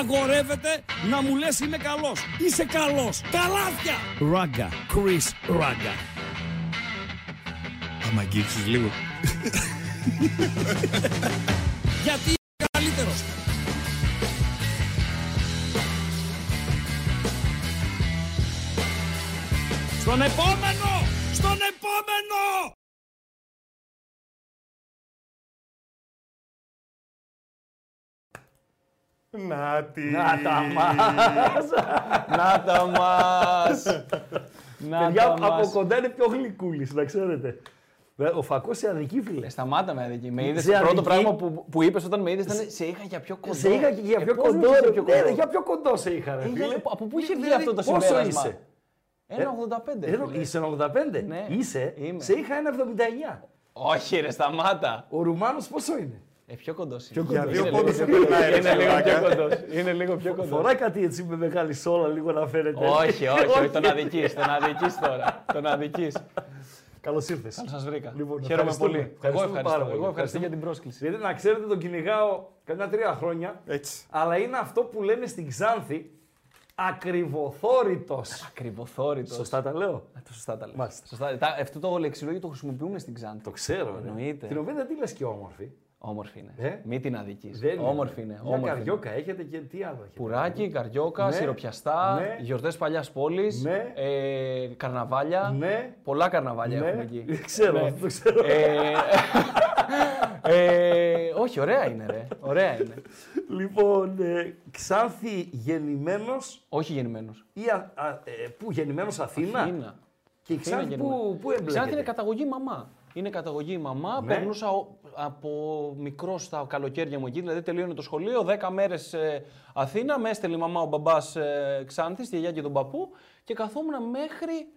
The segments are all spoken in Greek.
Απαγορεύεται να μου λες είμαι καλός. Είσαι καλός. Τα λάθια. Ράγκα. Chris Ράγκα. Άμα αγγίξεις λίγο. Γιατί είναι καλύτερος. Στον επόμενο! Στον επόμενο! Να τη. Να τα μας! Να τα μας! Να Παιδιά, τα από μας! κοντά είναι πιο γλυκούλης, να ξέρετε. Ε, Ο Φακός σε αδική, φίλε. Ε, Σταμάτα με αδική. Με είδες, Σε το πρώτο αδική. πράγμα που, που είπες όταν με είδες ήταν σε είχα για πιο κοντό. Σε είχα και για Ε, πιο πώς με κοντό. είχες ρε. για πιο Ναι, κοντό. ρε, για πιο κοντό σε είχα, ρε Ε, φίλε. για- Από πού είχε βγει Δηλαδή, αυτό το πόσο συμπέρασμα. Ε, είσαι? 1,85. Ένα, φίλε. είσαι 85. Ναι. Είσαι. Είμαι. Σε είχα 1,79. Όχι ρε, σταμάτα. Ο Ρουμάνος πόσο είναι. Ε, πιο κοντός είναι. Για δύο Είναι πόντους λίγο- δεν περνάει. ρε, Είναι λίγο πιο Σιλάκα. κοντός. Είναι λίγο πιο κοντός. Φοράει Ε, κάτι έτσι με μεγάλη σόλα λίγο να φαίνεται. ε, Όχι, όχι, όχι, τον αδικείς, τον αδικείς τώρα. Τον αδικείς. Καλώς ήρθες. Σας βρήκα. Λοιπόν, Χαίρομαι ευχαριστούμε. πολύ. Εγώ Ευχαριστούμε ευχαριστώ. πάρα πολύ. Εγώ ευχαριστώ Ευχαριστούμε. για την πρόσκληση. Γιατί να ξέρετε, τον κυνηγάω κατά τρία χρόνια. Ε, Έτσι. Αλλά είναι αυτό που λένε στην Ξάνθη ακριβοθόρητος. Ακριβοθόρητος. Σωστά τα λέω. Το σωστά ε, τα λέω. Μάλιστα. Σωστά. Τα, αυτό το λεξιλόγιο το χρησιμοποιούμε στην Ξάνθη. Το ξέρω. ρε. Εννοείται. Την οποία δεν τη λες και όμορφη. Όμορφη είναι. Ε? Μην την αδικείς. Δεν Όμορφη είναι. Μια Όμορφη είναι. καριόκα έχετε και τι άλλο έχετε. Πουράκι, καριόκα, Ναι. σιροπιαστά, Ναι. γιορτές παλιάς πόλης, Ναι. ε, καρναβάλια. Ναι. Πολλά καρναβάλια Ναι. έχουμε εκεί. Δεν ξέρω, Ναι. το ξέρω. Ε, ε, όχι, ωραία είναι, ρε. Ωραία είναι. Λοιπόν, ε, Ξάνθη γεννημένος όχι γεννημένος. ή α, α, ε, πού γεννημένος Αθήνα. Και η Ξάνθη που, που εμπλέκεται. Ξάνθη είναι καταγωγή μαμά. Είναι καταγωγή μαμά. Ναι. Περνούσα ο- από μικρός στα καλοκαίρια μου εκεί, δηλαδή τελείωνε το σχολείο. 10 μέρε Αθήνα, με έστελνε η μαμά ο μπαμπάς ε, Ξάνθης, τη γιαγιά και τον παππού και καθόμουν μέχρι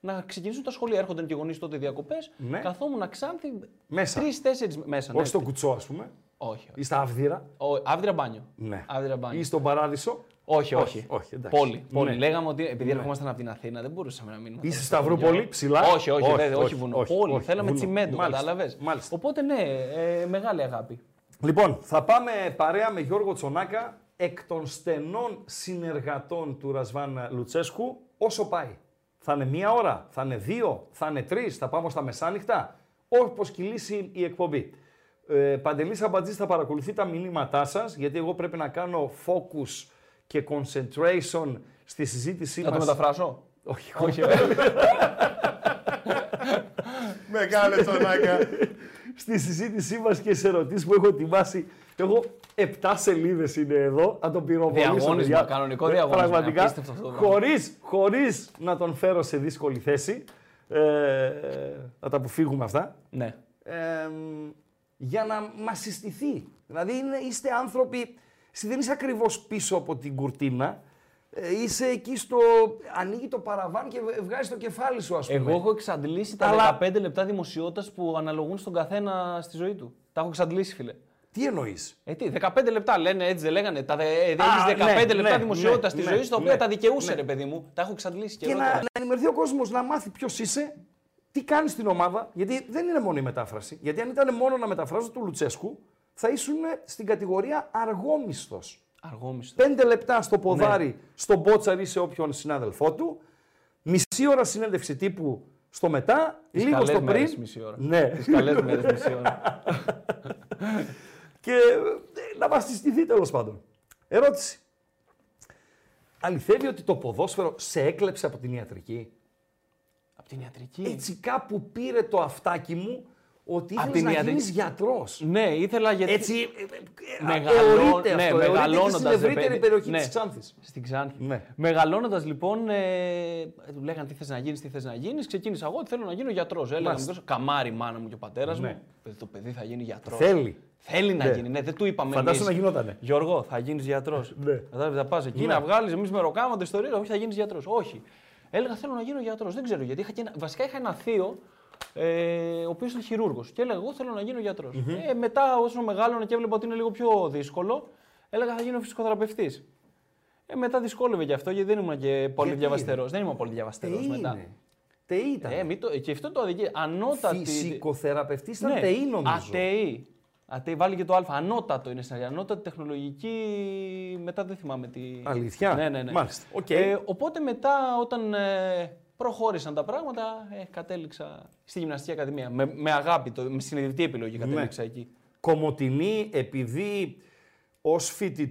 να ξεκινήσουν τα σχολεία. Έρχονταν και οι γονείς τότε διακοπές. Ναι. Καθόμουν Ξάνθη. Μέσα. Τρει-τέσσερι μέσα. ναι. Όχι στο κουτσό, ας πούμε. Όχι. όχι. Ή στα Αυδήρα. Ο- Άβδηρα μπάνιο. Ναι. Άβδηρα μπάνιο. Ή στον Παράδεισο. Όχι, όχι. Όχι, όχι, εντάξει. Πόλη. πόλη. Ναι. Λέγαμε ότι επειδή ερχόμασταν από την Αθήνα δεν μπορούσαμε να μείνουμε. Είσαι τώρα Σταυρούπολη, χωριό. ψηλά. Ε, Όχι, όχι, Όχι, βέβαια, όχι, όχι, βουνό. όχι, Πόλη. όχι, Θέλαμε βουνό. τσιμέντο, Μάλιστα, κατάλαβες. μάλιστα. Οπότε ναι, ε, μεγάλη αγάπη. Λοιπόν, θα πάμε παρέα με Γιώργο Τσονάκα εκ των στενών συνεργατών του Ρασβάν Λουτσέσκου όσο πάει. Θα είναι μία ώρα, θα είναι δύο, θα είναι τρεις, θα πάμε στα μεσάνυχτα. Όπω κυλήσει η εκπομπή. Ε, Παντελής Αμπατζής, θα παρακολουθεί τα μηνύματά σας, γιατί εγώ πρέπει να κάνω focus και concentration στη συζήτησή Να το μας. μεταφράσω. Όχι, όχι. Μεγάλε τσονάκα. στη συζήτησή μας και σε ερωτήσεις που έχω ετοιμάσει. Έχω 7 σελίδες είναι εδώ. Θα τον πυροβολήσω. Διαγώνισμα, παιδιά. κανονικό Ε, διαγώνισμα, είναι Πραγματικά. απίστευτο αυτό το πράγμα. Χωρίς χωρίς να τον φέρω σε δύσκολη θέση. Ε, θα τα αποφύγουμε αυτά. ναι. Ε, για να μας συστηθεί. Δηλαδή είναι, είστε άνθρωποι. Εσύ δεν είσαι ακριβώς πίσω από την κουρτίνα. Ε, είσαι εκεί στο. ανοίγει το παραβάν και βγάζει το κεφάλι σου, ας πούμε. Εγώ έχω εξαντλήσει τα Αλλά- 15 λεπτά δημοσιότητας που αναλογούν στον καθένα στη ζωή του. Τα έχω εξαντλήσει, φίλε. Τι εννοείς. Ε, τι, 15 λεπτά λένε, έτσι δεν λέγανε. Τα, δε- ε, δεν Α, έχεις 15 ναι, λεπτά ναι, δημοσιότητα ναι, στη ναι, ζωή, στα οποία ναι, τα δικαιούσε, ναι. ρε παιδί μου. Τα έχω εξαντλήσει και, και εδώ να, τώρα. να ενημερωθεί ο κόσμος να μάθει ποιος είσαι, τι κάνει στην ομάδα. Γιατί δεν είναι μόνο η μετάφραση. Γιατί αν ήταν μόνο να μεταφράζω του Λουτσέσκου, θα ήσουν στην κατηγορία αργόμιστος. Αργόμιστος. Πέντε λεπτά στο ποδάρι, Ναι. στον μπότσαρη ή σε όποιον συνάδελφό του. Μισή ώρα συνέντευξη τύπου στο μετά, λίγο καλές στο πριν. μέρες μισή ώρα. Ναι. Τις καλές μέρες μισή ώρα. και ε, να μας συστηθεί τέλος πάντων. Ερώτηση. Αληθεύει ότι το ποδόσφαιρο σε έκλεψε από την ιατρική. Από την ιατρική. Έτσι κάπου πήρε το αυτάκι μου ότι Απ' ήθελες την να ιατρική. γίνεις γιατρός. Ναι, ήθελα γιατί. Έτσι, ε, Μεγαλώ- μεγαλώνεται ναι, αυτό, μεγαλώνοντας και στην μεγαλώνοντας, ρε ευρύτερη παιδί. περιοχή Ναι. της Ξάνθης. Στην Ξάνθη. Ναι. Μεγαλώνοντας λοιπόν, ε, του λέγανε τι θες να γίνεις, τι θες να γίνεις. Ξεκίνησα εγώ ότι θέλω να γίνω γιατρός. Έλεγα Μάλιστα. μικρός, καμάρι η μάνα μου και ο πατέρας Ναι. μου. «Παιδί, Το παιδί θα γίνει γιατρός. Θέλει. Θέλει να Ναι. γίνει, ναι, δεν του είπαμε. Φαντάσου εμείς. να γινότανε. Γιώργο, θα γίνεις γιατρός. Ναι. Κατάλαβε, θα πας εκεί Ναι. να βγάλεις, εμείς με ροκάμονται ιστορία, όχι θα γίνεις γιατρός. Όχι. Έλεγα θέλω να γίνω γιατρός. Δεν ξέρω γιατί. Είχα και ένα, βασικά είχα ένα θείο, ε, ο οποίος ήταν χειρούργος. Και έλεγα εγώ θέλω να γίνω γιατρός». Ε, μετά, όσο μεγάλωνα και έβλεπα ότι είναι λίγο πιο δύσκολο, έλεγα θα γίνω φυσικοθεραπευτής. Ε, μετά δυσκόλευε γι' αυτό γιατί δεν ήμουν και πολύ Γιατί? διαβαστερό. Δεν ήμουν πολύ Τε διαβαστερό μετά. είναι. Τε ήταν. Ε, μη το, και αυτό το αδικεί. Ανώτατη. Φυσικοθεραπευτής ήταν Ναι. τεή νομίζω. Ατεή. Ατέ, βάλει και το Α. Ανώτατο είναι στην Ανώτατη τεχνολογική. Μετά δεν θυμάμαι τι. Αλήθεια? Ναι, ναι, ναι. Μάλιστα. Οκ. οπότε μετά όταν ε, προχώρησαν τα πράγματα, ε, κατέληξα στη Γυμναστική Ακαδημία. Με, με αγάπη, το, με συνειδητή επιλογή Ναι. κατέληξα εκεί. Κομωτινή, επειδή ως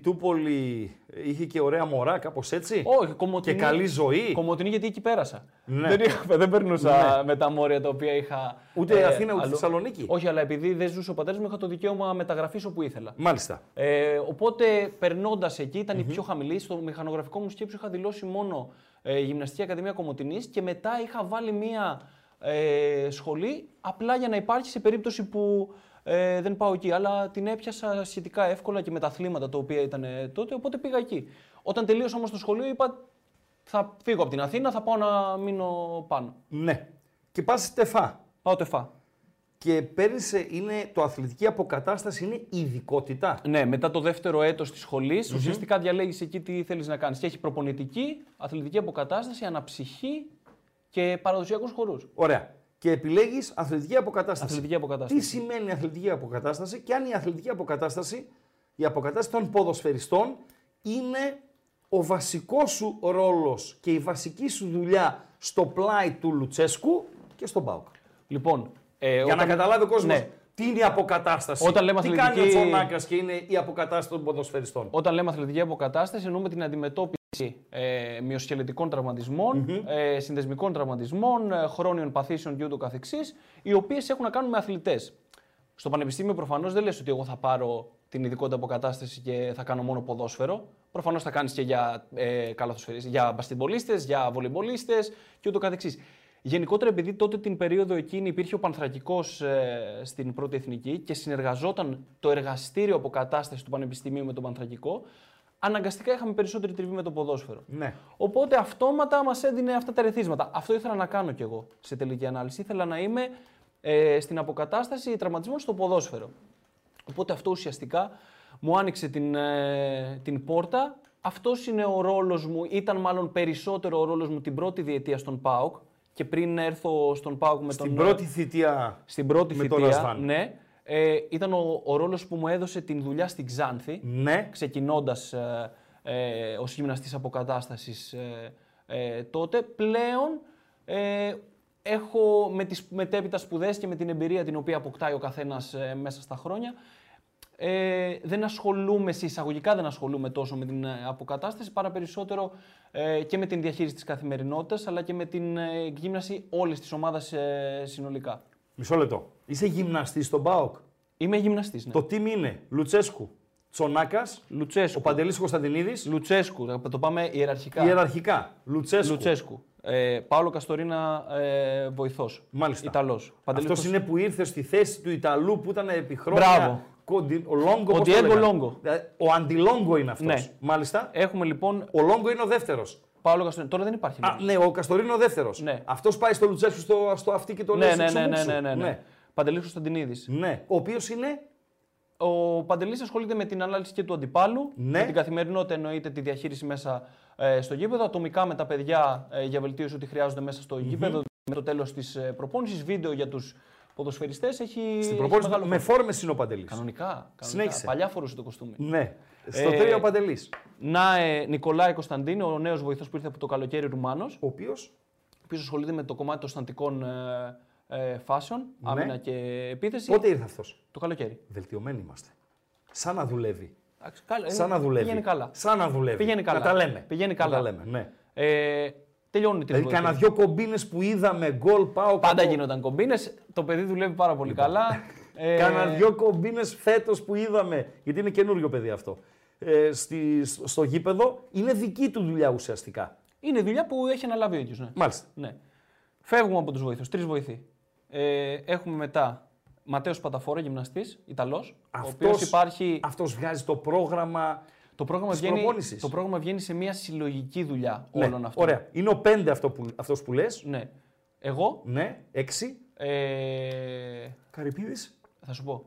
φοιτητούπολη είχε και ωραία μωρά, κάπως έτσι. Όχι, κομμωτινή. Και καλή ζωή. Κομμωτινή γιατί εκεί πέρασα. Ναι. Δεν, είχα, δεν περνούσα με τα μόρια τα οποία είχα. ε, Ούτε Αθήνα, ούτε Θεσσαλονίκη. Όχι, αλλά επειδή δεν ζούσε ο πατέρας μου, είχα το δικαίωμα μεταγραφής όπου ήθελα. Μάλιστα. Ε, οπότε περνώντας εκεί, ήταν η πιο χαμηλή. Στο μηχανογραφικό μου σκέψο είχα δηλώσει μόνο ε, Γυμναστική Ακαδημία Κομωτινή και μετά είχα βάλει μία ε, σχολή απλά για να υπάρχει σε περίπτωση που ε, δεν πάω εκεί. Αλλά την έπιασα σχετικά εύκολα και με τα αθλήματα τα οποία ήταν ε, τότε, οπότε πήγα εκεί. Όταν τελείωσα όμως το σχολείο, είπα θα φύγω από την Αθήνα, θα πάω να μείνω πάνω. Ναι. Και πας τεφά. Πάω τεφά. Και παίρνεις, είναι το αθλητική αποκατάσταση, είναι ειδικότητα. Ναι, μετά το δεύτερο έτος της σχολη ουσιαστικά διαλέγεις εκεί τι θέλεις να κάνεις. Και έχει προπονητική, αθλητική αποκατάσταση, αναψυχή και παραδοσιακούς χορούς. Ωραία. Και επιλέγεις αθλητική αποκατάσταση. Αθλητική αποκατάσταση. Τι σημαίνει αθλητική αποκατάσταση και αν η αθλητική αποκατάσταση, η αποκατάσταση των ποδοσφαιριστών είναι ο βασικός σου ρόλος και η βασική σου δουλειά στο πλάι του Λουτσέσκου και στον ΠΑΟΚ. Λοιπόν, ε, Για να καταλάβει ο κόσμος Ναι. τι είναι η αποκατάσταση. Όταν λέμε τι κάνει ο αθλητική- Τσονάκας και είναι η αποκατάσταση των ποδοσφαιριστών. Όταν λέμε αθλητική αποκατάσταση, εννοούμε την αντιμετώπιση ε, μυοσκελετικών τραυματισμών, ε, συνδεσμικών τραυματισμών, ε, χρόνιων παθήσεων και ούτω καθεξής, οι οποίες έχουν να κάνουν με αθλητές. Στο πανεπιστήμιο προφανώς δεν λες ότι εγώ θα πάρω την ειδικότητα αποκατάσταση και θα κάνω μόνο ποδόσφαιρο. Προφανώς θα κάνεις και για ε, καλαθοσφαιρίες, για μπασκετμπολίστες, για βολυμπολίστες και ούτω καθεξής. Γενικότερα, επειδή τότε την περίοδο εκείνη υπήρχε ο Πανθρακικός ε, στην πρώτη εθνική και συνεργαζόταν το εργαστήριο αποκατάστασης του Πανεπιστημίου με τον Πανθρακικό, αναγκαστικά είχαμε περισσότερη τριβή με το ποδόσφαιρο. Ναι. Οπότε αυτόματα μας έδινε αυτά τα ρεθίσματα. Αυτό ήθελα να κάνω κι εγώ σε τελική ανάλυση. Ήθελα να είμαι ε, στην αποκατάσταση τραυματισμών στο ποδόσφαιρο. Οπότε αυτό ουσιαστικά μου άνοιξε την, ε, την πόρτα. Αυτός είναι ο ρόλος μου, ήταν μάλλον περισσότερο ο ρόλος μου την πρώτη διετία στον ΠΑΟΚ και πριν έρθω στον ΠΑΟΚ με Στην τον. πρώτη θητεία στην πρώτη με τον θητεία. Ασβάν. Ναι, ε, ήταν ο, ο ρόλος που μου έδωσε την δουλειά στην Ξάνθη Ναι. ξεκινώντας ε, ε, ως γυμναστής αποκατάστασης ε, ε, τότε. Πλέον ε, έχω με τις μετέπειτα σπουδές και με την εμπειρία την οποία αποκτάει ο καθένας μέσα στα χρόνια. Ε, δεν ασχολούμαι, σε εισαγωγικά δεν ασχολούμαι τόσο με την ε, αποκατάσταση, παρά περισσότερο ε, και με την διαχείριση της καθημερινότητας, αλλά και με την ε, εκγύμναση όλης της ομάδας ε, συνολικά. Μισό λεπτό. Είσαι γυμναστής στον ΠΑΟΚ. Είμαι γυμναστής, ναι. Το team είναι Λουτσέσκου, Τσονάκας, ο Λουτσέσκου. Παντελής Κωνσταντινίδης, Λουτσέσκου, θα το πάμε ιεραρχικά. Ιεραρχικά. Λουτσέσκου. Λουτσέσκου. Ε, Πάολο Καστορίνα ε, βοηθός. Μάλιστα. Ιταλός. Αυτό είναι που ήρθε στη θέση του Ιταλού που ήταν επί χρόνια. Μπράβο. κοντι- Ο Λόγκο. Ο πώς το Diego λέγανε. Longo. Ε, Ο Αντιλόγκο είναι αυτός. Ναι. Μάλιστα. Έχουμε λοιπόν. Ο Λόγκο είναι ο δεύτερος. Πάολο Καστορίνα. Τώρα δεν υπάρχει. Α, ναι, ο Καστορίνο είναι ο δεύτερος. Ναι. Αυτός πάει στο Λουτσέσκου στο, στο αυτή και το λέει ναι, ναι, «Σουξου ναι, ναι, μουξου». ναι, ναι, ναι. Παντελής Κωνσταντινίδης. Ναι. Ο οποίος είναι. Ο Παντελής ασχολείται με την ανάλυση και του αντιπάλου. Ναι. Με την καθημερινότητα εννοείται τη διαχείριση μέσα ε, στο γήπεδο. Ατομικά με τα παιδιά ε, για βελτίωση ότι χρειάζονται μέσα στο γήπεδο. Με το τέλος της ε, προπόνησης, βίντεο για τους ποδοσφαιριστές έχει. Στην έχει προπόνηση μεγάλο με χώρο. φόρμες είναι ο Παντελής. Κανονικά. κανονικά. Συνέχισε. Παλιά φορούσε το κοστούμι. Ναι. Στο Ε, τρία ο Παντελή. Νάε Νικολάη Κωνσταντίνη, ο νέος βοηθός που ήρθε από το καλοκαίρι Ρουμάνος, ο Ο οποίος. οποίο ασχολείται με το κομμάτι των στατικών ε, ε, φάσεων, Ναι. άμυνα και επίθεση. Πότε ήρθε αυτός. Το καλοκαίρι. Βελτιωμένοι είμαστε. Σαν να δουλεύει. Εντάξει, καλά, Σαν ε, να δουλεύει. Πηγαίνει καλά. Σαν να δουλεύει. Πηγαίνει καλά. Να τα λέμε. Πηγαίνει Να τα καλά. λέμε. Ναι. Ε, τελειώνει την Δηλαδή, κανένα δυο κομπίνες που είδαμε γκολ πάω Πάντα γίνονταν κομπίνες. Το παιδί δουλεύει πάρα πολύ καλά. Ε, Λοιπόν, Κάνα δυο κομπίνες φέτος που είδαμε, γιατί είναι καινούριο παιδί αυτό. Ε, στη, στο γήπεδο είναι δική του δουλειά ουσιαστικά. Είναι δουλειά που έχει αναλάβει ο ίδιος. Ναι. Μάλιστα. Ναι. Φεύγουμε από τους βοηθούς. Τρεις βοηθοί. Ε, έχουμε μετά Ματέος Παταφόρο, γυμναστής, Ιταλός. Ο οποίος υπάρχει. αυτός βγάζει το πρόγραμμα. Το πρόγραμμα, της βγαίνει, προπόνησης. το πρόγραμμα βγαίνει σε μια συλλογική δουλειά Ναι, όλων αυτών. Ωραία. Είναι ο πέντε αυτό που, αυτός που λες. Ναι. Εγώ Ναι, έξι. ε, Καρυπίδης. θα σου πω.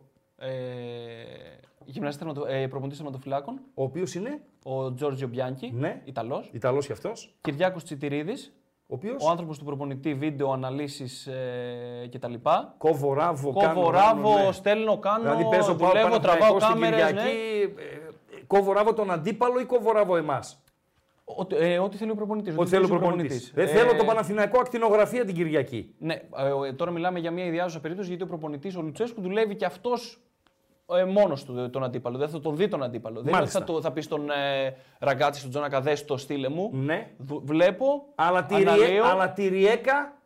Ε, γυμναστής θερματο, ε, προπονητής θερματοφυλάκων, Ο οποίος είναι ο Τζόρτζιο Μπιάνκι, Ναι. Ιταλός. Ιταλός κι αυτός. Κυριάκος Τσιτηρίδης, οποίος. Ο άνθρωπος του προπονητή, βίντεο, αναλύσεις ε, κτλ. Κόβω ράβο, κάνω, Κόβω, ράνω, ναι. ράβω, στέλνω, κάνω. Δηλαδή παίζω πάω δουλεύω, τραβάω Παναθηναϊκό στην κάμερες. Κυριακή, Ναι. ε, κόβω ράβο τον αντίπαλο ή κόβω ράβο εμάς. Ό,τι- ε, Ό,τι θέλει ο Ε, προπονητής. Ό,τι θέλει ο προπονητής. Δεν θέλω το Παναθηναϊκό ακτινογραφία την Κυριακή. Ναι, ε, ε, τώρα μιλάμε για μια ιδιάζουσα περίπτωση γιατί ο προπονητής, ο Λουτσέσκου, δουλεύει και αυτός ε, μόνος του ε, τον αντίπαλο. Δεν θα τον δει τον αντίπαλο. Δεν είναι ότι Μάλιστα. θα, το, θα πει στον ε, ραγκάτσι, στον Τζόνακα, δε το στείλε μου. Ναι. Δου- βλέπω. Αλλά τη, ριέ, αναλύω. αλλά τη Ριέκα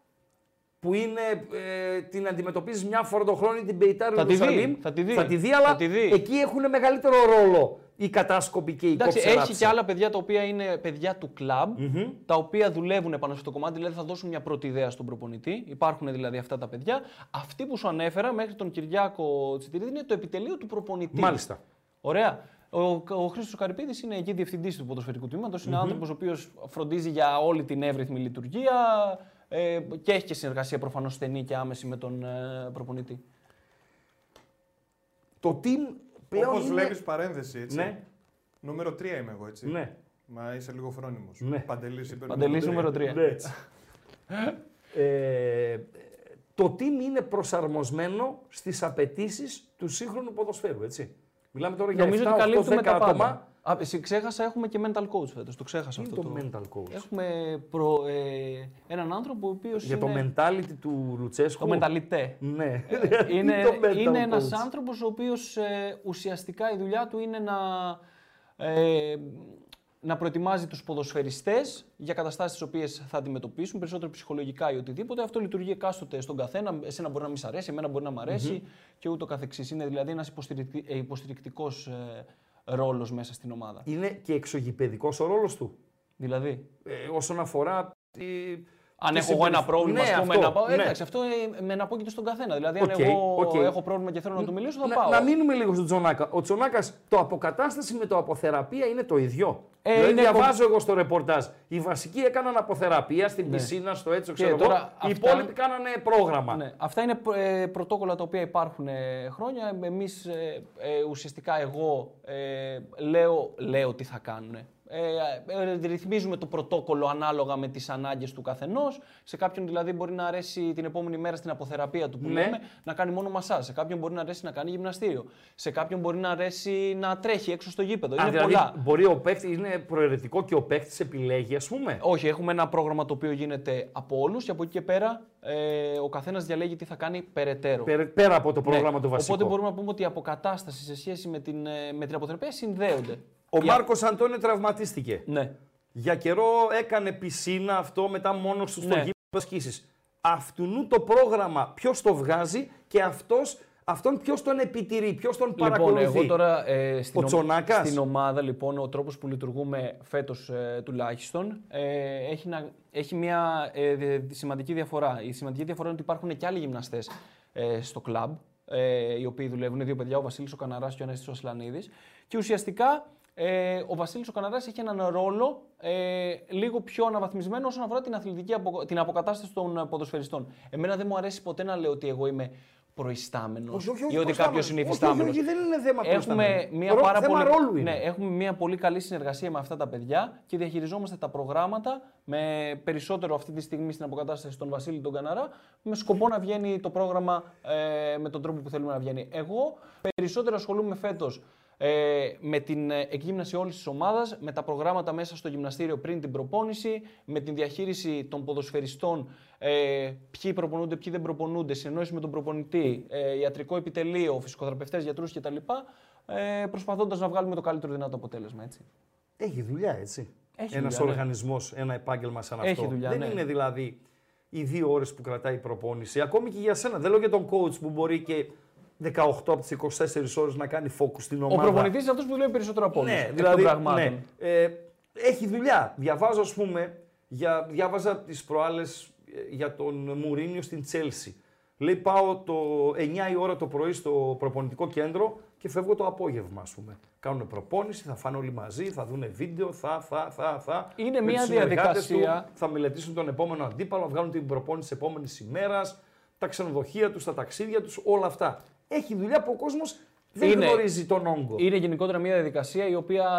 που είναι, ε, την αντιμετωπίζεις μια φορά το χρόνο ή την Πεϊτάρ Θα τη δει, Ιερουσαλήμ. θα τη δει. Θα αλλά τη δει. εκεί έχουν μεγαλύτερο ρόλο οι κατάσκοποι και οι Εντάξει, κόψεράψοι. έχει και άλλα παιδιά τα οποία είναι παιδιά του κλαμπ, τα οποία δουλεύουν πάνω στο κομμάτι, δηλαδή θα δώσουν μια πρώτη ιδέα στον προπονητή. Υπάρχουν δηλαδή αυτά τα παιδιά. Αυτή που σου ανέφερα μέχρι τον Κυριάκο Τσιτηρίδη είναι το επιτελείο του προπονητή. Μάλιστα. Ωραία. Ο, ο Χρήστος Καρυπίδης είναι εκεί διευθυντής του ποδοσφαιρικού τμήματος. Είναι άνθρωπος ο οποίος φροντίζει για όλη την εύρυθμη λειτουργία ε, και έχει και συνεργασία προφανώς στενή και άμεση με τον ε, προπονητή. Το team πλέον Όπως είναι... βλέπεις, παρένθεση έτσι. Ναι, Νούμερο 3 είμαι εγώ έτσι. ναι. Μα είσαι λίγο φρόνιμος. Ναι. Παντελής υπερβολή. Παντελής νούμερο 3. Ε, το team είναι προσαρμοσμένο στις απαιτήσεις του σύγχρονου ποδοσφαίρου, έτσι. Μιλάμε τώρα για Νομίζω 7, ότι 8, 10 καλύπτουμε τα άτομα. πάντα. Α, εσύ ξέχασα, έχουμε και mental coach φέτος. Το ξέχασα Είναι αυτό. το mental coach. Έχουμε προ, ε, έναν άνθρωπο ο οποίος Για το είναι... mentality του Λουτσέσκου. Το mentalite. Ναι. είναι το mental είναι coach. ένας άνθρωπος ο οποίος ε, ουσιαστικά η δουλειά του είναι να, ε, να προετοιμάζει τους ποδοσφαιριστές για καταστάσεις τις οποίες θα αντιμετωπίσουν, περισσότερο ψυχολογικά ή οτιδήποτε. Αυτό λειτουργεί εκάστοτε στον καθένα. Εσένα μπορεί να μη σ' αρέσει, εμένα μπορεί να μ' αρέσει και ούτω καθεξής. Είναι δηλαδή ένας υποστηρικτικ- ε, υποστηρικτικός ε, ρόλος μέσα στην ομάδα. Είναι και εξωγηπαιδικός ο ρόλος του. Δηλαδή, Ε, όσον αφορά τη... αν τη έχω εγώ ένα συμπεριφ- πρόβλημα, ναι, ας πούμε, αυτό, να πάω. ναι. Εντάξει, αυτό ε, με εναπόκειται στον καθένα. Δηλαδή, αν Οκ, εγώ οκ. έχω πρόβλημα και θέλω να του μιλήσω, θα να, πάω. να μείνουμε λίγο στον Τζονάκα. Ο Τζονάκας, το αποκατάσταση με το αποθεραπεία είναι το ίδιο. Ε, δηλαδή, είναι διαβάζω εγώ στο ρεπορτάζ. Οι βασικοί έκαναν αποθεραπεία στην πισίνα, στο έτσι, ξέρω Ναι. τώρα εγώ. αυτά- Οι υπόλοιποι κάνανε πρόγραμμα. Ναι. Αυτά είναι ε, πρωτόκολλα τα οποία υπάρχουν ε, χρόνια. Εμείς ε, ουσιαστικά εγώ ε, λέω, λέω τι θα κάνουν. Ε, ε, ρυθμίζουμε το πρωτόκολλο ανάλογα με τις ανάγκες του καθενός. Σε κάποιον δηλαδή μπορεί να αρέσει την επόμενη μέρα στην αποθεραπεία του που Ναι. λέμε να κάνει μόνο μασά. Σε κάποιον μπορεί να αρέσει να κάνει γυμναστήριο. Σε κάποιον μπορεί να αρέσει να τρέχει έξω στο γήπεδο. Α, είναι δηλαδή, πολλά. μπορεί ο παίκτης, είναι προαιρετικό και ο παίκτης επιλέγει, ας πούμε. Όχι, έχουμε ένα πρόγραμμα το οποίο γίνεται από όλους και από εκεί και πέρα ε, ο καθένας διαλέγει τι θα κάνει περαιτέρω. Πέρα, πέρα από το πρόγραμμα Ναι. το βασικό. Οπότε μπορούμε να πούμε ότι η αποκατάσταση σε σχέση με την, ε, με την αποθεραπεία συνδέονται. Ο Η- Μάρκος Αντώνιο τραυματίστηκε. Ναι. Για καιρό έκανε πισίνα αυτό, μετά μόνος του στο Ναι. γήπεδο ασκήσεις. Αυτούνου το πρόγραμμα ποιος το βγάζει και αυτός, αυτόν ποιος τον επιτηρεί, ποιος τον Λοιπόν, παρακολουθεί. εγώ τώρα ε, στην, Ο Τσονάκας. στην ομάδα, λοιπόν, ο τρόπος που λειτουργούμε φέτος ε, τουλάχιστον ε, έχει, να, έχει μια ε, δε- σημαντική διαφορά. Η σημαντική διαφορά είναι ότι υπάρχουν και άλλοι γυμναστές ε, στο κλαμπ, ε, οι οποίοι δουλεύουν. Δύο παιδιά, ο Βασίλης ο Καναράς και ο Ανέστη ο Ασλανίδης. Και ουσιαστικά ε, ο Βασίλης ο Καναρά έχει έναν ρόλο ε, λίγο πιο αναβαθμισμένο όσον αφορά την αθλητική απο- την αποκατάσταση των ε, ποδοσφαιριστών. Εμένα δεν μου αρέσει ποτέ να λέω ότι εγώ είμαι προϊστάμενος Όχι, όχι, όχι, ή ότι προϊστάμενος. κάποιος είναι Όχι, υφιστάμενος. όχι, όχι, δεν είναι θέμα Έχουμε προϊστάμενου. μια Ρο- πάρα θέμα πολύ... ρόλου είναι. Ναι, έχουμε μια πολύ καλή συνεργασία με αυτά τα παιδιά και διαχειριζόμαστε τα προγράμματα με περισσότερο αυτή τη στιγμή στην αποκατάσταση των Βασίλη τον Καναρά με σκοπό να βγαίνει το πρόγραμμα ε, με τον τρόπο που θέλουμε να βγαίνει. Εγώ περισσότερο ασχολούμαι φέτος ε, με την ε, εκγύμναση όλης της ομάδας, με τα προγράμματα μέσα στο γυμναστήριο πριν την προπόνηση, με την διαχείριση των ποδοσφαιριστών, ε, ποιοι προπονούνται, ποιοι δεν προπονούνται, συνεννόηση με τον προπονητή, ε, ιατρικό επιτελείο, φυσικοθεραπευτές, γιατρούς κτλ. Ε, Προσπαθώντας να βγάλουμε το καλύτερο δυνατό αποτέλεσμα. Έτσι. Έχει δουλειά, έτσι. Έχει Ένας δουλειά, ναι. οργανισμός, ένα επάγγελμα σαν αυτό. Έχει δουλειά, δεν ναι. είναι δηλαδή οι δύο ώρες που κρατάει η προπόνηση. Ακόμη και για σένα. Δεν λέω για τον coach που μπορεί και 18 από τις 24 ώρες να κάνει focus στην Ο ομάδα. προπονητής είναι αυτός που δουλεύει περισσότερο από όλου. Ναι, δηλαδή, πραγμάτων. ναι. Ε, έχει δουλειά. Διαβάζω, ας πούμε, για, διάβαζα τις προάλλες ε, για τον Μουρίνιο στην Τσέλσι. Λέει πάω το 9 η ώρα το πρωί στο προπονητικό κέντρο και φεύγω το απόγευμα, ας πούμε. Κάνουν προπόνηση, θα φάνε όλοι μαζί, θα δουν βίντεο, θα, θα, θα, θα. Είναι Με μια τους συνεργάτες διαδικασία. του, θα μελετήσουν τον επόμενο αντίπαλο, θα βγάλουν την προπόνηση της επόμενης ημέρας, τα ξενοδοχεία τους, τα ταξίδια τους, όλα αυτά. Έχει δουλειά που ο κόσμος δεν Είναι- γνωρίζει τον όγκο. Είναι γενικότερα μια διαδικασία η οποία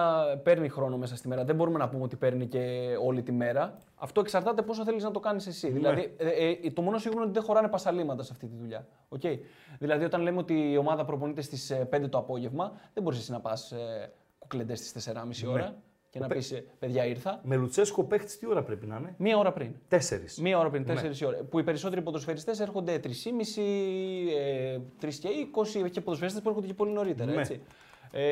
παίρνει χρόνο μέσα στη μέρα. Δεν μπορούμε να πούμε ότι παίρνει και όλη τη μέρα. Αυτό εξαρτάται πόσο θέλεις να το κάνεις Ναι. εσύ. Δηλαδή, ε, ε, το μόνο σίγουρο είναι ότι δεν χωράνε πασαλήματα σε αυτή τη δουλειά. Okay. Δηλαδή, όταν λέμε ότι η ομάδα προπονείται στις 5 το απόγευμα, δεν μπορείς εσύ να πας ε, κουκλεντές στις 4.30 Ναι. ώρα και να πεις παιδιά ήρθα. Με Λουτσέσκο παίχτης τι ώρα πρέπει να είναι. Μία ώρα πριν. Τέσσερις. Μία ώρα πριν, Ναι. 4 ώρα. Που οι περισσότεροι ποδοσφαιριστές έρχονται 3,5, ε, 3 και 20 και ποδοσφαιριστές που έρχονται και πολύ νωρίτερα. Ναι. Έτσι. Ε,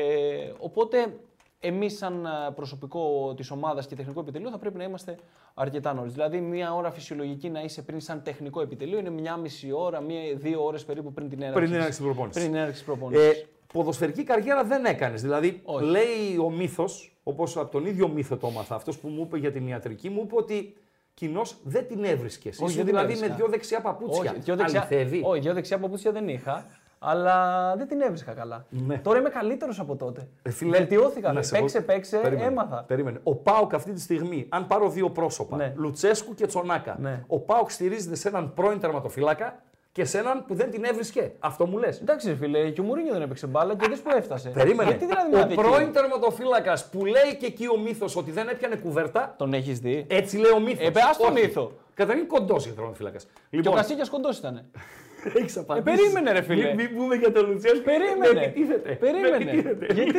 οπότε εμείς, σαν α, προσωπικό της ομάδας και τεχνικό επιτελείο, θα πρέπει να είμαστε αρκετά νωρίς. Δηλαδή, μία ώρα φυσιολογική να είσαι πριν, σαν τεχνικό επιτελείο, είναι μία μισή ώρα, μία, δύο ώρες περίπου πριν την έναρξη. Πριν την της- έναρξη της προπόνησης. Πριν την έναρξη της προπόνησης. Ε, ποδοσφαιρική καριέρα δεν έκανες. Δηλαδή, Όχι. λέει ο μύθος, όπως από τον ίδιο μύθο το έμαθα, αυτός που μου είπε για την ιατρική, μου είπε ότι κοινώ δεν την έβρισκες. Όχι, Ήσουν δεν την δηλαδή με έβρισκα. δύο δεξιά παπούτσια. Όχι, δυο δεξιά, Αληθεύει. όχι, δυο δεξιά παπούτσια δεν είχα, αλλά δεν την έβρισκα καλά. Ναι. Τώρα είμαι καλύτερος από τότε. Ε, φίλε, Βελτιώθηκα. να ρε. σε πω- Παίξε, παίξε, Περίμενε, έμαθα. Περίμενε. Ο Πάοκ αυτή τη στιγμή, αν πάρω δύο πρόσωπα, Ναι. Λουτσέσκου και Τσονάκα, Ναι. ο Πάοκ στηρίζεται σε έναν πρώην τερματοφύλακα και σε έναν που δεν την έβρισκε. Αυτό μου λες. Εντάξει, ρε φίλε, και ο Μουρίνιο δεν έπαιξε μπάλα και δες που έφτασε. Περίμενε. Γιατί δηλαδή ο να δει πρώην εκεί. τερματοφύλακας που λέει και εκεί ο μύθος ότι δεν έπιανε κουβέρτα, Τον έχεις δει. Έτσι λέει ο μύθος. Ε, πες, ας τον μύθο. Καταρχήν κοντός για τερματοφύλακα. και ο Λοιπόν, Κασίκιας κοντός ήταν. έχεις απαντήσει. Ε, περίμενε, ρε φίλε. Μην, μην πούμε για τον Λουτσέσκο. Περίμενε. Με επιτίθεται. Περίμενε. Με επιτίθεται. Γιατί?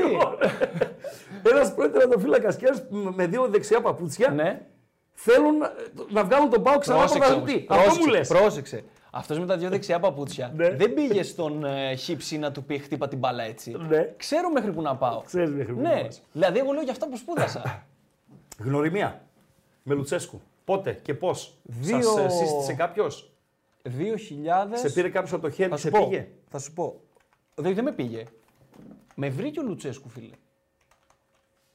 Ένας πρώην τερματοφύλακας και ένας με δύο δεξιά παπούτσια ναι. θέλουν να- να βγάλουν τον πάο ξανά Πρόσεξε. όμως. πρωταθλητή. Αυτό μου πρόσεξε, λες. πρόσεξε. Αυτός με τα δύο δεξιά παπούτσια Ναι. δεν πήγε στον ε, χύψη να του πει χτύπα την μπάλα έτσι. Ναι. Ξέρω μέχρι που να πάω. Ξέρεις μέχρι που να ναι. πας. Δηλαδή, εγώ λέω για αυτά που σπούδασα. Γνωριμία με Λουτσέσκου. Πότε και πώς. Δύο- Σας ε, σύστησε κάποιος. 2000. Σε πήρε κάποιος από το χέρι, Θα σε σου πω. πήγε. Θα σου πω. Δεν, δεν με πήγε. Με βρήκε ο Λουτσέσκου, φίλε.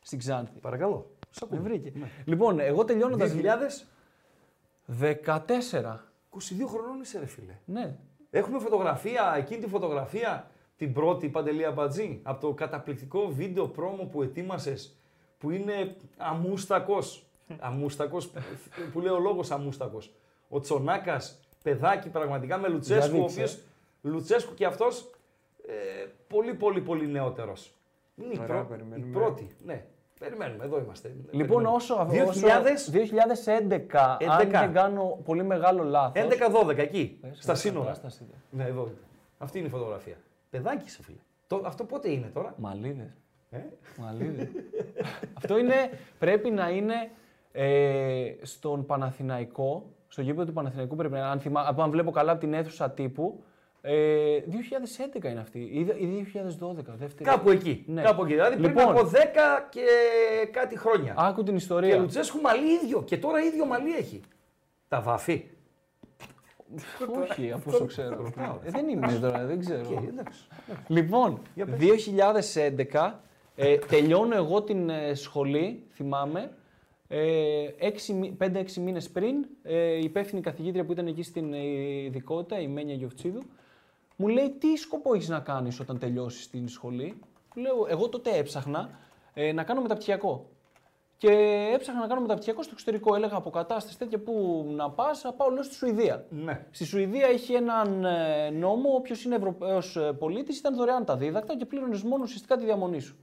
Στην Ξάνθη. Παρακαλώ. Με βρήκε. Ναι. Λοιπόν, εγώ τελειώνοντας. 2000. 14. 22 χρονών είσαι ρε φίλε. Ναι. Έχουμε φωτογραφία, εκείνη τη φωτογραφία, την πρώτη Παντελή Αμπατζή, από το καταπληκτικό βίντεο πρόμο που ετοίμασες, που είναι αμούστακος. Αμούστακος, που λέει ο λόγος αμούστακος. Ο Τσονάκας, παιδάκι πραγματικά με Λουτσέσκου, ο Διαδείξε. οποίος Λουτσέσκου και αυτός ε, πολύ πολύ πολύ νεότερος. Είναι η, Ωραία, πρω- η περιμένουμε. πρώτη. Ναι, περιμένουμε, εδώ είμαστε. Λοιπόν, Περιμένουμε. όσο όσο- 2000, 2011, αν 11. δεν κάνω πολύ μεγάλο λάθος. 11-12 εκεί, στα σύνορα. Ναι, εδώ είναι. Αυτή είναι η φωτογραφία. Παιδάκι σε φίλε. Το, αυτό πότε είναι τώρα. Μαλίδες. Ε? Μαλίδες. Αυτό είναι, πρέπει να είναι ε, στον Παναθηναϊκό, στο γήπεδο του Παναθηναϊκού πρέπει να είναι. Αν, θυμά, αν βλέπω καλά από την αίθουσα τύπου, ε, 2011 είναι αυτή ή, δε- ή 2012, δεύτερη. Κάπου εκεί. Ναι. Κάπου εκεί. Δηλαδή πριν Λοιπόν. από 10 και κάτι χρόνια. Άκου την και ιστορία. Λουτσέσκου μαλλί ίδιο. Και τώρα ίδιο μαλλί έχει. Τα βαφή. Όχι, από όσο ξέρω. Ε, δεν είμαι τώρα, δεν ξέρω. Ε, εντάξει. Λοιπόν, 2011 ε, τελειώνω εγώ την ε, σχολή, θυμάμαι. Ε, 5-6 μήνες πριν, ε, η υπεύθυνη καθηγήτρια που ήταν εκεί στην ε, ειδικότητα, η Μένια Γιοφτσίδου, μου λέει τι σκοπό έχεις να κάνεις όταν τελειώσεις την σχολή. Λέω, εγώ τότε έψαχνα ε, να κάνω μεταπτυχιακό. Και έψαχνα να κάνω μεταπτυχιακό στο εξωτερικό. Έλεγα αποκατάσταση τέτοια που να πας, να πάω λέω στη Σουηδία. Ναι. Στη Σουηδία έχει έναν ε, νόμο, όποιο είναι Ευρωπαίος πολίτης ήταν δωρεάν τα δίδακτα και πλήρωνες μόνο ουσιαστικά τη διαμονή σου.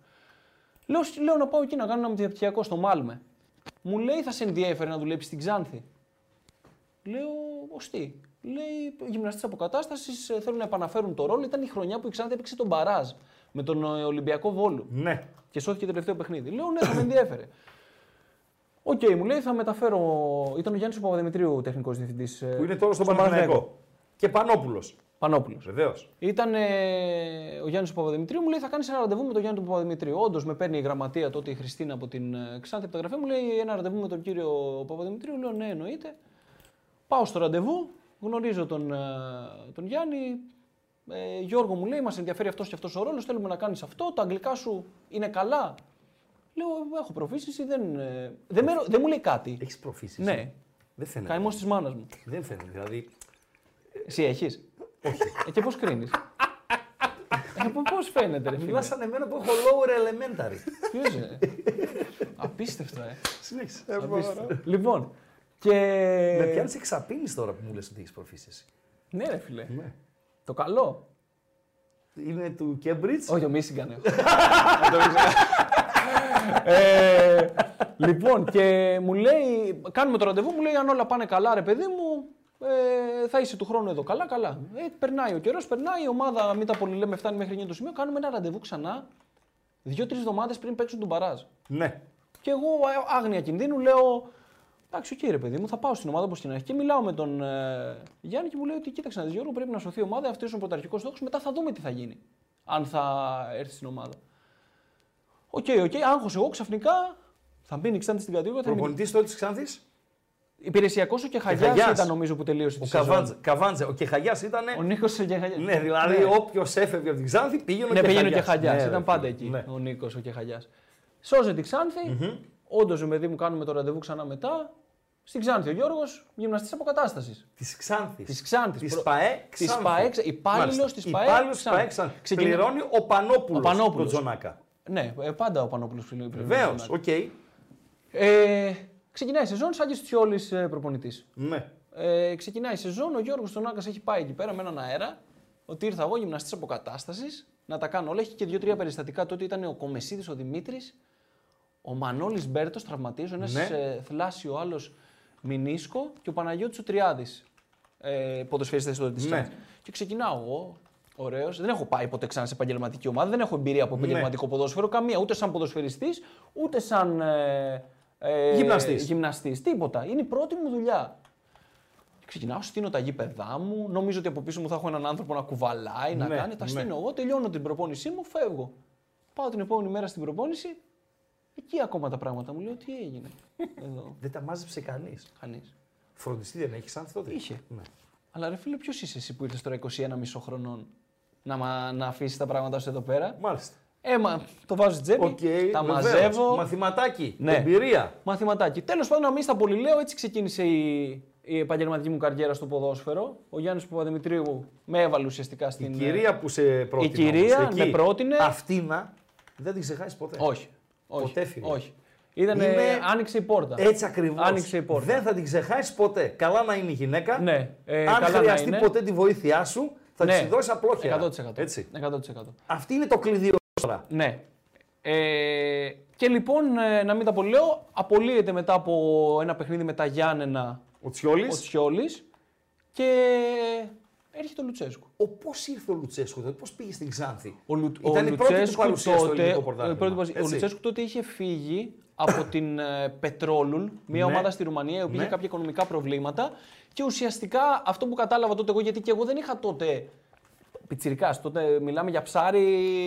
Λέω, «Σ- λέω να πάω εκεί να κάνω ένα μεταπτυχιακό στο Μάλμε. Μου λέει θα σε ενδιαφέρει να δουλέψεις στην Ξάνθη. Λέω ως τι. Λέει γυμναστής αποκατάστασης, θέλουν να επαναφέρουν το ρόλο. Ήταν η χρονιά που η Ξάνθη έπαιξε τον Μπαράζ με τον ε, Ολυμπιακό Βόλου Ναι. και σώθηκε το τελευταίο παιχνίδι. Λέω ναι, θα με ενδιέφερε. Οκ, μου λέει θα μεταφέρω. Ήταν ο Γιάννης Παπαδημητρίου ε, τεχνικός διευθυντής. Που Ε, είναι τώρα στον Παναθηναϊκό. Και Πανόπουλος. Πανόπουλος. Βεβαίως. Ήταν ε, ο Γιάννης Παπαδημητρίου, μου λέει: Θα κάνει ένα ραντεβού με τον Γιάννη του Παπαδημητρίου. Όντως με παίρνει η γραμματεία τότε η Χριστίνα από την ε, Ξάνθη από τα γραφεία, μου λέει: Ένα ραντεβού με τον κύριο Παπαδημητρίου. Λέω: Ναι, εννοείται. Πάω στο ραντεβού, γνωρίζω τον, ε, τον Γιάννη. Ε, Γιώργο μου λέει: Μας ενδιαφέρει αυτός και αυτός ο ρόλος, θέλουμε να κάνεις αυτό. Τα αγγλικά σου είναι καλά. Λέω: Έχω προφήσεις, δεν, ε, δεν, με ρω- δεν μου λέει κάτι. Έχεις προφήσεις. Ναι, Δεν φαίνεται. καημό της μάνας μου. Δεν φαίνεται. Δηλαδή. Εσύ έχεις. Όχι. Και πώς κρίνεις. Πώς φαίνεται, ρε φίλε. Μιλάς σαν εμένα που έχω lower elementary. Ποιος είναι. Απίστευτο, ε. Συνέχισε. Απίστευτο. λοιπόν, και. Με πιάνει εξαπίνει τώρα που μου λες ότι έχεις προφήσεις. Ναι, ρε φίλε. Το καλό. είναι του Κέμπριτζ. Όχι, ο Μίσιγκαν έχω. Ο Μίσιγκαν. Ε, λοιπόν, και μου λέει, κάνουμε το ραντεβού, μου λέει αν όλα πάνε καλά, ρε παιδί μου, ε, θα είσαι του χρόνου εδώ. Καλά, καλά. Ε, περνάει ο καιρός, περνάει η ομάδα, μην τα πολύ λέμε, φτάνει μέχρι εκείνο το σημείο. Κάνουμε ένα ραντεβού ξανά, δύο-τρει εβδομάδες πριν παίξουν τον Μπαράζ. Ναι. Και εγώ α- άγνοια κινδύνου λέω. Εντάξει, οκ, ρε παιδί μου, θα πάω στην ομάδα όπως την αρχή. Και μιλάω με τον ε, Γιάννη και μου λέει ότι κοίταξε να δεις Γιώργο, πρέπει να σωθεί η ομάδα. Αυτό είναι ο πρωταρχικός στόχος. Μετά θα δούμε τι θα γίνει. Αν θα έρθει στην ομάδα. Οκ, οκ, άγχος εγώ ξαφνικά. Θα μπει νιξάντη στην κατηγορία. Θα είναι... Προπονητή τώρα τη Ξάνθης. Υπηρεσιακός ο Κεχαγιά Κεχαγιάς. ήταν νομίζω που τελείωσε. Ο τη σεζόν. Καβάντζε. Καβάντζε. Ο Κεχαγιά ήταν. Ο Νίκος Κεχαγιά. Ναι, δηλαδή Ναι. όποιος έφευγε από την Ξάνθη πήγαινε Ναι, ο πήγαινε ο Κεχαγιάς. Κεχαγιά. Ναι, ήταν ρε, πάντα φίλε. εκεί. Ναι. Ο Νίκος, ο Κεχαγιά. Σώζεται τη Ξάνθη. Όντω, παιδί μου, κάνουμε το ραντεβού ξανά μετά. Στην Ξάνθη ο Γιώργος, γυμναστής αποκατάστασης. Της Ξάνθης. Της Ξάνθης. Της ΠαΕ Της Ξάνθη. ΠαΕ Ξα- υπάλληλος Μάλιστα. της ΠαΕ Υπάλληλος της Ξάνθη. ΠαΕ Ξάνθη. Ξεκινά- Πληρώνει ο Πανόπουλος, Ο Πανόπουλος. τον Τζονάκα. Ναι, ε, πάντα ο Πανόπουλος φιλίου Βεβαίως. Οκ. Ναι, Ε, ξεκινάει η σεζόν, σαν Τσιόλη προπονητής. Ναι. Ε, ξεκινάει η σεζόν, ο Γιώργος τον Άκας έχει πάει εκεί πέρα με έναν αέρα. Ότι ήρθα εγώ γυμναστής αποκατάστασης να τα κάνω όλα. Έχει και δύο-τρία περιστατικά. Τότε ήταν ο Κομεσίδης, ο Δημήτρης, ο Μανώλης Μπέρτος, τραυματίζει, ένας Ναι. ε, θλάσσιο, άλλος Μινίσκο και ο Παναγιώτης ο Τριάδη. Ε, Ποδοσφαιριστές τότε τη Ναι. ναι. Και ξεκινάω εγώ, ωραίος. Δεν έχω πάει ποτέ ξανά σε επαγγελματική ομάδα, δεν έχω εμπειρία Ναι. από επαγγελματικό ποδόσφαιρο καμία. Ούτε σαν ποδοσφαιριστής, ούτε σαν. Ε, ε, Γυμναστής. γυμναστής, Τίποτα. Είναι η πρώτη μου δουλειά. Ξεκινάω, στείνω τα γήπεδά μου. Νομίζω ότι από πίσω μου θα έχω έναν άνθρωπο να κουβαλάει, να Ναι, κάνει. Τα ναι. στείνω εγώ, τελειώνω την προπόνησή μου, φεύγω. Πάω την επόμενη μέρα στην προπόνηση. Εκεί ακόμα τα πράγματα μου λέω τι έγινε. Εδώ, Δεν τα μάζεψε κανείς. κανείς. Φροντιστή δεν έχεις Ξάνθη τότε. Είχε. Ναι. Αλλά ρε φίλε, ποιος είσαι εσύ που ήρθες τώρα 21 μισό χρονών να, μα- να αφήσεις τα πράγματα σου εδώ πέρα. Μάλιστα. Έμα, το βάζω στη τσέπη, Οκ, Ε, τα βεβαίως. μαζεύω. Μαθηματάκι. Ναι. Εμπειρία. Μαθηματάκι. Τέλος πάντων, να μην στα πολυλέω, έτσι ξεκίνησε η, η επαγγελματική μου καριέρα στο ποδόσφαιρο. Ο Γιάννης Παπαδημητρίου με έβαλε ουσιαστικά στην. ε, Η κυρία που σε πρότεινε. Ναι. κυρία όμως, με εκεί, πρότεινε. Αυτή να δεν την ξεχάσεις ποτέ. Όχι. όχι Ποτέ, φίλε. Όχι. Ήτανε, Είναι- Άνοιξε η πόρτα. Έτσι ακριβώς. Άνοιξε η πόρτα. Δεν θα την ξεχάσεις ποτέ. Καλά να είναι η γυναίκα. Ναι, ε, Αν καλά να χρειαστεί είναι. ποτέ τη βοήθειά σου, θα Ναι. της δώσεις απλόχερα. 100%. Έτσι. 100%. Αυτή είναι το κλειδί τώρα. Ναι. Ε, και λοιπόν, ε, να μην τα πολυλέω, απολύεται μετά από ένα παιχνίδι με τα Γιάννενα Ο Τσιόλης. ο Τσιόλης και έρχεται ο Λουτσέσκου. Ο πώς ήρθε ο Λουτσέσκου τότε, πώς πήγε στην Ξάνθη. Ο, Λου, Ήταν η πρώτη του παρουσία στο τότε- ελληνικό η πρώτη πρωτάθλημα. παρουσία- ο έτσι. Λουτσέσκου τότε είχε φύγει από την ε, Πετρόλουλ, μια Ναι. ομάδα στη Ρουμανία, η οποία Ναι. είχε κάποια οικονομικά προβλήματα. Και ουσιαστικά αυτό που κατάλαβα τότε εγώ, γιατί και εγώ δεν είχα τότε. Πιτσιρικάς, τότε μιλάμε για ψάρι,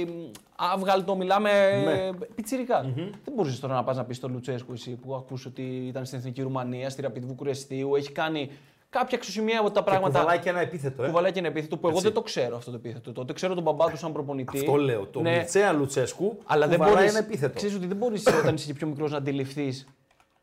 μ, αύγαλτο, μιλάμε. Ναι. πιτσιρικα Δεν μπορούσες τώρα να πας να πεις στον Λουτσέσκου εσύ που ακούς ότι ήταν στην Εθνική Ρουμανία, στη Ραπιδού Κουρεστίου, έχει κάνει κάποια εξουσιμία από τα Και πράγματα. κουβαλάει και ένα επίθετο. Ε. Κουβαλάει και ένα επίθετο που εγώ Έτσι. δεν το ξέρω αυτό το επίθετο. Τότε ξέρω τον μπαμπά του σαν προπονητή. Αυτό λέω. Το ναι, Μιτσέα Λουτσέσκου αλλά δεν κουβαλάει μπορείς. ένα επίθετο. Ξέρεις ότι δεν μπορείς όταν είσαι και πιο μικρός να αντιληφθείς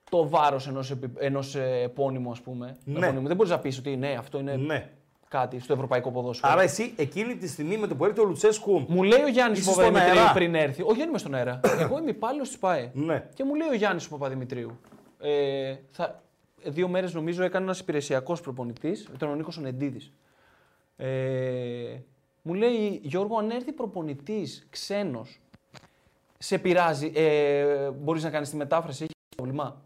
το βάρος ενός ενός ε, επώνυμου, ας πούμε. Ναι. Επώνυμου. Δεν μπορείς να πεις ότι ναι, αυτό είναι Ναι. κάτι στο ευρωπαϊκό ποδόσφαιρο. Άρα εσύ εκείνη τη στιγμή με το που έρθει ο Λουτσέσκου. Μου λέει ο Γιάννης Είσαι στον Παπαδημητρίου αέρα. πριν έρθει. Όχι, δεν είμαι στον αέρα. Εγώ είμαι υπάλληλος της ΠΑΕ. Ναι. Και μου λέει ο Γιάννης Παπαδημητρίου. Ε, θα, δύο μέρες νομίζω έκανε ένας υπηρεσιακός προπονητής, ήταν ο Νίκος Νεντίδη. Ε, μου λέει Γιώργο, αν έρθει προπονητής ξένος, σε πειράζει, ε, μπορείς να κάνεις τη μετάφραση, έχεις πρόβλημα.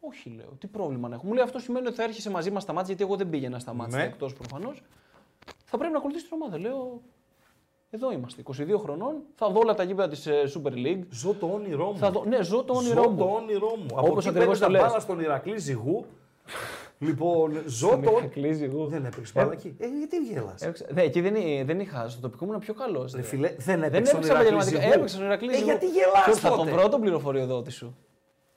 Όχι, λέω. Τι πρόβλημα να έχω. Μου λέει αυτό σημαίνει ότι θα έρχεσαι μαζί μας στα μάτια, γιατί εγώ δεν πήγαινα στα μάτια Ναι. εκτός προφανώς. Θα πρέπει να ακολουθήσεις την ομάδα. Λέω, εδώ είμαστε. 22 χρονών. Θα δω όλα τα γήπεδα της Super League. Ζω το όνειρό μου. Θα δω, ναι, ζω το όνειρό ζω μου. το όνειρό μου. Όπως ακριβώς εκεί παίρνω το τα λες. μπάλα στον Ηρακλή Ζυγού. λοιπόν, ζω το. Κλείζει εγώ. Δεν έπαιξε μπάλα εκεί. Ε, γιατί βγέλας. Έπαιξα- Ναι, εκεί δεν, ε, δεν είχα. Στο τοπικό μου ήταν πιο καλός. Ρε φίλε, δεν δεν έπαιξε τον έπαιξα Ηρακλή επαγγελματικά. Ζυγού. Έπαιξα τον Ηρακλή. Ε, Ζυγού. γιατί γελάς Ποιος, Θα τότε? τον βρω τον πληροφοριοδότη σου.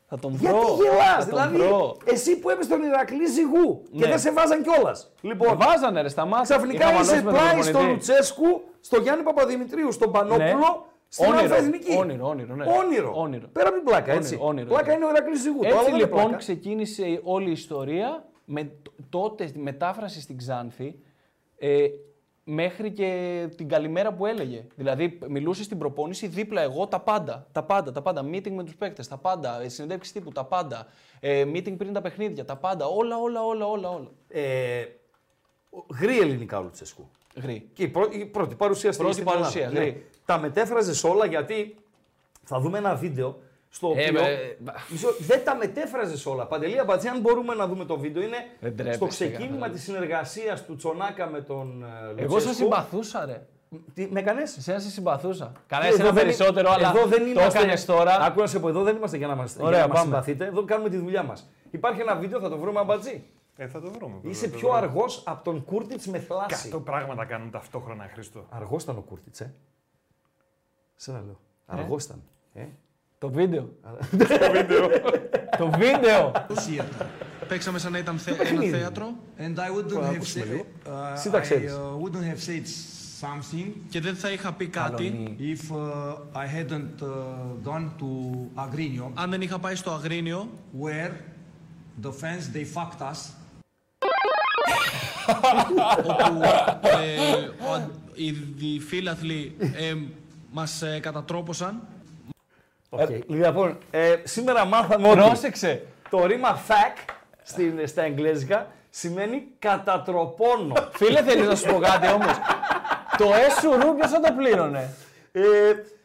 Θα τον βρω. Γιατί γελάς, θα τον δηλαδή βρω. εσύ που έπεσε τον Ηρακλή Ζυγού και Ναι. δεν σε βάζαν κιόλας. Με Λοιπόν, Βάζανε ρε στα μάτια. ξαφνικά Είχα μαλώσει είσαι με τον πλάι στον προπονητή. Λουτσέσκου, στον Γιάννη Παπαδημητρίου, στον Πανόπουλο, στην Ναι. Όνειρο, Αλφα-Εθνική. όνειρο, όνειρο, ναι. Όνειρο. Όνειρο. Πέρα από την πλάκα, έτσι. Όνειρο, όνειρο, πλάκα ναι. είναι ο Ηρακλής Ζυγού. το άλλο Έτσι δεν είναι λοιπόν πλάκα. ξεκίνησε όλη η ιστορία με τ- τότε τη μετάφραση στην Ξάνθη ε, μέχρι και την καλημέρα που έλεγε. Δηλαδή μιλούσε στην προπόνηση δίπλα εγώ τα πάντα, τα πάντα, τα πάντα. Meeting με τους παίκτες, τα πάντα, ε, συνεντεύξεις τύπου, τα πάντα, ε, meeting πριν τα παιχνίδια, τα πάντα, όλα, όλα, όλα, όλα, όλα. Ε, γρή ελληνικά ο Λουτσέσκου. Γρή. Και η, πρω- η πρώτη παρουσία στην Πρώτη στην Ελλάδα. παρουσία, Ναι. ναι. Τα μετέφραζες όλα γιατί θα δούμε ένα βίντεο στο Ε, οποίο. με- Μισό, δεν τα μετέφραζες όλα. Παντελή Αμπατζή, αν μπορούμε να δούμε το βίντεο, Δεν είναι τρέπεσαι, στο ξεκίνημα καθόλου. της συνεργασίας του Τσονάκα με τον ε, Λουτσέσκου. Εγώ σε συμπαθούσα, ρε. Τι, με έκανε. Εσένα σε συμπαθούσα. Ε, Καλά, εσένα περισσότερο, αλλά ε, εδώ δεν το είμαστε- έκανες τώρα. Άκου να σε πω, εδώ δεν είμαστε για να μας Ωραία, πάμε. συμπαθείτε. Εδώ κάνουμε τη δουλειά μας. Υπάρχει ένα βίντεο, θα το βρούμε αμπατζή. Ε, θα το βρούμε. βέβαια, Είσαι θα το πιο βρούμε. αργός από τον Κούρτιτ με θλάση. Εκατό πράγματα κάνουν ταυτόχρονα, Χρήστο. Αργός ήταν ο Κούρτιτ, ε. Σε να λέω. Αργός ήταν. Ε. Το βίντεο. το βίντεο. Παίξαμε σαν να ήταν θε... ένα θέατρο And I wouldn't have said, uh, Εσύ τα ξέρεις. I uh, wouldn't have said something και δεν θα είχα πει κάτι if uh, I hadn't uh, gone to Agrigno, αν δεν είχα πάει στο Αγρίνιο. where the fans they fucked us. όπου ε, ο αν- οι δι- φίλαθλοι ε, μας ε, κατατρόπωσαν. Okay. Λοιπόν, ε, σήμερα μάθαμε ότι Πρόσεξε. το ρήμα fuck στην, στα εγγλέζικα σημαίνει κατατροπώνω. Φίλε, θέλεις να σου πω κάτι όμως. το έσουρου ποιο θα το πλήρωνε. ε,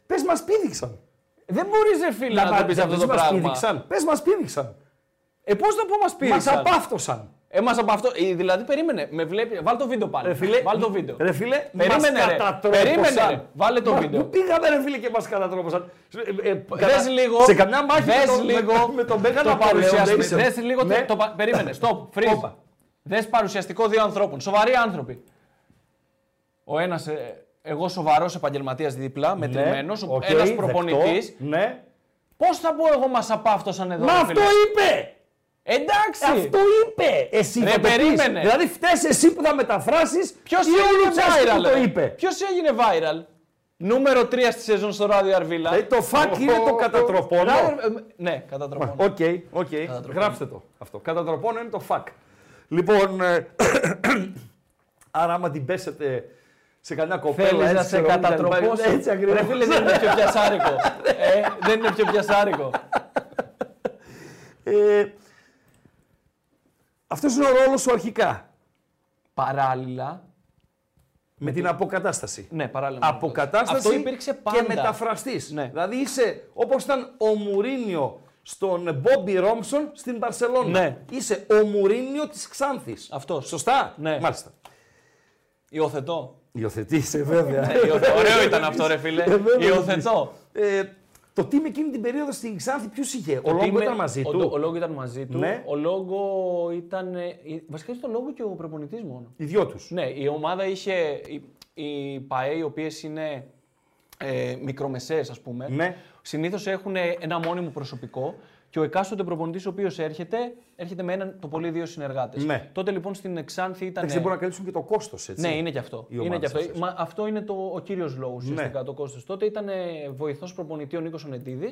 πες μας πήδηξαν. Δεν μπορείς, ρε φίλε, να, το πεις αυτό το μας πράγμα. Πήδηξαν. Πες μας πήδηξαν. Ε, πώς το πω, μας Μας πήδηξαν. απάφτωσαν. Ε, μας από αυτό. Ε, δηλαδή, περίμενε. Με βλέπει. Βάλ το βίντεο πάλι. Ρε φίλε, Βάλ το βίντεο. Ρε φίλε, Περίμενε, μας ρε. κατατρόπωσαν. Περίμενε, ρε. Βάλε το Μα βίντεο. Πού πήγαμε ρε φίλε και μας κατατρόπωσαν. Ε, ε, Δες λίγο. Σε καμιά μάχη με δες τον- με λίγο, τον- με τον Μπέγα το να παρουσιαστεί. παρουσιαστικό. Δες λίγο. Ναι. Το, το, πα- περίμενε. Stop. Freeze. Όπα. Δες παρουσιαστικό δύο ανθρώπων. Σοβαροί άνθρωποι. Ο ένας, ε, εγώ σοβαρός επαγγελματίας δίπλα, μετρημένος, Ναι, οκ, ένας δεκτό. προπονητής. Ναι. Πώς θα πω εγώ μας απάφτωσαν εδώ, Μα ρε αυτό φίλε. είπε! Εντάξει. Αυτό είπε! Εσύ Ρε, θα το πεις. περίμενε. Δηλαδή φταίει εσύ που θα μεταφράσεις. Ποιος ή ο Λουτσέσκου έγινε που viral, το ρε. είπε. Ποιος έγινε viral. Νούμερο 3 στη σεζόν στο ράδιο Αρβίλα. Δηλαδή το fuck είναι το κατατροπώνω. Ράδιο- ε, Ναι, κατατροπώνω. Οκ, οκ. Γράψτε το αυτό. Κατατροπώνω είναι το fuck. Λοιπόν, ε, άρα άμα την πέσετε σε κανένα κοπέλα. Θέλεις να έτσι, σε ξέρω εγώ, που τα κατατροπώσει. λοιπά, Έτσι ακριβώ. Ρε φίλε, δεν είναι πιο πιασάρικο. ε, δεν είναι πιο πιασάρικο. Αυτό Ε, είναι ο ρόλος σου αρχικά. Παράλληλα. Με την αποκατάσταση. Ναι, παράλληλα. αποκατάσταση Αυτό υπήρξε πάντα. και μεταφραστής. Ναι. Δηλαδή είσαι όπως ήταν ο Μουρίνιο στον Μπόμπι Ρόμψον στην Παρσελόνα. Ναι. Είσαι ο Μουρίνιο της Ξάνθης. Αυτός. Σωστά. Ναι. Μάλιστα. Υιοθετώ. Υιοθετήσε, Ε, βέβαια. Υιοθε- Ωραίο ήταν αυτό, ρε φίλε. Ε, βέβαια, Υιοθετώ. ε, το team εκείνη την περίοδο στην Ξάνθη ποιου είχε. Ο Λόγκο Είμαι- ήταν μαζί ο- του. Ο Λόγκο ήταν μαζί του. Ναι. Ο Λόγκο ήταν. ε, η- Βασικά ήταν ο Λόγκο και ο προπονητής μόνο. Οι δυο τους. Ναι, η ομάδα είχε. Οι, οι ΠαΕ, οι οποίες είναι ε, μικρομεσαίες, ας πούμε, Ναι. συνήθως έχουν ε, ένα μόνιμο προσωπικό και ο εκάστοτε προπονητής, ο οποίος έρχεται, έρχεται με έναν το πολύ δύο συνεργάτες. Ναι. Τότε λοιπόν στην Εξάνθη ήταν. Εντάξει, δεν μπορούν να καλύψουν και το κόστος. Ναι, είναι και αυτό. Οι Είναι ομάδες και αυτό. αυτές. Μα αυτό είναι το, ο κύριος λόγος Ναι. ουσιαστικά το κόστος. Τότε ήταν βοηθός προπονητής ο Νίκος Ονετίδη.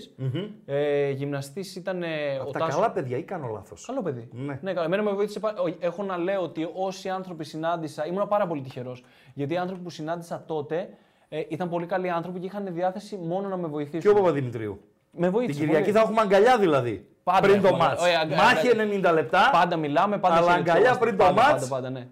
Ε, Γυμναστής ήταν ε, ο Τα Τάσος- καλά παιδιά ή κάνω λάθος. Καλό παιδί. Ναι. καλά. Εμένα με βοήθησε. πα- ο- Έχω να λέω ότι όσοι άνθρωποι συνάντησα. Ήμουν πάρα πολύ τυχερός. Γιατί οι άνθρωποι που συνάντησα τότε ε, ήταν πολύ καλοί άνθρωποι και είχαν διάθεση μόνο να με βοηθήσουν. Και ο Παπαδημητρίου. Με Την βοήθησε. Κυριακή πολύ. θα έχουμε αγκαλιά δηλαδή. Πάντα πριν το έχουμε, μάτς. ωραία, αγκα- Μάχη αγκα- 90 λεπτά. Πάντα μιλάμε, πάντα Αλλά χαιρετιόμαστε. αγκαλιά πριν το Πάντα, μάτς, Πάντα, πάντα, ναι.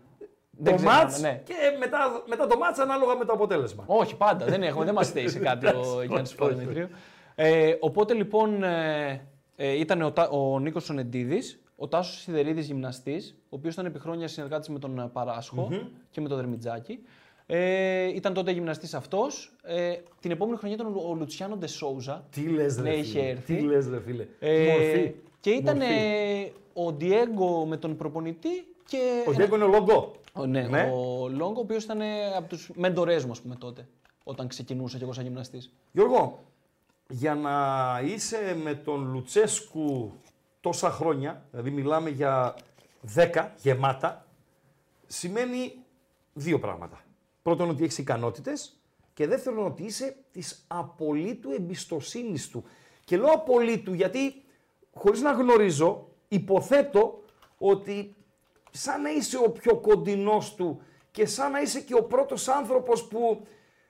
το ξέρω, μάτς ναι. και μετά, μετά το μάτς ανάλογα με το αποτέλεσμα. Όχι, πάντα. δεν έχουμε, δεν μας στέει σε κάτι ο Γιάννη Παπαδημητρίου. Ε, οπότε λοιπόν ε, ε, ήταν ο, Τα- ο Νίκος Ονεντίδη, ο Τάσος Σιδερίδης γυμναστής, ο οποίος ήταν επί χρόνια συνεργάτης με τον ε, παρασχο και με τον Δερμιτζάκη. Ε, ήταν τότε γυμναστής αυτός. Ε, την επόμενη χρονιά ήταν ο, Λου- ο Λουτσιάνο Ντεσόουζα. Τι λες ρε Ναι, φίλε. είχε έρθει. Τι λες ρε φίλε. Ε, Μορφή. Και ήταν Μορφή. ε, ο Ντιέγκο με τον προπονητή και. Ο ένα- Ντέγκο είναι ο Λογκό. ε, Ο, ναι, Ναι. ο Λόγκο, ο οποίος ήταν ε, από τους μέντορές μου, ας πούμε, τότε. Όταν ξεκινούσα και εγώ σαν γυμναστής. Γιώργο, για να είσαι με τον Λουτσέσκου τόσα χρόνια, δηλαδή μιλάμε για 10 γεμάτα, σημαίνει δύο πράγματα. Πρώτον ότι έχεις ικανότητες και δεύτερον ότι είσαι της απολύτου εμπιστοσύνης του. Και λέω απολύτου γιατί χωρίς να γνωρίζω υποθέτω ότι σαν να είσαι ο πιο κοντινός του και σαν να είσαι και ο πρώτος άνθρωπος που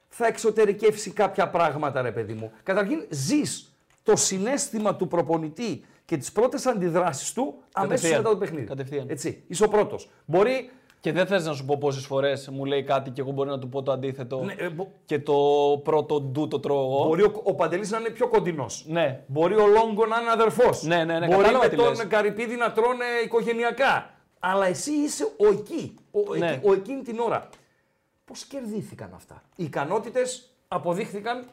θα εξωτερικεύσει κάποια πράγματα, ρε παιδί μου. Καταρχήν, ζεις το συνέστημα του προπονητή και τις πρώτες αντιδράσεις του αμέσω Κατευθείαν. μετά το παιχνίδι. Κατευθείαν. Έτσι. Είσαι ο πρώτος. Μπορεί Και δεν θες να σου πω πόσες φορές μου λέει κάτι και εγώ μπορεί να του πω το αντίθετο. Ναι, ε, μπο- Και το πρώτο ντου το τρώω εγώ. Μπορεί ο, ο Παντελής να είναι πιο κοντινός. Ναι. Μπορεί ο Λόγκο να είναι αδερφός. Ναι, ναι, ναι, Μπορεί κατάλαβα με τι λες. τον Καρυπίδη να τρώνε οικογενειακά. Αλλά εσύ είσαι ο εκεί, ο, Ναι. εκεί, ο εκείνη την ώρα. Πώς κερδίθηκαν αυτά. Οι ικανότητες αποδείχθηκαν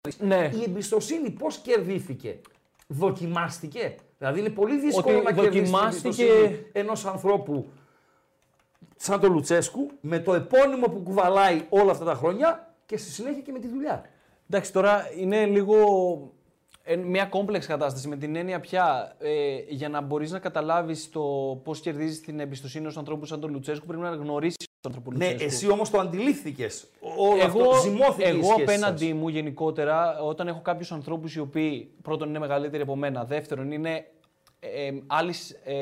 τι Ναι. Η εμπιστοσύνη πώς κερδίθηκε. Δοκιμάστηκε. Δηλαδή είναι πολύ δύσκολο Ότι να κερδίσεις την δοκιμάστηκε- εμπιστοσύνη ενός ανθρώπου σαν τον Λουτσέσκου με το επώνυμο που κουβαλάει όλα αυτά τα χρόνια και στη συνέχεια και με τη δουλειά. Εντάξει, τώρα είναι λίγο ε, μια κόμπλεξ κατάσταση με την έννοια πια ε, για να μπορείς να καταλάβεις το πώς κερδίζεις την εμπιστοσύνη ενό ανθρώπους σαν τον Λουτσέσκου πρέπει να γνωρίσεις τον άνθρωπο Ναι, Λουτσέσκου. εσύ όμως το αντιλήφθηκες. Όλο εγώ, αυτό ζυμώθηκες. η εγώ σχέση απέναντί σας. μου γενικότερα, όταν έχω κάποιους ανθρώπους οι οποίοι πρώτον είναι μεγαλύτεροι από μένα, δεύτερον είναι ε, άλλης ε,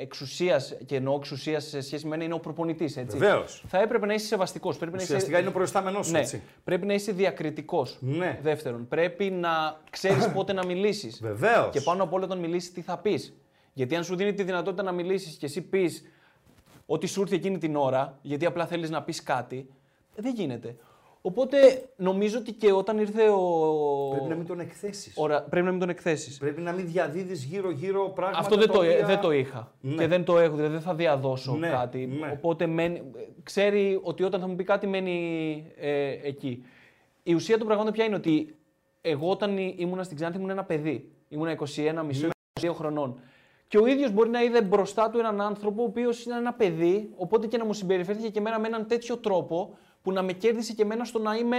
εξουσίας και εννοώ εξουσίας σε σχέση με μένα, είναι ο προπονητής. Βεβαίως. Θα έπρεπε να είσαι σεβαστικός. Πρέπει να είσαι. Ουσιαστικά είναι ο προϊστάμενός σου, Ναι. έτσι. Πρέπει να είσαι διακριτικός. Ναι. Δεύτερον, πρέπει να ξέρεις πότε να μιλήσεις. Βεβαίως. Και πάνω απ' όλα όταν μιλήσεις, τι θα πεις. Γιατί αν σου δίνει τη δυνατότητα να μιλήσεις και εσύ πεις ότι σου ήρθε εκείνη την ώρα, γιατί απλά θέλεις να πεις κάτι, δεν γίνεται. Οπότε νομίζω ότι και όταν ήρθε ο. Πρέπει να μην τον εκθέσεις. Ωρα... Πρέπει να μην τον εκθέσεις. Πρέπει να μην διαδίδεις γύρω-γύρω πράγματα. Αυτό δεν τα το, οποία- δεν το είχα. Ναι. Και δεν το έχω, δηλαδή δεν θα διαδώσω Ναι, κάτι. ναι. Οπότε μένει- ξέρει ότι όταν θα μου πει κάτι μένει ε, εκεί. Η ουσία των πραγμάτων ποια είναι ότι εγώ όταν ή- ήμουνα στην Ξάνθη ήμουν ένα παιδί. Ήμουνα 21, Ναι. μισό, 22 χρονών. Και ο ίδιος μπορεί να είδε μπροστά του έναν άνθρωπο ο οποίος ήταν ένα παιδί, οπότε και να μου συμπεριφέρθηκε και εμένα με έναν τέτοιο τρόπο που να με κέρδισε και εμένα στο να είμαι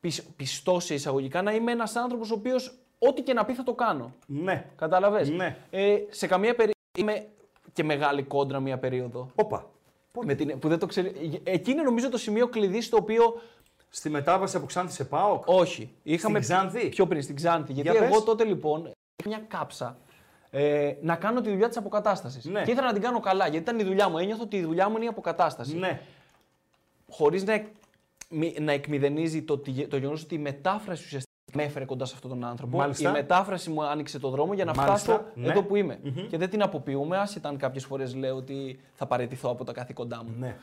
πισ- πιστός σε εισαγωγικά, να είμαι ένας άνθρωπος ο οποίος ό,τι και να πει θα το κάνω. Ναι. Κατάλαβες. Ναι. Ε, σε καμία περίοδο. Είμαι και μεγάλη κόντρα μία περίοδο. Όπα. Με την... που δεν το ξέρει. ε, Εκεί είναι νομίζω το σημείο κλειδί στο οποίο. Στη μετάβαση από Ξάνθη σε ΠΑΟΚ. Όχι. Είχαμε Στην Ξάνθη? Πιο πριν, στην Ξάνθη. Γιατί Για πες. εγώ τότε λοιπόν είχα μια κάψα ε, να κάνω τη δουλειά της αποκατάστασης. Ναι. Και ήθελα να την κάνω καλά γιατί ήταν η δουλειά μου. Ένιωθω ότι η δουλειά μου είναι η αποκατάσταση. Ναι. Χωρίς να, εκ- μη- να εκμηδενίζει το, ότι- το γεγονός ότι η μετάφραση ουσιαστικά με έφερε κοντά σε αυτόν τον άνθρωπο. Μάλιστα. Η μετάφραση μου άνοιξε το δρόμο για να Μάλιστα, φτάσω ναι. εδώ που ειμαι Και δεν την αποποιούμε, άσχετα αν κάποιες φορές λέω ότι θα παραιτηθώ από τα καθήκοντά μου. ναι.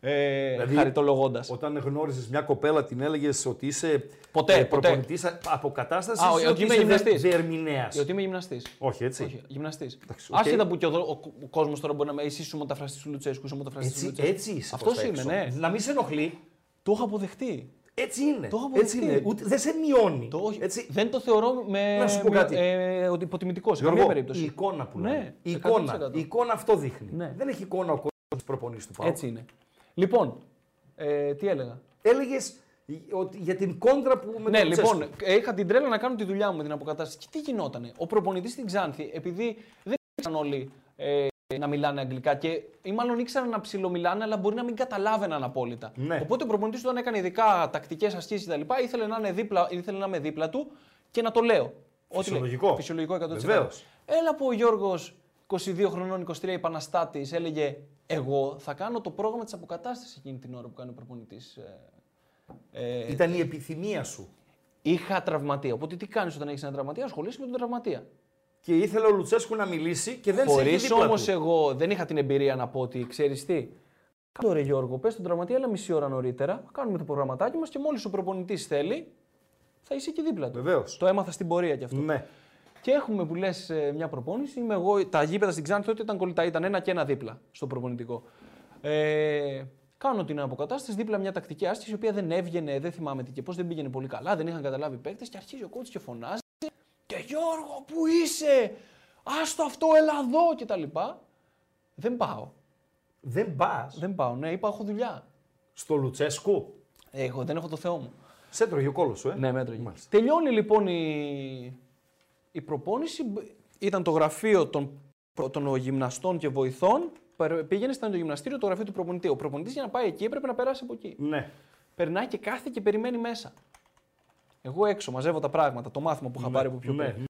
Ε, Δηλαδή, χαριτολογώντας. Όταν γνώριζες μια κοπέλα, την έλεγες ότι είσαι ε, Ποτέ, ποτέ. προπονητή αποκατάστασης. Α, ότι είμαι γυμναστής. Διερμηνέα. Γιατί είμαι γυμναστής. Όχι, έτσι. Όχι, γυμναστής. οκ. Άσχετα που και ο, δρο- ο, ο κόσμος τώρα μπορεί να με εσύ σου μεταφραστή του Λουτσέσκου, σου μεταφραστή του Έτσι, Λουτσέσκου. έτσι είσαι. Αυτό προς τα είμαι, έξω. ναι. Να μην σε ενοχλεί. Το έχω αποδεχτεί. Έτσι είναι. Το έχω έτσι αποδεχτεί. είναι. Ούτε, δεν σε μειώνει. Το, όχι, έτσι, Δεν το θεωρώ με, Να σου πω κάτι. Ε, ότι υποτιμητικό σε Γιώργο, καμία περίπτωση. η εικόνα που λέμε. Ναι, η, εικόνα, 100%. η εικόνα αυτό δείχνει. Ναι. Δεν έχει εικόνα ο κόσμος προπονητή του Πάου. Έτσι είναι. Λοιπόν, ε, τι έλεγα. Έλεγες ότι για την κόντρα που με Ναι, τον Λουτσέσκου. λοιπόν, ε, είχα την τρέλα να κάνω τη δουλειά μου με την αποκατάσταση. Και τι γινότανε. Ο προπονητής στην Ξάνθη, επειδή δεν ήξεραν όλοι ε, να μιλάνε αγγλικά και ή μάλλον ήξεραν να ψιλομιλάνε, αλλά μπορεί να μην καταλάβαιναν απόλυτα. Ναι. Οπότε ο προπονητής όταν έκανε ειδικά τακτικές ασκήσεις κτλ., ήθελε να, είναι δίπλα, ήθελε να είμαι δίπλα του και να το λέω. Ό,τι Φυσιολογικό. λέει. Φυσιολογικό 100%. Βεβαίως. Έλα που ο Γιώργος 22 χρονών, 23 επαναστάτης, έλεγε Εγώ θα κάνω το πρόγραμμα της αποκατάστασης εκείνη την ώρα που κάνει ο προπονητής. Ε, Ήταν η επιθυμία σου. Είχα τραυματία. Οπότε τι κάνεις όταν έχεις ένα τραυματία, ασχολείσαι με τον τραυματία. Και ήθελε ο Λουτσέσκου να μιλήσει και δεν σε Χωρίς έχει δίπλα όμως του. εγώ δεν είχα την εμπειρία να πω ότι ξέρεις τι. Κάτω ρε Γιώργο, πες τον τραυματία, αλλά μισή ώρα νωρίτερα. Κάνουμε το προγραμματάκι μας και μόλις ο προπονητής θέλει, θα είσαι εκεί δίπλα του. Βεβαίως. Το έμαθα στην πορεία κι αυτό. Ναι. Και έχουμε που λες μια προπόνηση. Είμαι εγώ, τα γήπεδα στην Ξάνθη τότε ήταν κολλητά, ήταν ένα και ένα δίπλα στο προπονητικό. Ε, κάνω την αποκατάσταση δίπλα μια τακτική άσκηση η οποία δεν έβγαινε, δεν θυμάμαι τι και πώς, δεν πήγαινε πολύ καλά, δεν είχαν καταλάβει παίκτες και αρχίζει ο κότσο και φωνάζει. Και Γιώργο, που είσαι! Άστο αυτό, έλα εδώ κτλ. Δεν πάω. Δεν πας Δεν πάω. Ναι, είπα, έχω δουλειά. στο Λουτσέσκου. Έχω, δεν έχω το Θεό μου. Σε έτρωγε ο κόλος σου, ε. Ναι, μέτρο. γίνει. Μάλιστα. Τελειώνει λοιπόν η, η προπόνηση. Μπ- Ήταν το γραφείο των, προ- των γυμναστών και βοηθών. Περ- Πήγαινε, ήταν το γυμναστήριο, το γραφείο του προπονητή. Ο προπονητής για να πάει εκεί έπρεπε να περάσει από εκεί. Ναι. Περνάει και κάθεται και περιμένει μέσα. Εγώ έξω μαζεύω τα πράγματα, το μάθημα που είχα πάρει από πιο ναι. πριν.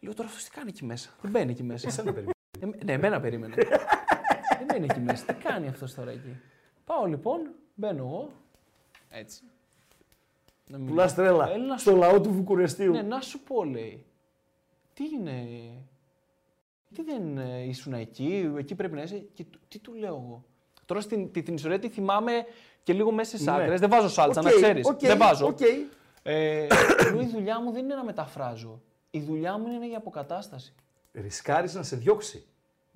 Λέω τώρα αυτός τι κάνει εκεί μέσα. Δεν μπαίνει εκεί μέσα. Εσένα περιμένω. Ε, ναι, εμένα περίμενε. Δεν μπαίνει εκεί μέσα. Τι κάνει αυτός τώρα εκεί. Πάω λοιπόν, μπαίνω εγώ. Έτσι. Να μην- Πουλάς τρέλα. Έλα να Ναι, στο λαό του Βουκουρεστίου. ναι, να σου πω, λέει. Τι είναι. Τι δεν ε, ήσουν εκεί, εκεί πρέπει να είσαι. Και του- τι του λέω εγώ. Τώρα στην, τη- την ιστορία τη θυμάμαι και λίγο μέσα στι άκρες. Δεν βάζω σάλτσα, να Ναι. Οκ, ξέρεις. οκ, δεν βάζω. οκ. Ε, εγώ η δουλειά μου δεν είναι να μεταφράζω. Η δουλειά μου είναι η αποκατάσταση. Ρισκάρεις να σε διώξει.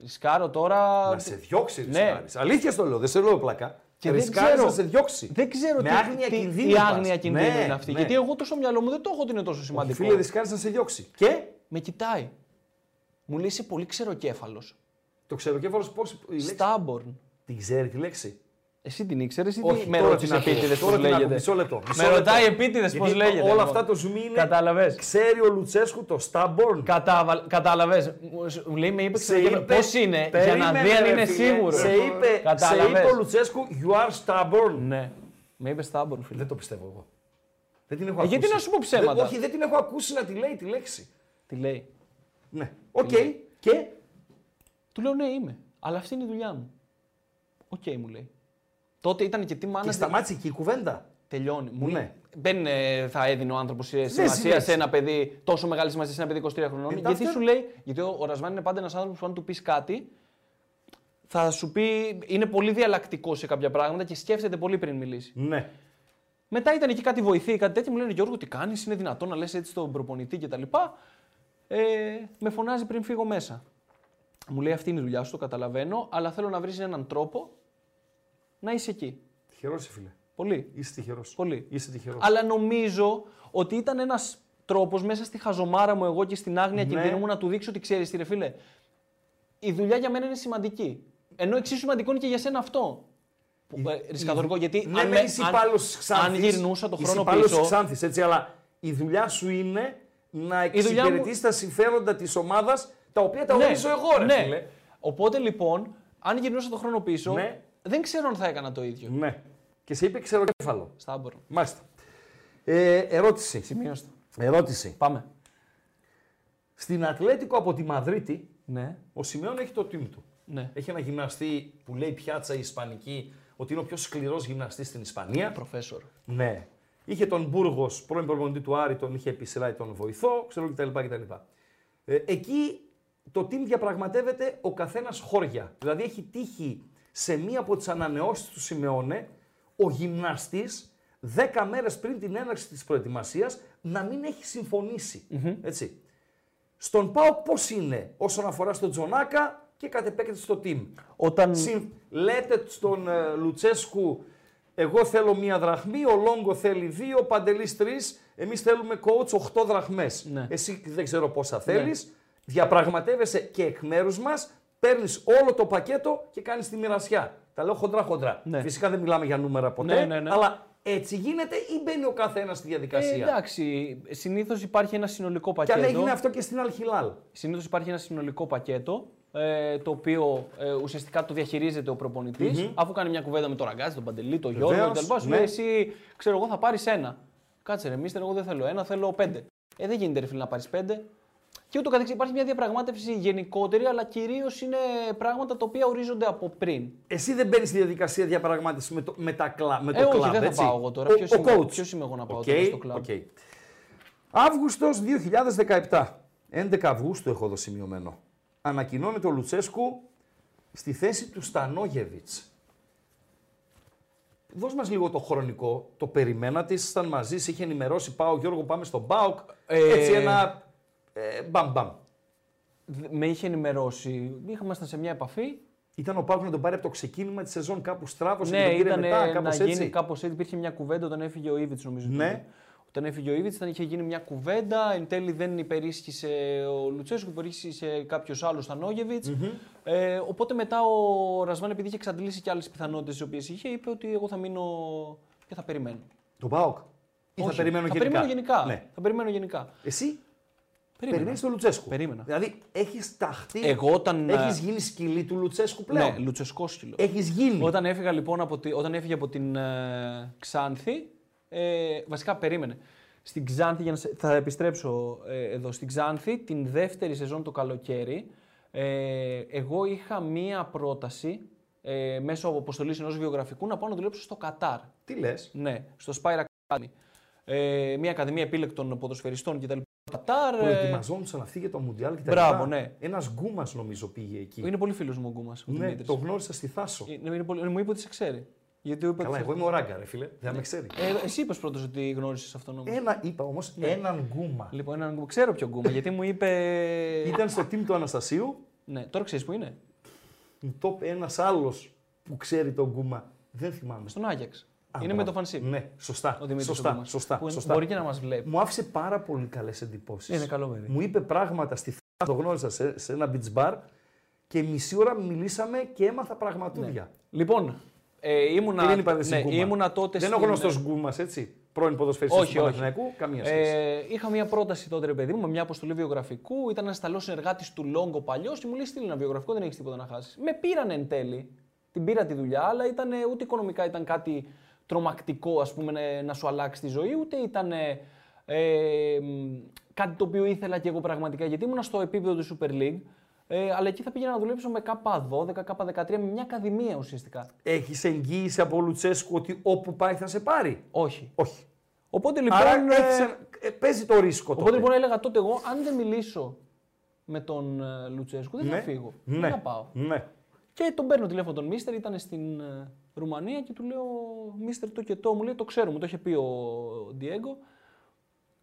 Ρισκάρω τώρα. Να σε διώξει, Ναι. ρισκάρεις. Αλήθεια στο λέω, δεν σε λέω πλακά. Και δεν ρισκάρεις ξέρω, να σε διώξει. Δεν ξέρω τι, Με άγνοια τι- κινδύνου τι πας. άγνοια κινδύνου Ναι, είναι αυτή. ναι. Γιατί εγώ το στο μυαλό μου δεν το έχω ότι είναι τόσο σημαντικό. Φίλε, ρισκάρεις να σε διώξει. Και Με κοιτάει. Μου λέει είσαι πολύ ξεροκέφαλος. το ξεροκέφαλος πώς... η λέξη- Στάμπορν. Την ξέρει τη λέξη. Εσύ την ήξερες ή Όχι, τι- με τώρα ρώτησε την ακούω. επίτηδες Τώρα πώς την ακούω. λέγεται. Μισό λεπτό, μισό Με λεπτό. ρωτάει επίτηδες πώ Γιατί λέγεται. Όλα λοιπόν. αυτά το zoom είναι. Κατάλαβες. Ξέρει ο Λουτσέσκου το Σταμπόρν. Κατάβα- Κατάλαβες, Μου- σου- Μου λέει με είπε ξεροκέφαλο. Πώς είναι, για να δει αν είναι σίγουρο. Σε είπε, σε Κατάλαβες. είπε ο Λουτσέσκου, you are stubborn. Ναι. Με είπε Στάμπορν, φίλε. Δεν το πιστεύω εγώ. Δεν την έχω Ε, ακούσει. γιατί να σου πω ψέματα. Δεν, όχι, δεν την έχω ακούσει να τη λέει τη λέξη. Τι λέει. Ναι. Οκ. Και. Του λέω ναι, είμαι. Αλλά αυτή είναι η δουλειά μου. Οκ, μου λέει. Τότε ήταν και τι Και μάνα. σταμάτησε εκεί η κουβέντα. Τελειώνει. Μου Ναι. λέει, Δεν ε, θα έδινε ο άνθρωπος σημασία συνέχισε. σε ένα παιδί, τόσο μεγάλη σημασία σε ένα παιδί 23 χρονών. Εντάξει. γιατί σου λέει, Γιατί ο, ο Ρασβάν είναι πάντα ένας άνθρωπος που αν του πεις κάτι, θα σου πει. Είναι πολύ διαλλακτικό σε κάποια πράγματα και σκέφτεται πολύ πριν μιλήσει. Ναι. Μετά ήταν εκεί κάτι βοηθή ή κάτι τέτοιο. Μου λένε Γιώργο, τι κάνεις, είναι δυνατόν να λες έτσι στον προπονητή κτλ. Ε, με φωνάζει πριν φύγω μέσα. Μου λέει αυτή είναι η δουλειά σου, το καταλαβαίνω, αλλά θέλω να βρεις έναν τρόπο να είσαι εκεί. Τυχερός είσαι, φίλε. Πολύ. Είσαι τυχερός. Πολύ. Είσαι τυχερός. Αλλά νομίζω ότι ήταν ένας τρόπος μέσα στη χαζομάρα μου εγώ και στην άγνοια Ναι. κινδύνου μου να του δείξω ότι ξέρεις τι, ρε φίλε. Η δουλειά για μένα είναι σημαντική. Ενώ εξίσου σημαντικό είναι και για σένα αυτό. Που, ε, ρισκαδορικό, γιατί Ναι, αν, με, με- είσαι αν- υπάλληλος της Ξάνθη. αν γυρνούσα το χρόνο Είσαι υπάλληλο πίσω. τη Ξάνθης, έτσι, αλλά η δουλειά σου είναι να δουλειά μου- εξυπηρετείς τα συμφέροντα της ομάδας τα οποία τα ορίζω εγώ, ρε ναι. φίλε. Οπότε λοιπόν, αν γυρνούσα το χρόνο πίσω, Ναι. δεν ξέρω αν θα έκανα το ίδιο. Ναι. Και σε είπε ξεροκέφαλο. Στάμπορο. Μάλιστα. Ε, ερώτηση. Σημείωστε. Ερώτηση. Πάμε. Στην Ατλέτικο από τη Μαδρίτη, Ναι. ο Σιμεών έχει το team του. Ναι. Έχει ένα γυμναστή που λέει πιάτσα η Ισπανική ότι είναι ο πιο σκληρός γυμναστής στην Ισπανία. Προφέσορ. Ναι. Είχε τον Μπούργος, πρώην προπονητή του Άρη, τον είχε επί σειρά ή τον βοηθό, ξέρω κτλ. κτλ. Ε, εκεί το team διαπραγματεύεται ο καθένας χώρια. Δηλαδή έχει τύχει σε μία από τις ανανεώσεις του Σιμεώνε ο γυμναστής 10 μέρες πριν την έναρξη της προετοιμασίας να μην έχει συμφωνήσει. Έτσι. Στον Πάο πώς είναι όσον αφορά στον Τζονάκα και κατ' επέκταση στο team. Όταν... Συμ- Λέτε στον ε, Λουτσέσκου, εγώ θέλω μία δραχμή, ο Λόγκο θέλει δύο, ο Παντελής τρεις, εμείς θέλουμε coach 8 δραχμές. Ναι. Εσύ δεν ξέρω πόσα θέλεις, διαπραγματεύεσαι και εκ μέρους μας, παίρνεις όλο το πακέτο και κάνεις τη μοιρασιά. Τα λέω χοντρά χοντρά. Ναι. Φυσικά δεν μιλάμε για νούμερα ποτέ, Ναι, ναι, ναι. αλλά έτσι γίνεται ή μπαίνει ο καθένας στη διαδικασία. Ε, εντάξει, συνήθως υπάρχει ένα συνολικό και πακέτο. αν έγινε αυτό και στην Αλχιλάλ. Συνήθως υπάρχει ένα συνολικό πακέτο ε, το οποίο ε, ουσιαστικά το διαχειρίζεται ο προπονητη Αφού κάνει μια κουβέντα με τον Ραγκάζη, τον Παντελή, τον Γιώργο Βεβαίως, κτλ. Σου ναι. λέει εσύ, ξέρω εγώ, θα πάρεις ένα. Κάτσε ρε, μίστερ, εγώ δεν θέλω ένα, θέλω πέντε. Ε, δεν γίνεται ρε φίλε να πάρεις πέντε. Και ούτω καθεξής. Υπάρχει μια διαπραγμάτευση γενικότερη, αλλά κυρίως είναι πράγματα τα οποία ορίζονται από πριν. Εσύ δεν μπαίνεις στη διαδικασία διαπραγμάτευσης με το, με τα κλα, με το Ε, όχι, κλαμπ, δεν θα έτσι. πάω εγώ τώρα. Ο, Ποιος ο είμαι- coach. ποιος είμαι εγώ να πάω Οκ, τώρα στο κλαμπ. οκ. Αύγουστος 2017. 11 Αυγούστου έχω εδώ σημειωμένο. Ανακοινώνεται ο Λουτσέσκου στη θέση του Στανόγεβιτς. Δώσ' μας λίγο το χρονικό. Το περιμένατε, ήσασταν μαζί, σε είχε ενημερώσει πάω Γιώργο πάμε στον ΠΑΟΚ. Ε, Έτσι ένα ε, μπαμ μπαμ. Δ- Με είχε ενημερώσει, ήμασταν σε μια επαφή. Ήταν ο ΠΑΟΚ να τον πάρει από το ξεκίνημα της σεζόν κάπου στράβωσε και Ναι, τον πήρε ήταν μετά, να κάπως γίνει έτσι. κάπως έτσι. Υπήρχε μια κουβέντα όταν έφυγε ο Ήβιτ, νομίζω. Ναι. τότε. Όταν έφυγε ο Ήβιτ, είχε γίνει μια κουβέντα. Εν τέλει δεν υπερίσχυσε ο Λουτσέσκου, υπερίσχυσε κάποιος άλλος σαν ογεβιτς Ε, οπότε μετά ο Ρασβάν, επειδή είχε εξαντλήσει και άλλες πιθανότητες τι οποίες είχε, είπε ότι εγώ θα μείνω και θα περιμένω. Τον ΠΑΟΚ. Ή θα Όχι, περιμένω γενικά. Περιμένω γενικά. Ναι. Θα περιμένω γενικά. Εσύ Περίμενα. περιμένεις τον Λουτσέσκου. Περίμενα. Δηλαδή έχεις ταχθεί. Εγώ όταν, Έχει ε, γίνει σκυλή του Λουτσέσκου πλέον. Ναι, Λουτσεσκός σκύλο. Έχεις γίνει. Όταν έφυγα λοιπόν από τη, όταν έφυγε από την ε, Ξάνθη, ε, βασικά περίμενε. Στην Ξάνθη, για να σε- θα επιστρέψω ε, εδώ, στην Ξάνθη την δεύτερη σεζόν το καλοκαίρι, ε, εγώ είχα μία πρόταση ε, μέσω αποστολής ενός βιογραφικού να πάω να δουλέψω στο Κατάρ. Τι λες. Ναι, στο Spire Academy. Ε, μία ακαδημία επίλεκτων ποδοσφαιριστών κτλ. Κατάρ. ε, Προετοιμαζόντουσαν αυτοί για το Μουντιάλ και τα Μπράβο, λοιπά. ναι. Ένας Γκούμας νομίζω πήγε εκεί. Είναι πολύ φίλος μου ο Γκούμας. Ο ναι, Δημήτρης. το γνώρισα στη Θάσο. Ε, είναι πολύ- Μου είπε ότι σε ξέρει. Γιατί είπα Καλά, εγώ είμαι ο Ράγκα, ρε φίλε. Δεν με ξέρει. ε, εσύ είπες πρώτος ότι γνώρισες αυτόν όμως. Ένα είπα όμως, Ναι. έναν Γκούμα. Λοιπόν, έναν γκου- ξέρω ποιο γκούμα, γιατί μου είπε. Ήταν στο team του Αναστασίου, Ναι, τώρα ξέρεις που είναι. top ένας άλλος που ξέρει τον Γκούμα. Δεν θυμάμαι. Στον Άγιαξ. Α, Είναι με μπράβο. το φανσί. Ναι, σωστά. Ο Δημήτρης σωστά, σωστά, που σωστά. Μπορεί και να μας βλέπει. Μου άφησε πάρα πολύ καλές εντυπώσεις. Είναι καλό παιδί. Μου είπε πράγματα στη Θάσο, το γνώρισα σε, σε ένα beach bar και μισή ώρα μιλήσαμε και έμαθα πραγματούδια. Λοιπόν, ε, ήμουνα, Δεν είπατε στην ναι, Κούμα. ήμουνα τότε. Δεν είναι ο στην- γνωστό Γκούμα, έτσι. Πρώην ποδοσφαιριστής του Όχι, όχι. Παναθηναϊκού, καμία σχέση. Ε, είχα μια πρόταση τότε, ρε παιδί μου, με μια αποστολή βιογραφικού. Ήταν ένας σταλό συνεργάτης του Λόγκο παλιός και μου λέει: Στείλει ένα βιογραφικό, δεν έχεις τίποτα να χάσεις. Με πήραν εν τέλει. Την πήρα τη δουλειά, αλλά ήταν ε, ούτε οικονομικά ήταν κάτι τρομακτικό, ας πούμε, να- να σου αλλάξει τη ζωή, ούτε ήταν ε, ε, μ, κάτι το οποίο ήθελα και εγώ πραγματικά, γιατί ήμουνα στο επίπεδο του Super League. Ε, αλλά εκεί θα πήγαινα να δουλέψω με K12, K13, με μια ακαδημία ουσιαστικά. Έχεις εγγύηση από Λουτσέσκου ότι όπου πάει θα σε πάρει. Όχι. Όχι. Οπότε λοιπόν. Άρα ε, έχεις ένα- ε, παίζει το ρίσκο Οπότε τότε. λοιπόν έλεγα τότε εγώ, αν δεν μιλήσω με τον ε, Λουτσέσκου, δεν ναι. θα φύγω. Ναι. Δεν θα πάω. Ναι. Και τον παίρνω τηλέφωνο τον Μίστερ, ήταν στην ε, Ρουμανία και του λέω: Μίστερ, το και το μου λέει: Το ξέρω, μου το είχε πει ο Ντιέγκο.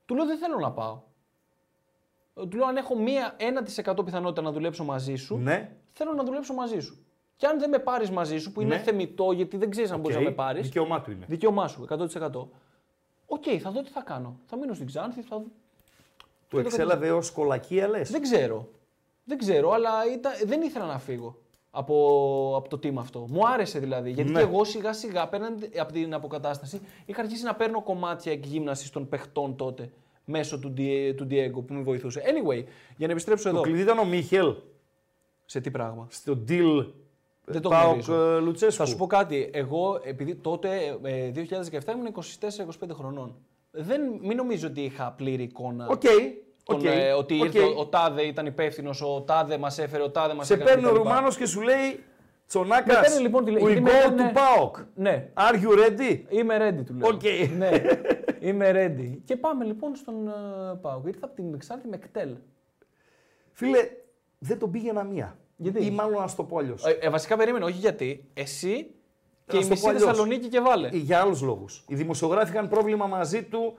Του λέω: Δεν θέλω να πάω. Ε, Του λέω: Αν έχω μία, 1% πιθανότητα να δουλέψω μαζί σου, Ναι. θέλω να δουλέψω μαζί σου. Και αν δεν με πάρεις μαζί σου, που είναι Ναι. θεμητό, γιατί δεν ξέρεις αν μπορείς να Οκ. με πάρεις. Δικαίωμά του είναι. Δικαίωμά σου, 100%. Οκ, θα δω τι θα κάνω. Θα μείνω στην Ξάνθη, θα δω Το εξέλαβε ως κολακία λες. δεν ξέρω. Δεν ξέρω, αλλά ήταν, δεν ήθελα να φύγω από, από το team αυτό. Μου άρεσε δηλαδή. Γιατί Ναι. και εγώ σιγά σιγά απέναντι από την αποκατάσταση είχα αρχίσει να παίρνω κομμάτια εκγύμνασης των παιχτών τότε μέσω του, Die- του Diego που με βοηθούσε. Anyway, για να επιστρέψω Το εδώ. κλειδί ήταν ο Μίχελ Σε τι πράγμα. στο deal Δεν το Πάοκ γνωρίζω. ε, Λουτσέσκου. Θα σου πω κάτι. Εγώ, επειδή τότε, ε, 2017, ήμουν 24-25 χρονών. Δεν, μην νομίζω ότι είχα πλήρη εικόνα. Οκ. Τον, οκ, ε, ότι οκ. ήρθε ο, ο Τάδε ήταν υπεύθυνος, ο Τάδε μας έφερε, ο Τάδε μας Σε έκανε. παίρνει ο κτλ. Ρουμάνος και σου λέει Τσονάκας. Με παίρνει, λοιπόν, τηλε- We γιατί go με έκανε- to Πάοκ. Ναι, Are you ready? είμαι ready του λέω. Οκ. Ναι, είμαι ready. Και πάμε λοιπόν στον ε, Πάοκ. Ήρθα από την Εξάρτη με κτέλ. Φίλε, δεν τον πήγαινα μία. Γιατί? Ή μάλλον να σου το πω αλλιώς. Ε, ε, βασικά περίμενε, όχι γιατί. Εσύ και Να η στο μισή πω αλλιώς. Θεσσαλονίκη και βάλε. Ή Ε, για άλλους λόγους. Οι δημοσιογράφοι είχαν πρόβλημα μαζί του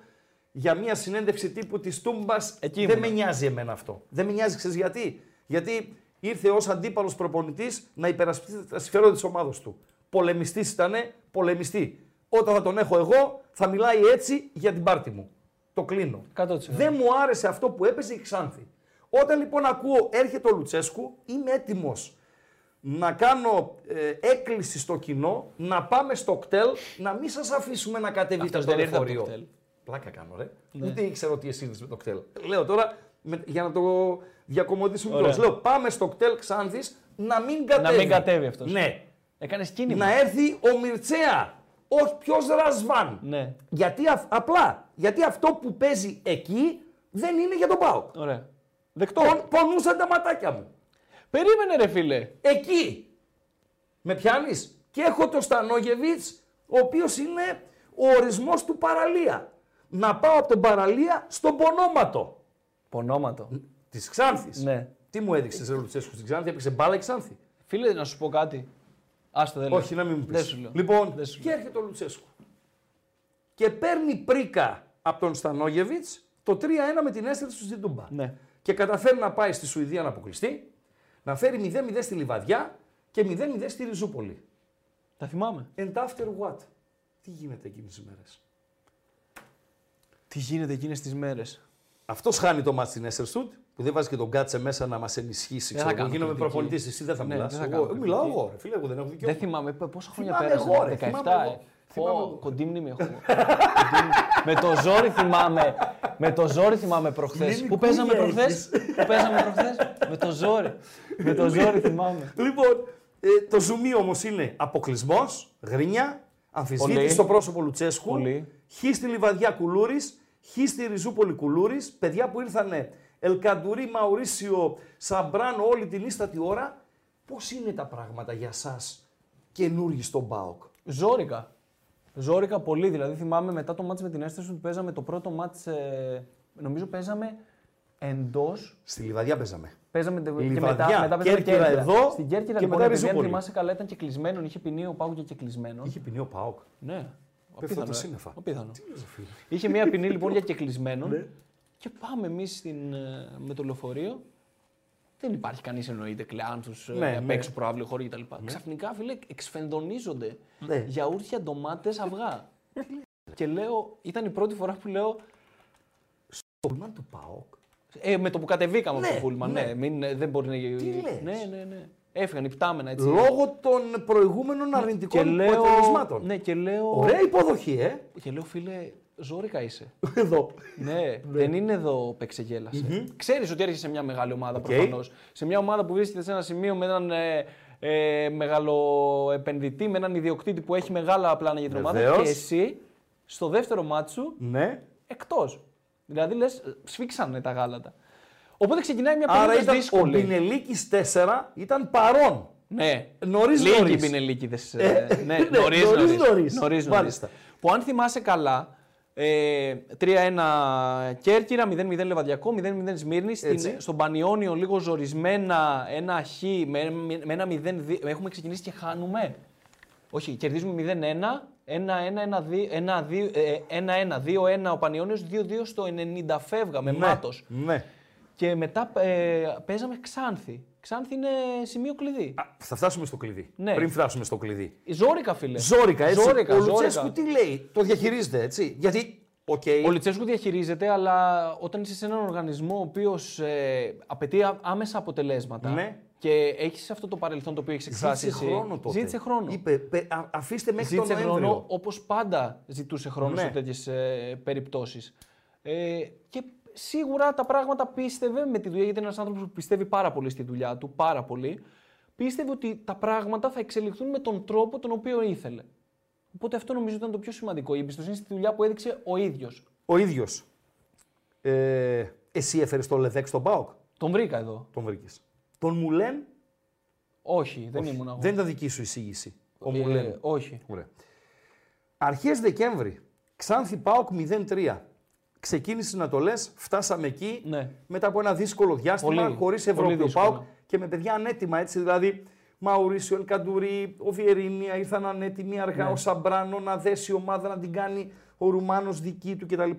για μια συνέντευξη τύπου της Τούμπας. Εκεί Δεν ήμουνα. με νοιάζει εμένα αυτό. Δεν με νοιάζει, ξέρεις γιατί. Γιατί ήρθε ως αντίπαλος προπονητής να υπερασπιστεί τα συμφέροντα της ομάδα του. Πολεμιστής ήταν, πολεμιστή. Όταν θα τον έχω εγώ, θα μιλάει έτσι για την πάρτη μου. Το κλείνω. 100%. Δεν μου άρεσε αυτό που έπαιζε η Ξάνθη. Όταν λοιπόν ακούω έρχεται ο Λουτσέσκου, είμαι έτοιμος να κάνω ε, έκκληση στο κοινό, να πάμε στο κτέλ, να μην σας αφήσουμε να κατεβείτε Αυτός από το δεν ήρθε από το λεωφορείο. κτέλ. Ναι. Πλάκα κάνω, ρε. Ούτε ήξερα ότι εσύ ήρθες με το κτέλ. Λέω τώρα, με- για να το διακομωδήσουμε κιόλας, λέω πάμε στο κτέλ Ξάνθης, να μην κατέβει. μην κατέβει αυτός. Ναι. Έκανες κίνημα. Να έρθει ο Μυρτσέα, όχι ποιος Ρασβάν. Ναι. Γιατί αυ- απλά, γιατί αυτό που παίζει εκεί δεν είναι για τον ΠΑΟΚ. Ωραία. Ναι. Δεκτό. πονούσαν τα ματάκια μου. Περίμενε, ρε φίλε. Εκεί. Με πιάνεις. Και έχω τον Στανόγεβιτ, ο οποίος είναι ο ορισμός του παραλία. Να πάω από τον παραλία στον πονόματο Πονόματο. της Ξάνθης. Ναι. Τι μου έδειξες, Ρουτσέσκου στην Ξάνθη, έπαιξε μπάλα η Ξάνθη. Φίλε, να σου πω κάτι. Άστο, δεν λέω. Όχι, να μην μου πεις. Ναι. Δεν σου λέω. Λοιπόν, Δεν σου και έρχεται ο Λουτσέσκου. Και παίρνει πρίκα από τον Στανόγεβιτ το 3-1 με την αίσθηση του στην Τούμπα. Ναι. Και καταφέρει να πάει στη Σουηδία να αποκλειστεί, να φέρει 0-0 στη Λιβαδιά και 0-0 στη Ριζούπολη. Τα θυμάμαι. And after what. Τι γίνεται εκείνες τις μέρες. Τι γίνεται εκείνες τις μέρες. Αυτός χάνει το μάτι στην Έσσερστουτ που δεν βάζει και τον κάτσε μέσα να μας ενισχύσει. Δεν Ξέρω, θα εγώ. κάνω γίνομαι κριτική. προπονητής, εσύ δεν θα Ναι, μιλάς. δεν θα εγώ, κάνω ε, μιλάω κριτική. εγώ, ρε, φίλε, εγώ δεν έχω δικαίωμα. Δεν θυμάμαι π- πόσα χρόνια Θυμάμαι πέρασαν. εγώ, ρε, 17. θυμάμαι εγώ. ε. Θυμάμαι Πω, εγώ. κοντήμνη με έχω. Κοντήμνη. με το ζόρι θυμάμαι. Με το ζόρι θυμάμαι προχθές. Μην Πού παίζαμε κουνιέζεις. προχθές. Πού παίζαμε προχθές. Με το ζόρι. Με το ζόρι θυμάμαι. Λοιπόν, ε, το ζουμί όμως είναι αποκλεισμός, γρίνια, αμφισβήτηση Πολύ. στο πρόσωπο Λουτσέσκου, Πολύ. χ στη Λιβαδιά Κουλούρης, χ στη Ριζούπολη Κουλούρης, παιδιά που ήρθανε Ελκαντουρί, Μαουρίσιο, Σαμπράν όλη την ίστατη ώρα. Πώς είναι τα πράγματα για εσά καινούργοι στον Μπάοκ. Ζόρικα. Ζόρικα πολύ. Δηλαδή θυμάμαι μετά το μάτς με την αίσθηση ότι παίζαμε το πρώτο μάτς, ε, νομίζω παίζαμε Εντός Στη Λιβαδιά παίζαμε. Παίζαμε την Η και Λιβαδιά, μετά, μετά παίζαμε Κέρκυρα Κέρκυρα. εδώ Στην Κέρκυρα και λοιπόν, μετά επειδή αν Ριζούπολη. θυμάσαι καλά ήταν και κλεισμένο, είχε ποινή ο Πάου και και κλεισμένο. Είχε ποινή ο Πάοκ. Ναι. Πέφτω από ε. τα σύννεφα. Απίθανο. Είχε μία ποινή Ναι. λοιπόν για κεκλεισμένο. και πάμε εμείς με το λεωφορείο. Δεν υπάρχει κανείς εννοείται κλεάνθου Ναι, ναι, απ' ναι. έξω προάβλιο χώρο κτλ. Ξαφνικά φίλε εξφενδονίζονται Ναι. γιαούρτια, ντομάτες, αυγά. και λέω, ήταν η πρώτη φορά που λέω. Το πουλμάν του Πάοκ. Ε, με το που κατεβήκαμε Ναι, από το πούλμα. Ναι, ναι. μην, ε, δεν μπορεί να. Τι λες? Ναι, ναι, ναι. Έφυγαν υπτάμενα έτσι. Λόγω των προηγούμενων Ναι, και αρνητικών λέω, αποτελεσμάτων. ναι, και λέω, Ωραία υποδοχή, ε. και λέω φίλε, ζώρικα είσαι. Εδώ. ναι, δεν είναι εδώ παίξε-γέλασε. Ξέρεις ότι έρχεσαι σε μια μεγάλη ομάδα προφανώς. Σε μια ομάδα που βρίσκεται σε ένα σημείο με έναν ε, ε, μεγάλο επενδυτή, με έναν ιδιοκτήτη που έχει μεγάλα πλάνα για την ομάδα Βεβαίως. και εσύ στο δεύτερο μάτσο σου Ναι. εκτός. Δηλαδή λες, σφίξανε τα γάλατα. Οπότε ξεκινάει μια Άρα περίοδος ήταν ο δύσκολη. Πινελίκη 4 ήταν παρόν. Ναι. Νωρίς, Λίγοι νωρίς. πινελίκηδες, Ε, ε, ναι, ναι, νωρίς, νωρίς, νωρίς. νωρίς. νωρίς, νωρίς. Μάλιστα. Που αν θυμάσαι καλά, ε, 3-1 Κέρκυρα, 0-0 Λεβαδιακό, 0-0 Σμύρνη. Στην, Έτσι. στον Πανιόνιο λίγο ζορισμένα ένα χ με, με ένα 0-2. Έχουμε ξεκινήσει και χάνουμε. Όχι, κερδίζουμε 0-1. ε, 1-1-2-1 ο Πανιόνιος, 2-2 στο 90 φεύγαμε, Ναι. μάτος. Ναι. Και μετά ε, παίζαμε Ξάνθη. Ξάνθη είναι σημείο κλειδί. Α, θα φτάσουμε στο κλειδί. Ναι. Πριν φτάσουμε στο κλειδί. Ζόρικα, φίλε. Ζόρικα, έτσι. Ζόρικα, ο ζόρικα. Λουτσέσκου τι λέει, το διαχειρίζεται, έτσι. Γιατί, οκ, Ο Λουτσέσκου διαχειρίζεται, αλλά όταν είσαι σε έναν οργανισμό ο οποίος απαιτεί α- άμεσα αποτελέσματα. Ναι. Και έχεις αυτό το παρελθόν το οποίο έχεις εκφράσει. ζήτησε εσύ, χρόνο τότε. Ζήτησε χρόνο. Είπε, «Πε- α- αφήστε μέχρι τον Ζήτησε Νοέμβριο. χρόνο όπως πάντα ζητούσε χρόνο Ναι. σε τέτοιε περιπτώσεις. Ε, και σίγουρα τα πράγματα πίστευε με τη δουλειά, γιατί είναι ένας άνθρωπος που πιστεύει πάρα πολύ στη δουλειά του, πάρα πολύ. Πίστευε ότι τα πράγματα θα εξελιχθούν με τον τρόπο τον οποίο ήθελε. Οπότε αυτό νομίζω ήταν το πιο σημαντικό. Η εμπιστοσύνη στη δουλειά που έδειξε ο ίδιος. Ο ίδιος. Ε, εσύ έφερες το Λεδέκ στον Πάοκ. Τον βρήκα εδώ. Τον βρήκες. Τον Μουλέν. Όχι, δεν ήμουν εγώ. Δεν ήταν δική σου εισήγηση. Ο Ε, Μουλέν. όχι. Ωραία. Αρχές Δεκέμβρη, Ξάνθη ΠΑΟΚ 0-3. Ξεκίνησες να το λες, φτάσαμε εκεί Ναι. μετά από ένα δύσκολο διάστημα, Πολύ, χωρίς πολύ Ευρώπη ο δύσκολο. ΠΑΟΚ και με παιδιά ανέτοιμα έτσι. Δηλαδή, Μαουρίσιο, Ελκαντουρί, ο Βιερίνια ήρθαν ανέτοιμοι αργά, Ναι. ο Σαμπράνο να δέσει η ομάδα να την κάνει ο Ρουμάνος δική του κτλ.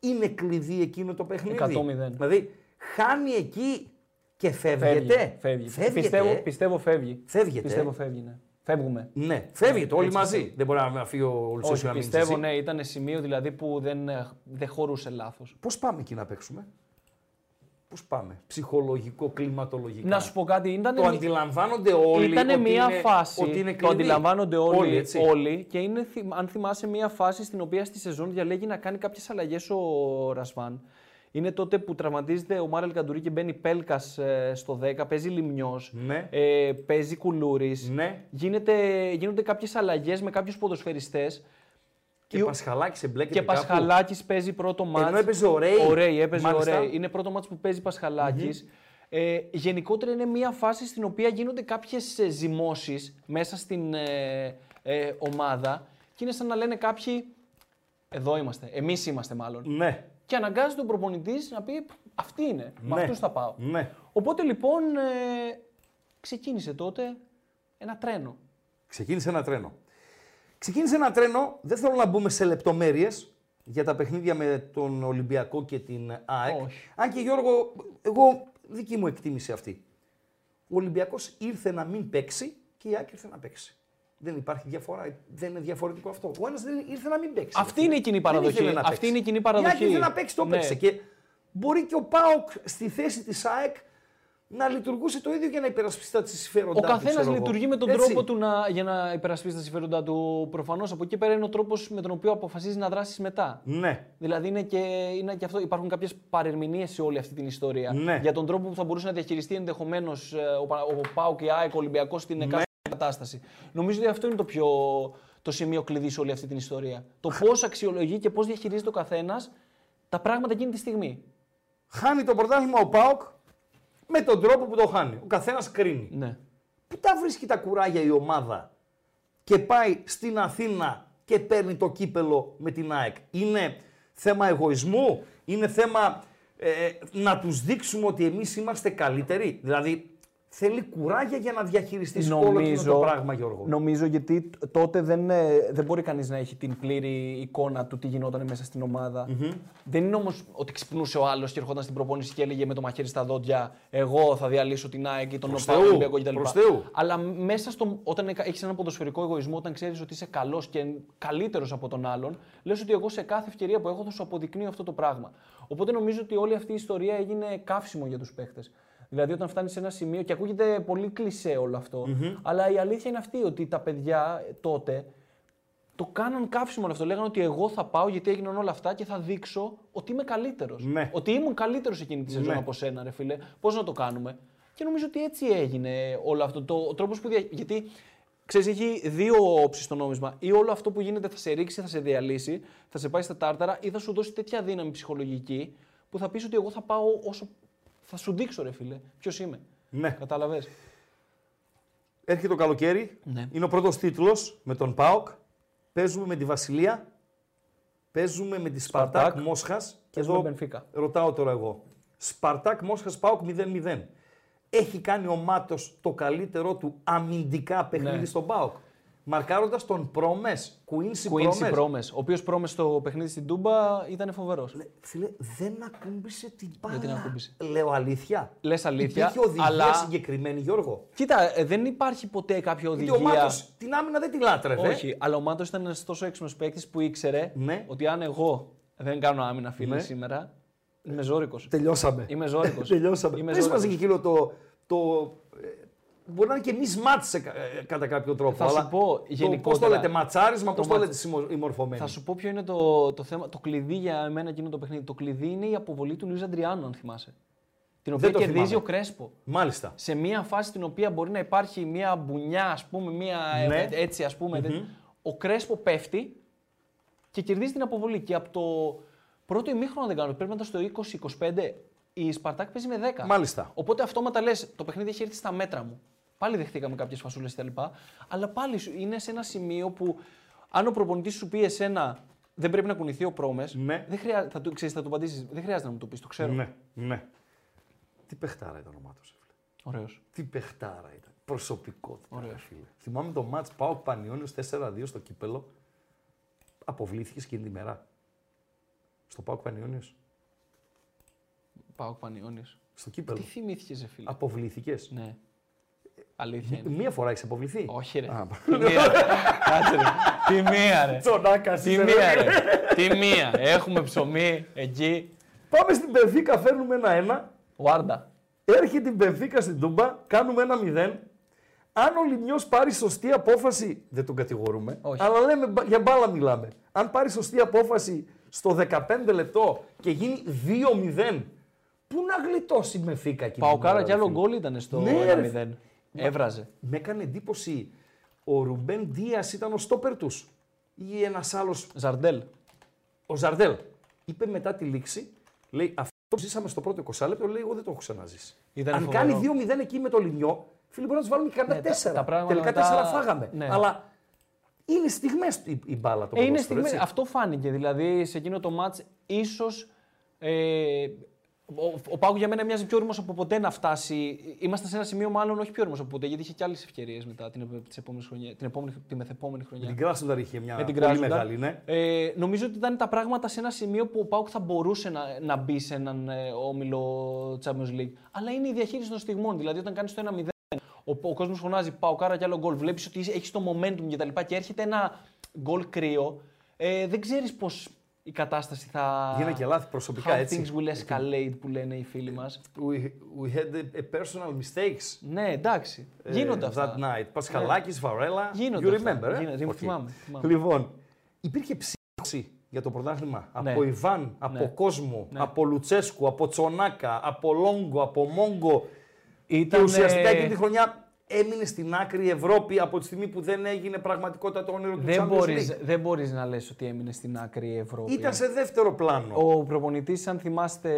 Είναι κλειδί εκείνο το παιχνίδι. 100-0. Δηλαδή, χάνει εκεί και Φεύγει. φεύγεται. φεύγει. Φεύγεται. Πιστεύω, πιστεύω φεύγει. Φεύγεται. Πιστεύω φεύγει, ναι. Φεύγουμε. Ναι, φεύγετε όλοι Έτσι μαζί. Δεν μπορεί να φύγει ο Λουτσέσου Όχι, να μείνεις πιστεύω, εσύ. ναι, ήταν σημείο δηλαδή που δεν, ε, δεν χωρούσε λάθος. Πώς πάμε εκεί να παίξουμε, Πώς πάμε, Ψυχολογικό, κλιματολογικό. Να σου πω κάτι, ήταν. Ναι. Το αντιλαμβάνονται όλοι. Ήτανε ότι μια είναι- φάση. Ότι είναι το κλειδί. αντιλαμβάνονται όλοι, όλοι, έτσι. και είναι, θυ- αν θυμάσαι, μια φάση στην οποία στη σεζόν διαλέγει να κάνει κάποιες αλλαγές ο Ρασβάν. Είναι τότε που τραυματίζεται ο Μάρελ Καντουρί και μπαίνει Πέλκας στο 10, παίζει Λιμιό, Ναι. ε, παίζει Κουλούρης. Ναι. Γίνεται, γίνονται κάποιες αλλαγές με κάποιους ποδοσφαιριστές. Και Πασχαλάκης εμπλέκεται. Και κάπου. Πασχαλάκης παίζει πρώτο μάτς. Ενώ έπαιζε ο Ρέι. Ο Ρέι έπαιζε Μάλιστα. ο Ρέι. Είναι πρώτο μάτς που παίζει Πασχαλάκης. Ε, γενικότερα είναι μια φάση στην οποία γίνονται κάποιες ε, ζυμώσεις μέσα στην ε, ε, ομάδα και είναι σαν να λένε κάποιοι εδώ είμαστε, εμείς είμαστε μάλλον. Ναι. Και αναγκάζεται ο προπονητής να πει αυτή είναι, με Ναι. αυτούς θα πάω. Ναι. Οπότε λοιπόν ε, ξεκίνησε τότε ένα τρένο. Ξεκίνησε ένα τρένο. Ξεκίνησε ένα τρένο, δεν θέλω να μπούμε σε λεπτομέρειες για τα παιχνίδια με τον Ολυμπιακό και την ΑΕΚ. Όχι. Αν και Γιώργο, εγώ δική μου εκτίμηση αυτή. Ο Ολυμπιακός ήρθε να μην παίξει και η ΑΕΚ ήρθε να παίξει. Δεν υπάρχει διαφορά, δεν είναι διαφορετικό αυτό. Ο ένας ήρθε να μην παίξει. Αυτή είναι η κοινή Δεν παραδοχή. ήθελε να Αυτή παίξει. είναι η κοινή παραδοχή. Η ΑΕΚ ήθελε να παίξει, το Ναι. παίξε. Και μπορεί και ο Πάοκ στη θέση της ΑΕΚ να λειτουργούσε το ίδιο για να υπερασπιστεί τα συμφέροντά Ο του, καθένας ξέρω εγώ. λειτουργεί με τον Έτσι. τρόπο του να, για να υπερασπίσει τα συμφέροντά του. Προφανώς από εκεί πέρα είναι ο τρόπος με τον οποίο αποφασίζει να δράσει μετά. Ναι. Δηλαδή είναι και, είναι και αυτό. Υπάρχουν κάποιες παρερμηνίες σε όλη αυτή την ιστορία. Ναι. Για τον τρόπο που θα μπορούσε να διαχειριστεί ενδεχομένως ο, Πα- ο Πάο και η ΑΕΚ, ο Ολυμπιακός Ναι. στην εκάστοτε κατάσταση. Νομίζω ότι αυτό είναι το πιο το σημείο κλειδί σε όλη αυτή την ιστορία. Το πώς αξιολογεί και πώς διαχειρίζεται ο καθένας τα πράγματα εκείνη τη στιγμή. Χάνει το πρωτάθλημα ο Πάοκ με τον τρόπο που το χάνει. Ο καθένας κρίνει. Ναι. Πού τα βρίσκει τα κουράγια η ομάδα και πάει στην Αθήνα και παίρνει το κύπελο με την ΑΕΚ. Είναι θέμα εγωισμού, είναι θέμα ε, να τους δείξουμε ότι εμείς είμαστε καλύτεροι. Δηλαδή θέλει κουράγια για να διαχειριστείς όλο εκείνο το πράγμα, Γιώργο. Νομίζω γιατί τ- τότε δεν, ε, δεν μπορεί κανείς να έχει την πλήρη εικόνα του τι γινόταν μέσα στην ομαδα Δεν είναι όμως ότι ξυπνούσε ο άλλος και ερχόταν στην προπόνηση και έλεγε με το μαχαίρι στα δόντια: Εγώ θα διαλύσω την ΑΕΚ ή τον Προς ΟΠΑ Θεού, Ολυμπιακό κτλ. προς Θεού. Αλλά μέσα στο, όταν έχεις έναν ποδοσφαιρικό εγωισμό, όταν ξέρεις ότι είσαι καλός και καλύτερος από τον άλλον, λες ότι εγώ σε κάθε ευκαιρία που έχω θα σου αποδεικνύω αυτό το πράγμα. Οπότε νομίζω ότι όλη αυτή η ιστορία έγινε καύσιμο για τους παίχτε. Δηλαδή, όταν φτάνεις σε ένα σημείο, και ακούγεται πολύ κλισέ όλο αυτό, αλλά η αλήθεια είναι αυτή ότι τα παιδιά ε, τότε το κάναν καύσιμο όλο αυτό. Λέγανε ότι εγώ θα πάω γιατί έγιναν όλα αυτά και θα δείξω ότι είμαι καλύτερος. Ναι. Ότι ήμουν καλύτερος εκείνη τη σεζόν Ναι. από σένα, ρε φίλε. Πώς να το κάνουμε. Και νομίζω ότι έτσι έγινε όλο αυτό. Το, ο τρόπος που. Δια... Γιατί ξέρεις, έχει δύο όψεις το νόμισμα. Ή όλο αυτό που γίνεται θα σε ρίξει, θα σε διαλύσει, θα σε πάει στα τάρταρα ή θα σου δώσει τέτοια δύναμη ψυχολογική που θα πεις ότι εγώ θα πάω όσο. Θα σου δείξω, ρε φίλε, ποιος είμαι. Ναι. Κατάλαβες. Έρχεται το καλοκαίρι. Ναι. Είναι ο πρώτος τίτλος με τον ΠΑΟΚ. Παίζουμε με τη Βασιλεία. Παίζουμε με τη Σπαρτάκ, Σπαρτάκ. Μόσχας. Και Παίζουμε εδώ Μπενφίκα. ρωτάω τώρα εγώ. Σπαρτάκ Μόσχας ΠΑΟΚ 0-0. Έχει κάνει ο Μάτος το καλύτερό του αμυντικά Ναι. παιχνίδι στον ΠΑΟΚ. Μαρκάροντας τον Πρόμε. Κουίνσι Κουίνσι Πρόμε. Πρόμε, ο οποίος Πρόμε στο παιχνίδι στην Τούμπα ήταν Ναι, φοβερό. Φίλε, δεν ακούμπησε την μπάλα. την ακούμπησε. Λέω αλήθεια. Λες αλήθεια. Υπήρχε οδηγία αλλά... συγκεκριμένη, Γιώργο. Κοίτα, ε, δεν υπάρχει ποτέ κάποια Γιατί ο οδηγία. Ε, Μάτος την άμυνα δεν τη λάτρευε. Όχι, αλλά ο Μάτος ήταν ένας τόσο έξυπνος παίκτης που ήξερε Ναι. ότι αν εγώ δεν κάνω άμυνα, φίλε, σήμερα είμαι ζώρικος. Τελειώσαμε. Είμαι ζώρικος. Τελειώσαμε. Είμαι Πες μας ζώρικος. εκείνο το... το ε, μπορεί να είναι και εμεί μάτσε κα- ε, κατά κάποιο τρόπο. Θα σου αλλά πω Πώς το γενικότερα. λέτε, ματσάρισμα, πώς Το το ματ- λέτε συμμο- οι μορφωμένοι. Θα σου πω ποιο είναι το, το θέμα. Το κλειδί για εμένα εκείνο το παιχνίδι. Το κλειδί είναι η αποβολή του Λουίζα Αντριάνου, αν θυμάσαι. Την οποία το κερδίζει θυμάμαι. ο Κρέσπο. Μάλιστα. σε μια φάση στην οποία μπορεί να υπάρχει μια μπουνιά, ας πούμε, μια ε, Ναι. ε, έτσι ας πουμε ο Κρέσπο πέφτει και κερδίζει την αποβολή. Και από το πρώτο ημίχρονο, αν δεν κάνω, πρέπει να ήταν στο 20-25, η Σπαρτάκ παίζει με 10. Μάλιστα. Οπότε αυτόματα λες, το παιχνίδι έχει έρθει στα μέτρα μου. Πάλι δεχτήκαμε κάποιες φασούλες κτλ. Αλλά πάλι σου- είναι σε ένα σημείο που αν ο προπονητής σου πει εσένα δεν πρέπει να κουνηθεί ο Πρόμες. Ναι. Δεν χρειάζεται, θα του, ξέρεις, θα του απαντήσεις, δεν χρειάζεται να μου το πεις, το ξέρω. Ναι, ναι. Τι παιχτάρα ήταν ο Μάτος. Ωραίος. Τι παιχτάρα ήταν. Προσωπικότητα. ρε Φίλε. Θυμάμαι το μάτς Πάο Πανιόνιος 4-2 στο κύπελο. Αποβλήθηκες εκείνη τη μέρα. Στο Πάο Πανιόνιος. Πάω Πανιώνης. Στο κύπελο. Τι θυμήθηκες, ρε φίλε. Αποβλήθηκες. Ναι. Αλήθεια είναι. Μία φορά έχεις αποβληθεί. Όχι, ρε. Α, Τη μία. ρε. Κάτσε, ρε. Τη μία, ρε. Τσονάκα, Τη είσαι, μία, ρε. ρε. Τη μία. Έχουμε ψωμί εκεί. Πάμε στην Πενφύκα, φέρνουμε ένα-ένα. Βάρντα. Έρχεται η Μπενφίκα στην Τούμπα, κάνουμε ένα 0. Αν ο Λιμιός πάρει σωστή απόφαση, δεν τον κατηγορούμε, Όχι. αλλά λέμε μπα- για μπάλα μιλάμε. Αν πάρει σωστή απόφαση στο 15 λεπτό και γίνει 2-0, πού να γλιτώσει η Μπενφίκα εκεί. Παοκάρα κι άλλο γκολ ήταν στο Ναι, ρε. 1-0. Έβραζε. Με έκανε εντύπωση, ο Ρουμπέν Δίας ήταν ο στόπερ τους. Ή ένας άλλος, Ζαρντέλ. ο Ζαρδέλ. Είπε μετά τη λήξη, λέει αυτό που ζήσαμε στο πρώτο 20 λεπτό, λέει εγώ δεν το έχω ξαναζήσει. Ήταν Αν φοβερό. κάνει 2-0 εκεί με το Λιμιό, φίλοι μπορεί να τους βάλουν και κανένα Ναι, τα- 4. τα πράγματα Τελικά μετά- 4 φάγαμε. ναι. Αλλά είναι στιγμές η, η μπάλα το Ε, είναι ποδόσφαιρο, στιγμή. έτσι. Αυτό φάνηκε. Δηλαδή σε εκείνο το μάτ, ίσως. Ε, ο, ο Πάουκ για μένα μοιάζει πιο όριμο από ποτέ να φτάσει. Είμαστε σε ένα σημείο, μάλλον όχι πιο όριμο από ποτέ, γιατί είχε και άλλες ευκαιρίες μετά την, επο- τις επόμενες χρονιά- την, επόμενη, τη μεθεπόμενη χρονιά. Την Κράσνονταρ είχε μια με Ε, την πολύ Κράσνονταρ. μεγάλη, ναι. Ε, νομίζω ότι ήταν τα πράγματα σε ένα σημείο που ο Πάουκ θα μπορούσε να, να μπει σε έναν ε, όμιλο Champions League. Αλλά είναι η διαχείριση των στιγμών. Δηλαδή, όταν κάνεις το 1-0, ο, ο κόσμος φωνάζει Πάουκάρα κι άλλο γκολ. Βλέπεις ότι έχεις το momentum κτλ. Και, τα λοιπά και έρχεται ένα γκολ κρύο. Ε, δεν ξέρεις πώς η κατάσταση θα. Γίνανε και λάθη προσωπικά, How έτσι. Things will escalate που λένε οι φίλοι μας. We, we had a, a personal mistakes. Ναι, εντάξει. ε, Γίνονται That αυτά. Ναι. night. Πασχαλάκης, Βαρέλα. Γίνονται You αυτά. remember, ε? Γίνονται, Οκ. θυμάμαι, θυμάμαι. Λοιπόν, υπήρχε ψήξη για το πρωτάθλημα από Ιβάν, από Ναι. κόσμο, από Λουτσέσκου, από Τσονάκα, από Λόγκο, από Μόγκο. Ήτανε- Και ουσιαστικά εκείνη τη χρονιά έμεινε στην άκρη η Ευρώπη από τη στιγμή που δεν έγινε πραγματικότητα το όνειρο του Δεν Champions μπορείς, League. δεν μπορείς να λες ότι έμεινε στην άκρη η Ευρώπη. Ήταν σε δεύτερο πλάνο. Ο προπονητής, αν θυμάστε,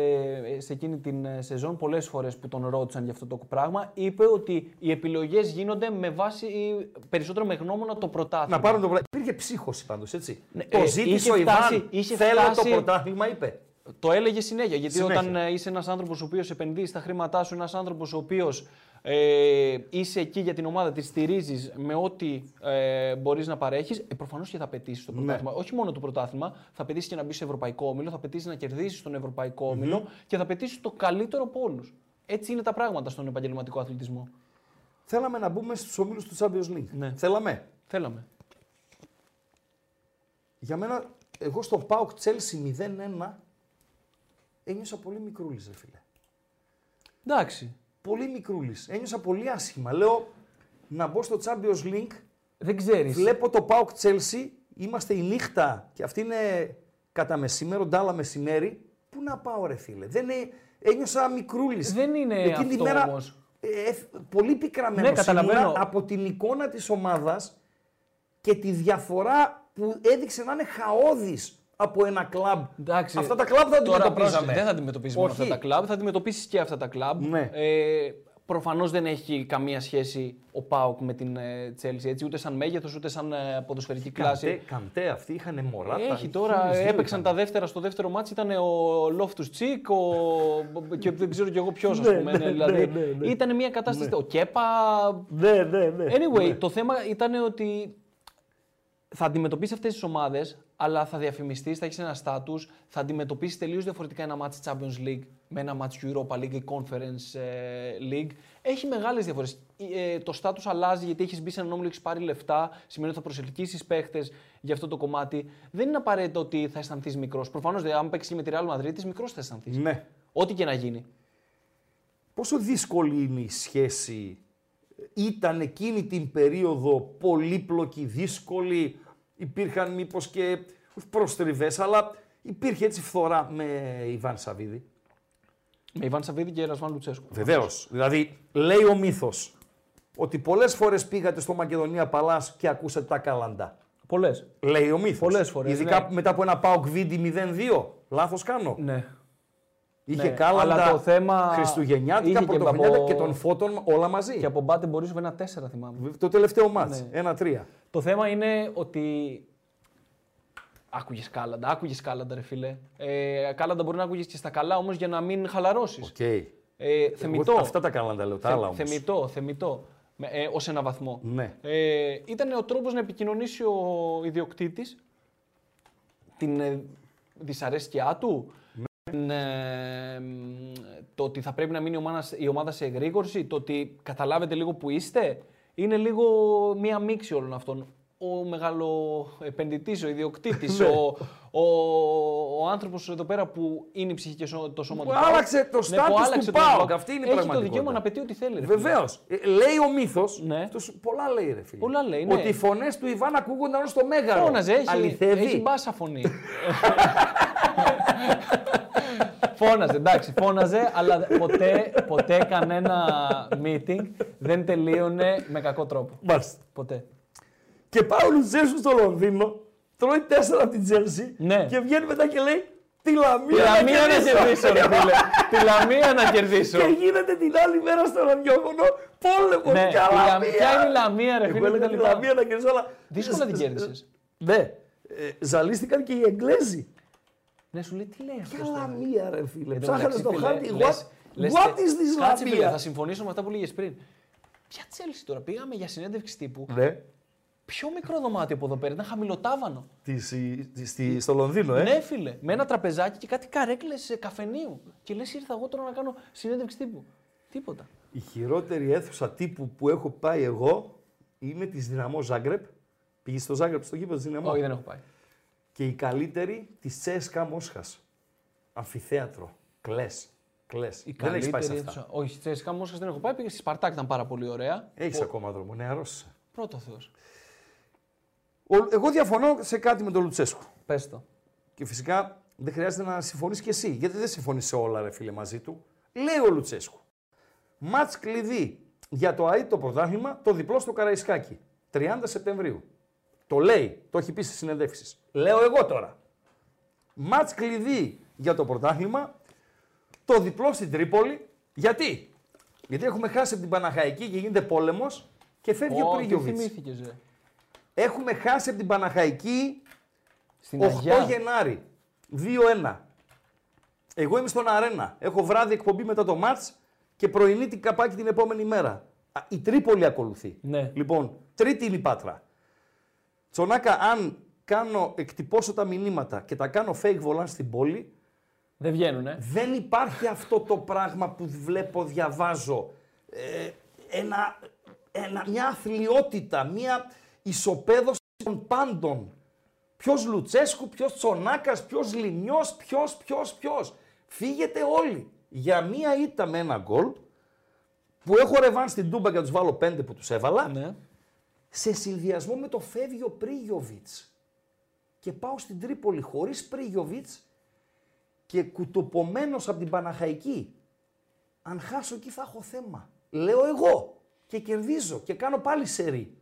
ε, σε εκείνη την ε, σεζόν, πολλές φορές που τον ρώτησαν για αυτό το πράγμα, είπε ότι οι επιλογές γίνονται με βάση ε, περισσότερο με γνώμονα το πρωτάθλημα. Να πάρουν το πρωτάθλημα. Υπήρχε ψύχωση πάντως, έτσι. Ναι, το ε, ζήτησε είχε ο Ιβάν. φτάσει- είχε Θέλω το φτάσει- πρωτάθλημα, είπε. Το έλεγε συνέχεια. Γιατί Συνέχεια. όταν ε, είσαι ένας άνθρωπος ο οποίος επενδύει τα χρήματά σου, ένας άνθρωπος ο οποίος ε, είσαι εκεί για την ομάδα, τη στηρίζεις με ό,τι ε, μπορείς να παρέχεις, ε, προφανώς και θα πετύσεις Ναι. το πρωτάθλημα. Όχι μόνο το πρωτάθλημα, θα πετύσεις και να μπεις σε ευρωπαϊκό όμιλο, θα πετύσεις να κερδίσεις τον ευρωπαϊκό όμιλο και θα πετύσεις το καλύτερο από όλους. Έτσι είναι τα πράγματα στον επαγγελματικό αθλητισμό. Θέλαμε να μπούμε στους ομίλου του Champions League. Ναι. Θέλαμε. Θέλαμε. Για μένα, εγώ στο Πάοκ Chelsea 0-1 ένιωσα πολύ μικρούλης, ρε φίλε. Εντάξει. Πολύ μικρούλης. Ένιωσα πολύ άσχημα. Λέω να μπω στο Champions League Δεν ξέρεις. Βλέπω το Πάοκ Τσέλσι, είμαστε η νύχτα και αυτή είναι κατά μεσήμερο, ντάλα μεσημέρι. Πού να πάω, ρε φίλε. Δεν είναι, ένιωσα μικρούλης. Δεν είναι αυτό όμως. Ε, πολύ πικραμένος Ναι, καταλαβαίνω. από την εικόνα της ομάδας και τη διαφορά που έδειξε να είναι χαόδης από ένα κλαμπ. Εντάξει, αυτά τα κλαμπ δεν τα τώρα αντιμετωπίζαμε. πρόσεξε, Δεν θα αντιμετωπίσει μόνο Όχι. αυτά τα κλαμπ, θα αντιμετωπίσεις και αυτά τα κλαμπ. Ναι. Ε, Προφανώς δεν έχει καμία σχέση ο Πάοκ με την ε, Chelsea, έτσι, ούτε σαν μέγεθος, ούτε σαν ε, ποδοσφαιρική Καντέ, κλάση. καντέ αυτοί είχαν μωράτα. Έχει τώρα, χίλιους δύο έπαιξαν τα είχαν. δεύτερα στο δεύτερο μάτι, ήταν ο Λόφτου Τσίκ, ο... και δεν ξέρω κι εγώ ποιος, ας πούμε. δηλαδή, Ήταν μια κατάσταση. Ο Κέπα. Ναι, ναι, ναι. Anyway, το θέμα ήταν ότι θα αντιμετωπίσει αυτές τις ομάδες, αλλά θα διαφημιστείς, θα έχεις ένα στάτου, θα αντιμετωπίσεις τελείως διαφορετικά ένα μάτι Champions League με ένα μάτι Europa League ή Conference ε, League. Έχει μεγάλες διαφορές. ε, το στάτου αλλάζει γιατί έχεις μπει σε έναν όμιλο, έχει πάρει λεφτά, σημαίνει ότι θα προσελκύσεις παίχτες για αυτό το κομμάτι. Δεν είναι απαραίτητο ότι θα αισθανθείς μικρός. Προφανώς, αν παίξεις με τη Real Madrid, μικρός θα αισθανθείς. Ναι. Ό,τι και να γίνει. Πόσο δύσκολη είναι η σχέση, ήταν εκείνη την περίοδο πολύπλοκη, δύσκολη, υπήρχαν μήπως και όχι προστριβές, αλλά υπήρχε έτσι φθορά με Ιβάν Σαββίδη. Με Ιβάν Σαββίδη και Ρασβάν Λουτσέσκου. Βεβαίως, δηλαδή λέει ο μύθος ότι πολλές φορές πήγατε στο Μακεδονία Παλάς και ακούσατε τα καλαντά. Πολλές. Λέει ο μύθος. Πολλές φορές, Ειδικά ναι. μετά από ένα ΠΑΟΚ Βίντι 0-2. Λάθος κάνω. Ναι. Είχε Ναι, κάλαντα αλλά το θέμα- είχε Χριστουγεννιάτικα, και Πρωτοχρονιάτικα από- και των φώτων όλα μαζί. Και από μπάτε μπορείς ένα 4 θυμάμαι. Το τελευταίο Ναι. μάτς. Ένα-τρία. Το θέμα είναι ότι. Άκουγες κάλαντα, άκουγες κάλαντα, ρε φίλε. Ε, κάλαντα μπορεί να άκουγες και στα καλά όμως για να μην χαλαρώσεις. Okay. Ε, θεμητό. αυτά τα καλά να τα λέω, τα Θε- άλλα όμως. Θεμητό, θεμητό. Με- Ε, Ως ένα βαθμό. Ναι. Ε, ήταν ο τρόπος να επικοινωνήσει ο ιδιοκτήτης την ε, δυσαρέσκειά του. την, ε, μ, το ότι θα πρέπει να μείνει η ομάδα, η ομάδα σε εγρήγορση, το ότι καταλάβετε λίγο που είστε, είναι λίγο μία μίξη όλων αυτών. Ο μεγάλο επενδυτής, ο Ναι. ιδιοκτήτης, ο, ο, ο άνθρωπος εδώ πέρα που είναι η ψυχή και σω- το σώμα Που του ΠΑΟΚ. άλλαξε το Ναι, που status του άλλαξε το ΠΑΟΚ. ΠΑΟΚ. Αυτή είναι η Έχει το πραγματικότητα. δικαίωμα να πετύχει ό,τι θέλει. ρε φίλε. Βεβαίως. Ε, λέει ο μύθος. Ναι. Πολλά λέει, ρε φίλε. Πολλά λέει, ναι. Ότι οι φωνές του Ιβάν ακούγονταν στο μέγαρο. Φώναζε, έχει, Αληθεύει. έχει μπάσα φωνή. φώναζε, εντάξει, φώναζε, αλλά ποτέ, ποτέ κανένα meeting δεν τελείωνε με κακό τρόπο. Μάλιστα. Ποτέ. Και πάει ο Λουτσέσκου στο Λονδίνο, τρώει τέσσερα από την Τζέλση Ναι. και βγαίνει μετά και λέει Τη λαμία, Τη λαμία να κερδίσω». κερδίσω, ρε φίλε. Τη λαμία να κερδίσω. Και γίνεται την άλλη μέρα στο ραδιόφωνο πόλεμο. Ναι, και τη λα- λαμία. ποια είναι η λαμία, ρε Εγώ φίλε. έλεγα κτλ. τη λαμία να κερδίσω, αλλά. Δύσκολα την κέρδισες. Ναι. Ε, Ζαλίστηκαν και οι Εγγλέζοι. Ναι, σου λέει τι λέει αυτός. Ποια λαμία, ρε φίλε. Εν τω Ψάχνανε μεταξύ, στο φίλε, χάρτη. λες- What, λες what τε- is this Κάτσε, φίλε, θα λαμία. συμφωνήσω με αυτά που λέγες πριν. Ποια Τσέλση τώρα, πήγαμε για συνέντευξη τύπου. Ναι. Πιο μικρό δωμάτιο από εδώ πέρα, ήταν χαμηλοτάβανο. Της- της- στη- στο Λονδίνο, ε. Ναι, φίλε, με ένα τραπεζάκι και κάτι καρέκλες καφενείου. Και λες, ήρθα εγώ τώρα να κάνω συνέντευξη τύπου. Τίποτα. Η χειρότερη αίθουσα τύπου που έχω πάει εγώ είναι της Δυναμό Ζάγκρεπ. Πήγε στο Ζάγκρεπ, στο γήπεδο της Δυναμό. Όχι, δεν έχω πάει. Και η καλύτερη τη Τσέσκα Μόσχας. Αμφιθέατρο. Κλες. Κλες. Δεν έχεις πάει σε αυτά. αίθουσα- Όχι, στη Τσέσκα Μόσχας δεν έχω πάει. Πήγα στη Σπαρτάκ, ήταν πάρα πολύ ωραία. Έχεις ακόμα δρόμο. Νεαρό. Πρώτο Θεός. Εγώ διαφωνώ σε κάτι με τον Λουτσέσκου. Πες το. Και φυσικά δεν χρειάζεται να συμφωνείς κι εσύ, γιατί δεν συμφωνείς σε όλα, ρε φίλε, μαζί του. Λέει ο Λουτσέσκου. Μάτ κλειδί για το ΑΕΤ το πρωτάθλημα, το διπλό στο Καραϊσκάκι. 30 Σεπτεμβρίου. Το λέει, το έχει πει στις συνεντεύξεις. Λέω εγώ τώρα. Μάτ κλειδί για το πρωτάθλημα, το διπλό στην Τρίπολη. Γιατί? Γιατί έχουμε χάσει από την Παναχαϊκή και γίνεται πόλεμος και φεύγει ο Ω, τι Πρίγιοβιτ. θυμήθηκες, ρε. Έχουμε χάσει από την Παναχαϊκή Στην 8 Αγιά. Γενάρη. 2-1. Εγώ είμαι στον αρένα. Έχω βράδυ εκπομπή μετά το ματ και πρωινή την καπάκι την επόμενη μέρα. Α, Η Τρίπολη ακολουθεί. Ναι. Λοιπόν, τρίτη είναι η Πάτρα. Τσονάκα, αν κάνω, εκτυπώσω τα μηνύματα και τα κάνω fake volant στην πόλη, Δεν βγαίνουν, ε. δεν υπάρχει αυτό το πράγμα που βλέπω, διαβάζω. Ε, ένα, ένα, μια αθλειότητα, μια ισοπαίδωση των πάντων. Ποιος Λουτσέσκου, ποιος Τσονάκας, ποιος Λιμιός, ποιος, ποιος, ποιος. Φύγετε όλοι για μία ήττα με ένα γκολ που έχω ρεβάν στην Τούμπα και να τους βάλω πέντε που τους έβαλα. Ναι. Σε συνδυασμό με το φεύγει ο Πρίγιοβιτ. Και πάω στην Τρίπολη χωρίς Πρίγιοβιτ και κουτοπωμένο από την Παναχαϊκή. Αν χάσω εκεί θα έχω θέμα. Λέω εγώ και κερδίζω και κάνω πάλι σερή.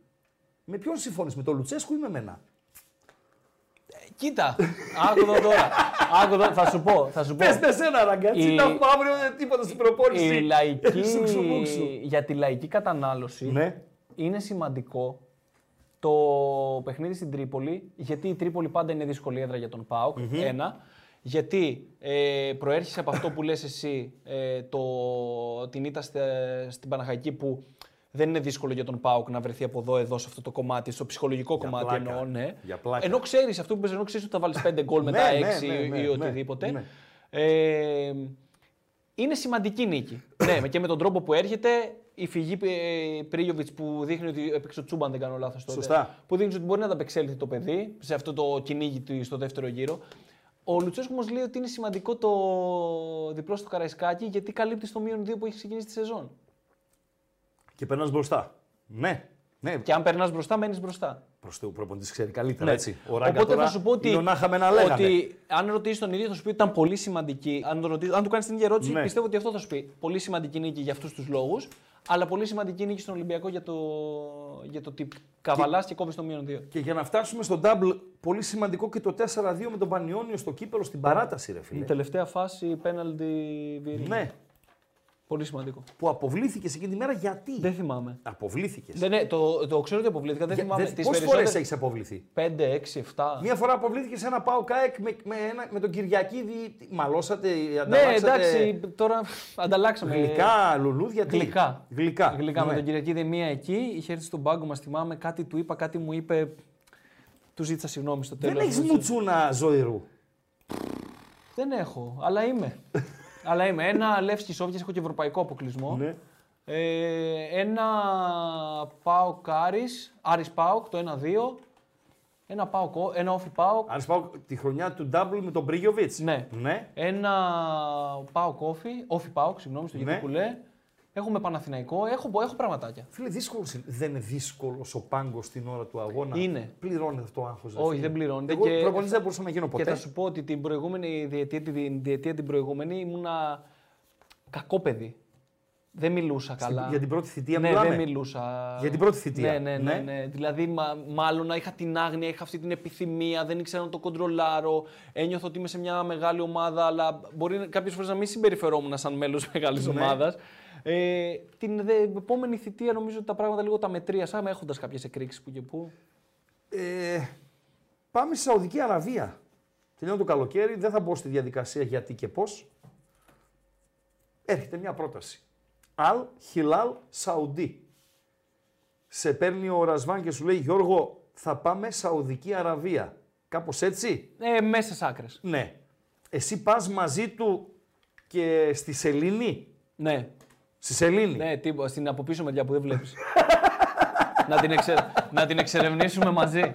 Με ποιον συμφωνεί, με τον Λουτσέσκου ή με μένα. Ε, Κοίτα, άκου εδώ τώρα. Άκου εδώ, θα σου πω, θα σου πω. Πες με σένα, ραγκάτσι, Ναι. Η- να έχουμε αύριο ε, τίποτα στην προπόνηση. Η λαϊκή, Σου ξουμούξου. για τη λαϊκή κατανάλωση Ναι. είναι σημαντικό το παιχνίδι στην Τρίπολη, γιατί η Τρίπολη πάντα είναι δύσκολη έδρα για τον ΠΑΟΚ, ένα. Γιατί ε, προέρχεσαι από αυτό που λες εσύ, ε, το, την ήττα στε- στην Παναχαϊκή που δεν είναι δύσκολο για τον ΠΑΟΚ να βρεθεί από εδώ, εδώ, σε αυτό το κομμάτι, στο ψυχολογικό κομμάτι πλάκα. εννοώ, ναι. Για πλάκα. Ενώ ξέρεις αυτό που πες, ενώ ξέρεις ότι θα βάλεις 5 γκολ μετά Ναι, ναι, 6 ναι, ναι, ή ναι, οτιδήποτε. ναι. Ε, είναι σημαντική νίκη. ναι, και με τον τρόπο που έρχεται, η φυγή ε, Πρίγιοβιτ που δείχνει ότι έπαιξε ο Τσούμπα, αν δεν κάνω λάθος τότε. Σωστά. Που δείχνει ότι μπορεί να ανταπεξέλθει το παιδί σε αυτό το κυνήγι του στο δεύτερο γύρο. Ο Λουτσέσκου όμω λέει ότι είναι σημαντικό το διπλό στο Καραϊσκάκι γιατί καλύπτει στο μείον 2 που έχει ξεκινήσει τη σεζόν. Και περνάς μπροστά. Ναι. Ναι, Και αν περνάς μπροστά, μένεις μπροστά. προς Θεού, ο προπονητή ξέρει καλύτερα. Έτσι. Ο Ράγκα Οπότε τώρα θα σου πω ότι, είναι ο Νάχα με να λέγανε. ότι αν ρωτήσεις τον ίδιο θα σου πει ότι ήταν πολύ σημαντική. Αν, τον ρωτήσεις, αν του κάνεις την ίδια ερώτηση, Ναι. πιστεύω ότι αυτό θα σου πει. Πολύ σημαντική νίκη για αυτούς τους λόγους, αλλά πολύ σημαντική νίκη στον Ολυμπιακό για το, για το ότι καβαλάς και, κόβεις το μείον 2. Και για να φτάσουμε στο double, πολύ σημαντικό και το 4-2 με τον Πανιόνιο στο κύπελο στην παράταση, ρε φίλε. Η τελευταία φάση πέναλτι Ναι, Πολύ σημαντικό. που αποβλήθηκες σε εκείνη τη μέρα γιατί. Δεν θυμάμαι. Αποβλήθηκες. Δεν, ναι, το, το ξέρω ότι αποβλήθηκα, δεν θυμάμαι. τις Πόσες φορέ περισσότερες- έχεις αποβληθεί. 5, 6, 7. Μία φορά αποβλήθηκες σε ένα πάω κάεκ με, με, ένα, με τον Κυριακίδη. τι- Μαλώσατε, Ναι, ανταλλάξατε. εντάξει, τώρα ανταλλάξαμε. Γλυκά, λουλούδια, τι. Γλυκά. Γλυκά. Γλυκά με ναι. τον Κυριακίδη μία εκεί. Είχε έρθει στον πάγκο μας, θυμάμαι, κάτι του είπα, κάτι μου είπε. Του ζήτησα συγγνώμη στο τέλο. Δεν έχει μουτσούνα ζωηρού. Δεν έχω, αλλά είμαι. αλλά είμαι. Ένα Λεύσκη Σόβια, έχω και ευρωπαϊκό αποκλεισμό. Ναι. Ε, ένα Πάοκ Άρης, Άρης Πάοκ το 1-2. Ένα, Πάοκ, ένα Όφι Πάοκ. Αν σου πάω τη χρονιά του double με τον Πρίγιοβιτ. Ναι. Ένα Πάοκ Όφι, Όφι Πάοκ, συγγνώμη στο Ναι. γιατί που λέει. Έχουμε Παναθηναϊκό, έχω, έχω πραγματάκια. Φίλε, δύσκολος. είναι. Δεν είναι δύσκολος ο πάγκος στην ώρα του αγώνα. Είναι. Πληρώνεται αυτό το άγχος. Όχι, δεν πληρώνεται Εγώ και- προπονητής δεν μπορούσα να γίνω ποτέ. Και θα σου πω ότι την προηγούμενη διετία, την διετία την προηγούμενη ήμουνα κακό παιδί. Δεν μιλούσα καλά. για την πρώτη θητεία ναι, μιλάμε. δεν μιλούσα. Για την πρώτη θητεία. Ναι, ναι, ναι. Ναι. ναι. Δηλαδή, μα, μάλλον είχα την άγνοια, είχα αυτή την επιθυμία, δεν ήξερα να το κοντρολάρω. Ένιωθα ότι είμαι σε μια μεγάλη ομάδα, αλλά μπορεί κάποιες φορές να μην συμπεριφερόμουν σαν μέλος μεγάλης ναι. ομάδας. Ε, την δε, επόμενη θητεία νομίζω ότι τα πράγματα λίγο τα μετρίασα, έχοντας κάποιες εκρήξεις που και που. Ε, πάμε στη Σαουδική Αραβία. Τελειώνει το καλοκαίρι, δεν θα μπω στη διαδικασία γιατί και πώς. Έρχεται μια πρόταση. Αλ Χιλάλ Σαουντί. Σε παίρνει ο Ρασβάν και σου λέει Γιώργο, θα πάμε Σαουδική Αραβία. Κάπως έτσι. Ε, μέσα σ' άκρες. Ναι. Εσύ πας μαζί του και στη Σελήνη. Ναι. Στη Σελήνη. Ναι, τίποτα. Στην αποπίσω μεριά που δεν βλέπεις. να, την εξε... να την εξερευνήσουμε μαζί.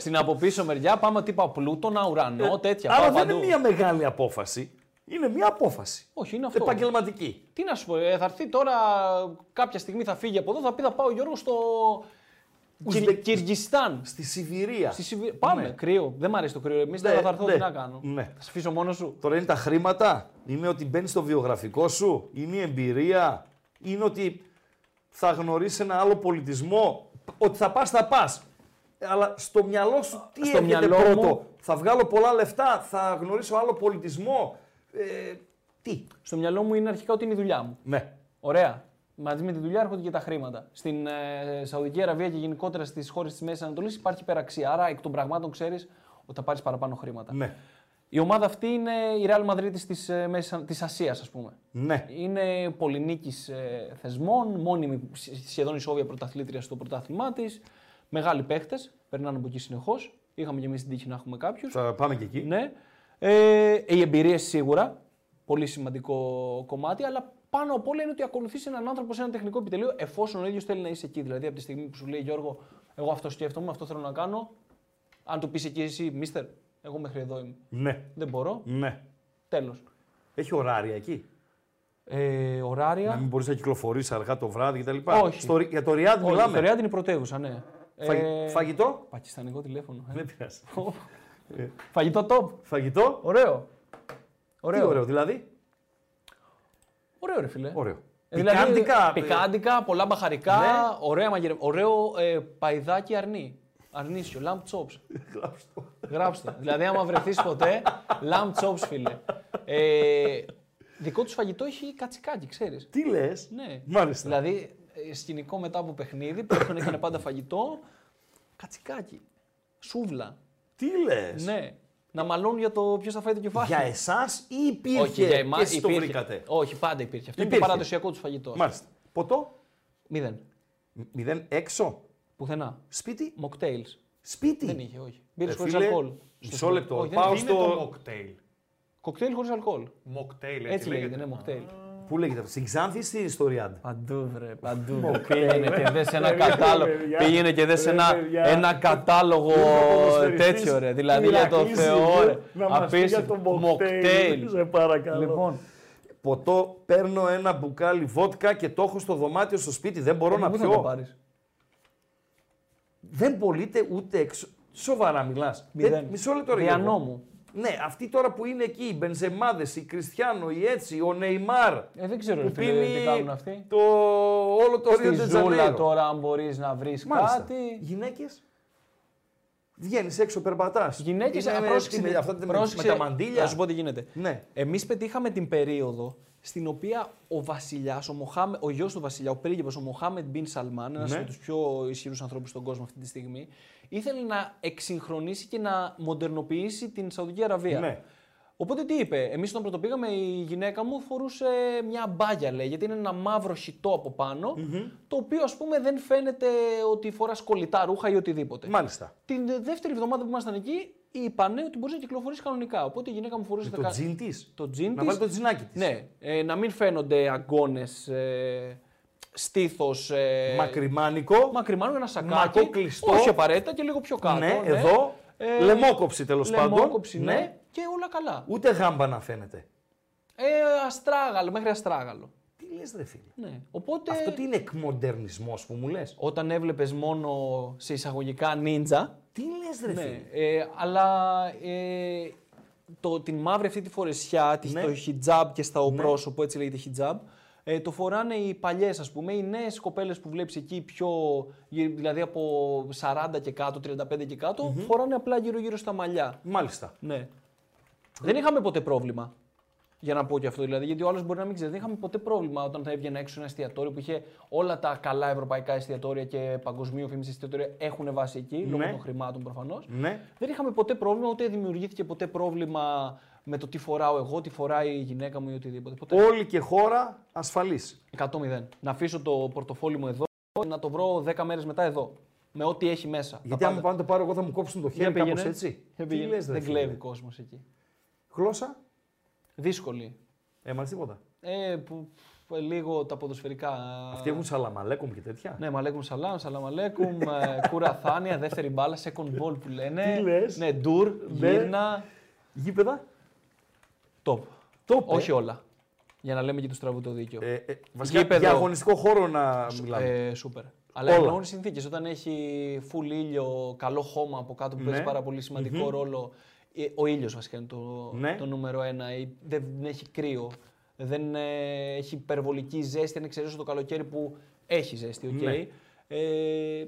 Στην αποπίσω μεριά πάμε τύπα πλούτονα, ουρανό, τέτοια. Ε, Άρα πάω δεν παντού. είναι μια μεγάλη απόφαση. Είναι μια απόφαση. Όχι, είναι αυτό. Επαγγελματική. Τι να σου πω, ε, θα έρθει τώρα κάποια στιγμή θα φύγει από εδώ, θα πει θα πάω Γιώργο στο Κυρ... Ουσμπε- Κυργιστάν. Στη Σιβηρία. Στη Σιβη- Πάμε, κρύο. Δεν μ' αρέσει το κρύο. Εμείς θα έρθω, ναι, τι να κάνω. ναι. Θα σε αφήσω μόνος σου. Τώρα είναι τα χρήματα, είναι ότι μπαίνεις στο βιογραφικό σου, είναι η εμπειρία, είναι ότι θα γνωρίσεις ένα άλλο πολιτισμό, ότι θα πας, θα πας. Ε, Αλλά στο μυαλό σου τι Στο έρχεται μυαλό πρώτο, μου- θα βγάλω πολλά λεφτά, θα γνωρίσω άλλο πολιτισμό, ε, τι. Στο μυαλό μου είναι αρχικά ότι είναι η δουλειά μου. Ναι. Ωραία. Μαζί με τη δουλειά έρχονται και τα χρήματα. Στην ε, Σαουδική Αραβία και γενικότερα στις χώρες της Μέσης Ανατολής υπάρχει υπεραξία. Άρα εκ των πραγμάτων ξέρεις ότι θα πάρεις παραπάνω χρήματα. Ναι. Η ομάδα αυτή είναι η Real Madrid της, ε, μέσα- της Ασίας, ας πούμε. Ναι. Είναι πολυνίκης ε, θεσμών, μόνιμη σ- σχεδόν ισόβια πρωταθλήτρια στο πρωτάθλημά της. Μεγάλοι παίχτες, περνάνε από εκεί συνεχώς. Είχαμε και εμείς την τύχη να έχουμε κάποιους. Θα πάμε και εκεί. Ναι. Ε, οι εμπειρίες σίγουρα. Πολύ σημαντικό κομμάτι. Αλλά πάνω απ' όλα είναι ότι ακολουθείς έναν άνθρωπο σε ένα τεχνικό επιτελείο εφόσον ο ίδιος θέλει να είσαι εκεί. Δηλαδή από τη στιγμή που σου λέει Γιώργο, εγώ αυτό σκέφτομαι, αυτό θέλω να κάνω. Αν του πεις εκεί εσύ, Μίστερ, εγώ μέχρι εδώ είμαι. Ναι. Δεν μπορώ. Ναι. Τέλος. Έχει ωράρια εκεί. Ε, Να ωράρια. μην μπορείς να κυκλοφορήσει αργά το βράδυ κτλ. Όχι. Στο, για το Ριάντ Όχι, μιλάμε. το Ριάντ είναι η πρωτεύουσα, ναι. Φαγη- Ε, Φαγητό. Ναι. Πακιστανικό τηλέφωνο. ε. Δεν πειράζει. Φαγητό top. Φαγητό. Ωραίο. Ωραίο. Ωραίο. Τι ωραίο, δηλαδή. Ωραίο, ρε φίλε. Ωραίο. Ε, δηλαδή, Πικάντικα. Ναι. πικάντικα, πολλά μπαχαρικά, ωραία μαγειρε... ωραίο ε, παϊδάκι αρνί. Αρνίσιο, lamb chops. Γράψτε. δηλαδή, άμα βρεθείς ποτέ, lamb chops, φίλε. Ε, δικό του φαγητό έχει κατσικάκι, ξέρεις. Τι λες. Ναι. Μάλιστα. Δηλαδή, ε, σκηνικό μετά από παιχνίδι, που έχουν έκανε πάντα φαγητό, κατσικάκι. Σούβλα. Τι λες. Ναι. Να μαλώνουν για το ποιος θα φάει το κεφάλι. Για εσάς ή υπήρχε. Όχι, για εμά και εσείς το βρήκατε. Όχι, πάντα υπήρχε. Αυτό είναι Υπήρχε. το παραδοσιακό του φαγητό. Μάλιστα. Ποτό. Μηδέν. Μηδέν έξω. Πουθενά. Σπίτι. Mocktails. Σπίτι. Δεν είχε, όχι. Μπύρε Ε, χωρίς φίλε, αλκοόλ. Μισό λεπτό. Όχι, δεν Πάω Τι είναι το στο. mocktail. Κοκτέιλ χωρίς αλκοόλ. Mocktail, Έτσι έτσι λέγεται, λέγεται. ναι, mocktail. Πού λέγεται αυτό. Στην Ξάνθη ή στη- στο Ριάντ. Παντού, βρε, παντού. βρε. Πήγαινε και δες ένα κατάλογο. Πήγαινε και δες ένα, ένα κατάλογο τέτοιο, ρε. Δηλαδή για το Θεό, ρε. Απίστευτο. Mocktail. Λοιπόν, Ποτό. Παίρνω ένα μπουκάλι βότκα και το έχω στο δωμάτιο στο σπίτι. Δεν μπορώ να Ε, πού θα το πιω. πάρεις. Δεν πωλείται ούτε έξω. Σοβαρά μιλάς. Μισό λεπτό ρε Γιώργο. Διανόμου. Ναι, αυτοί τώρα που είναι εκεί, οι Μπενζεμάδες, οι Κριστιανό, οι Έτσι, ο Νεϊμάρ. Ε, δεν ξέρω, ρε, που φίλε, τι κάνουν αυτοί. Το, όλο το Ρίο Στη ζούλα τώρα, αν μπορείς να βρεις Μάλιστα. κάτι. Γυναίκες. Βγαίνεις έξω, περπατάς. Γυναίκες, με, αυτά τα- με- με τα μαντίλια. Να σου πω τι γίνεται. Ναι. Εμείς πετύχαμε την περίοδο στην οποία ο βασιλιάς, ο, Μοχάμε, ο γιος του βασιλιά, ο πρίγκιπας, ο Μοχάμεντ Μπιν Σαλμάν, ένας Ναι. από τους πιο ισχυρούς ανθρώπους στον κόσμο αυτή τη στιγμή, ήθελε να εξυγχρονίσει και να μοντερνοποιήσει την Σαουδική Αραβία. Ναι. Οπότε τι είπε, εμείς όταν πρωτοπήγαμε, η γυναίκα μου φορούσε μια μπάγια, λέει, γιατί είναι ένα μαύρο χιτό από πάνω, το οποίο ας πούμε δεν φαίνεται ότι φορά κολλητά ρούχα ή οτιδήποτε. Μάλιστα. Την δεύτερη εβδομάδα που ήμασταν εκεί, είπανε ότι μπορείς να κυκλοφορήσεις κανονικά. Οπότε η γυναίκα μου φορούσε Με δεκα- το τζιν της. το τζιν Να της. βάλει το τζινάκι της. Ναι, ε, να μην φαίνονται αγκώνε, ε, στήθος. Ε, Μακριμάνικο. μακριμάνου, ένα σακάκι. Μακό κλειστό. Όχι απαραίτητα και λίγο πιο κάτω. ναι, εδώ. λαιμόκοψη τέλος πάντων. λαιμόκοψη, ναι. Και όλα καλά. Ούτε γάμπα να φαίνεται. Ε, αστράγαλο, μέχρι αστράγαλο. Τι λε, ρε φίλε. Ναι. Οπότε Αυτό τι είναι εκμοντερνισμό που μου λες. όταν έβλεπες μόνο σε εισαγωγικά νίντζα, Τι λες, ρε φίλε. Ναι, ε, αλλά ε, το, την μαύρη αυτή τη φορεσιά, της, Ναι. το χιτζάμπ και στα οπρόσωπο, έτσι λέγεται χιτζάμπ, ε, το φοράνε οι παλιές, ας πούμε, οι νέες κοπέλες που βλέπεις εκεί, πιο, γυ- δηλαδή από 40 και κάτω, 35 και κατω φοράνε απλά γύρω-γύρω στα μαλλιά. Μάλιστα. Ναι. Δεν είχαμε ποτέ πρόβλημα. Για να πω και αυτό δηλαδή, γιατί ο άλλος μπορεί να μην ξέρει. Δεν είχαμε ποτέ πρόβλημα όταν θα έβγαινα έξω σε ένα εστιατόριο που είχε όλα τα καλά ευρωπαϊκά εστιατόρια και παγκοσμίου φήμη εστιατόρια έχουν βάση εκεί, λόγω Ναι. των χρημάτων προφανώς. Ναι. Δεν είχαμε ποτέ πρόβλημα, ούτε δημιουργήθηκε ποτέ πρόβλημα με το τι φοράω εγώ, τι φοράει η γυναίκα μου ή οτιδήποτε. Ποτέ. Όλοι και χώρα ασφαλής. 100-0. Να αφήσω το πορτοφόλι μου εδώ, να το βρω 10 μέρες μετά εδώ. Με ό,τι έχει μέσα. Τα Γιατί πάντα. άμα πάνε το πάρω εγώ θα μου κόψουν το Για χέρι κάπως πήγαινε. έτσι. Για Τι πήγαινε. λες, ρε δεν φίλε. κλέβει κόσμος εκεί. Γλώσσα, Δύσκολη. έμαθες τίποτα. Ε, που, που- λίγο τα ποδοσφαιρικά. Αυτοί έχουν σαλαμαλέκομ και τέτοια. Ναι, μαλέκουμ σαλάμ, σαλαμαλέκουμ, ε, κούρα θάνια, δεύτερη μπάλα, second ball που λένε. Τι λες? Ναι, ντουρ, Ναι. γύρνα, Γήπεδα. top. Top, ε. Όχι όλα. Για να λέμε και τους στραβού το δίκιο. Ε, ε, βασικά Γήπεδο. για αγωνιστικό χώρο να μιλάμε. Ε, σούπερ. Αλλά Όλα. εννοούν συνθήκες. Όταν έχει full ήλιο, καλό χώμα από κάτω που Ναι. παίζει πάρα πολύ σημαντικό ρόλο. Ε, Ο ήλιος βασικά είναι το, Ναι. το νούμερο ένα. Ε, Δεν έχει κρύο. Δεν ε, έχει υπερβολική ζέστη. Αν εξαιρέσω το καλοκαίρι που έχει ζέστη. οκ. Ναι. Ε,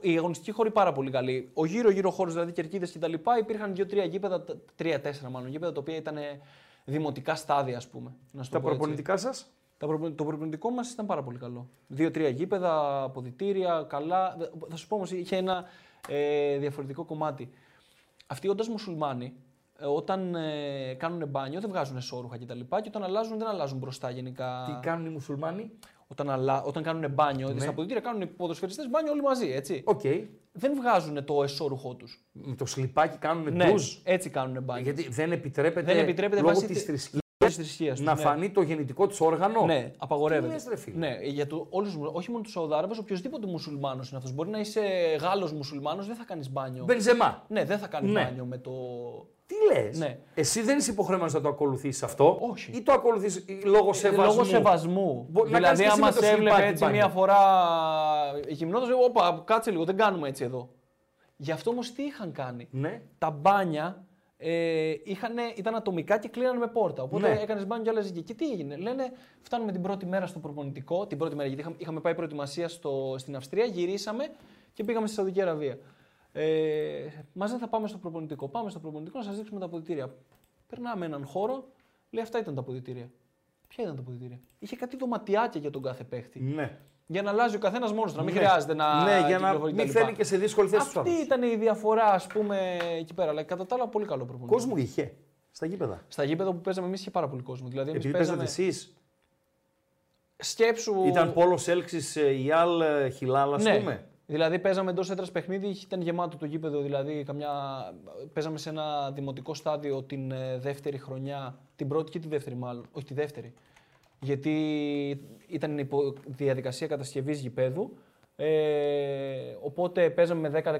οι αγωνιστικοί χώροι πάρα πολύ καλοί. Ο γύρω-γύρω χώρος, δηλαδή κερκίδες κτλ. Υπήρχαν δύο-τρία γήπεδα, τα- τρία-τέσσερα μάλλον γήπεδα, τα οποία ήταν δημοτικά στάδια, ας πούμε. Να σου το Τα πω έτσι. προπονητικά σας. Τα προπο- Το προπονητικό μας ήταν πάρα πολύ καλό. Δύο-τρία γήπεδα, αποδητήρια, καλά. Δε- Θα σου πω όμως, είχε ένα ε, διαφορετικό κομμάτι. Αυτοί όντας μουσουλμάνοι, ε, όταν ε, κάνουν μπάνιο δεν βγάζουν σόρουχα κτλ. Και, όταν αλλάζουν δεν αλλάζουν μπροστά γενικά. Τι Ναι. κάνουν οι μουσουλμάνοι. Όταν, αλλα... όταν κάνουν μπάνιο, στα αποδητήρια κάνουν οι ποδοσφαιριστές μπάνιο όλοι μαζί, έτσι. Οκ. Δεν βγάζουν το εσώρουχό τους. Με το σλιπάκι κάνουν Ναι, ντουζ. έτσι κάνουν μπάνιο. Γιατί δεν επιτρέπεται, Δεν επιτρέπεται λόγω βάσει της τη- θρησκείας της θρησκείας τους, να ναι. φανεί το γεννητικό του όργανο. Ναι, απαγορεύεται. Τι λες, ρε φίλε. Ναι, για το, όλους, τους- όχι μόνο τους Σαουδάραβες, οποιοδήποτε μουσουλμάνος είναι αυτός. Μπορεί να είσαι Γάλλος μουσουλμάνος, δεν θα κάνεις μπάνιο. Μπενζεμά. Ναι, δεν θα κάνεις Ναι. μπάνιο με το. Τι λες. Ναι. Εσύ δεν είσαι υποχρεωμένος να το ακολουθήσεις αυτό. Όχι. Ε, Ή το ακολουθείς λόγω σεβασμού. Λόγω σεβασμού. Μπο- να κάνεις δηλαδή, και εσύ άμα με το σε έβλεπε σλιπάκι έτσι μπάνιο. μία φορά γυμνό, όπα, κάτσε λίγο, δεν κάνουμε έτσι εδώ. Γι' αυτό όμως τι είχαν κάνει. Ναι. Τα μπάνια ε, είχαν, ήταν ατομικά και κλείνανε με πόρτα. Οπότε Ναι. έκανες έκανε μπάνιο και άλλαζες και εκεί. Τι έγινε. Λένε, φτάνουμε την πρώτη μέρα στο προπονητικό. Την πρώτη μέρα, γιατί είχαμε, είχαμε πάει προετοιμασία στο, στην Αυστρία, γυρίσαμε και πήγαμε στη Σαουδική Αραβία. Ε, μαζί θα πάμε στο προπονητικό. Πάμε στο προπονητικό να σας δείξουμε τα αποδητήρια. Περνάμε έναν χώρο, λέει αυτά ήταν τα αποδητήρια. Ποια ήταν τα αποδητήρια. Είχε κάτι δωματιάκια για τον κάθε παίχτη. ναι. Για να αλλάζει ο καθένας μόνος του, να μην Ναι. χρειάζεται να. Ναι, για να κυκλοφορεί μην κτλ. θέλει και σε δύσκολη θέση του Αυτή άλλου. ήταν η διαφορά, ας πούμε, εκεί πέρα. Αλλά κατά τα άλλα, πολύ καλό προπονητή. Κόσμο είχε στα γήπεδα. Στα γήπεδα που παίζαμε εμείς είχε πάρα πολύ κόσμο. Δηλαδή, εμείς Επειδή παίζαμε. παίζατε εσείς, Σκέψου. ήταν πόλος έλξης η Αλ ε, Χιλάλ, ας ναι. πούμε. Δηλαδή, παίζαμε εντός έδρα παιχνίδι, ήταν γεμάτο το γήπεδο. Δηλαδή, καμιά... παίζαμε σε ένα δημοτικό στάδιο την ε, δεύτερη χρονιά. Την πρώτη και τη δεύτερη, μάλλον. Όχι, τη δεύτερη. Γιατί ήταν υπό διαδικασία κατασκευής γηπέδου. Ε, οπότε παίζαμε με 10-15.000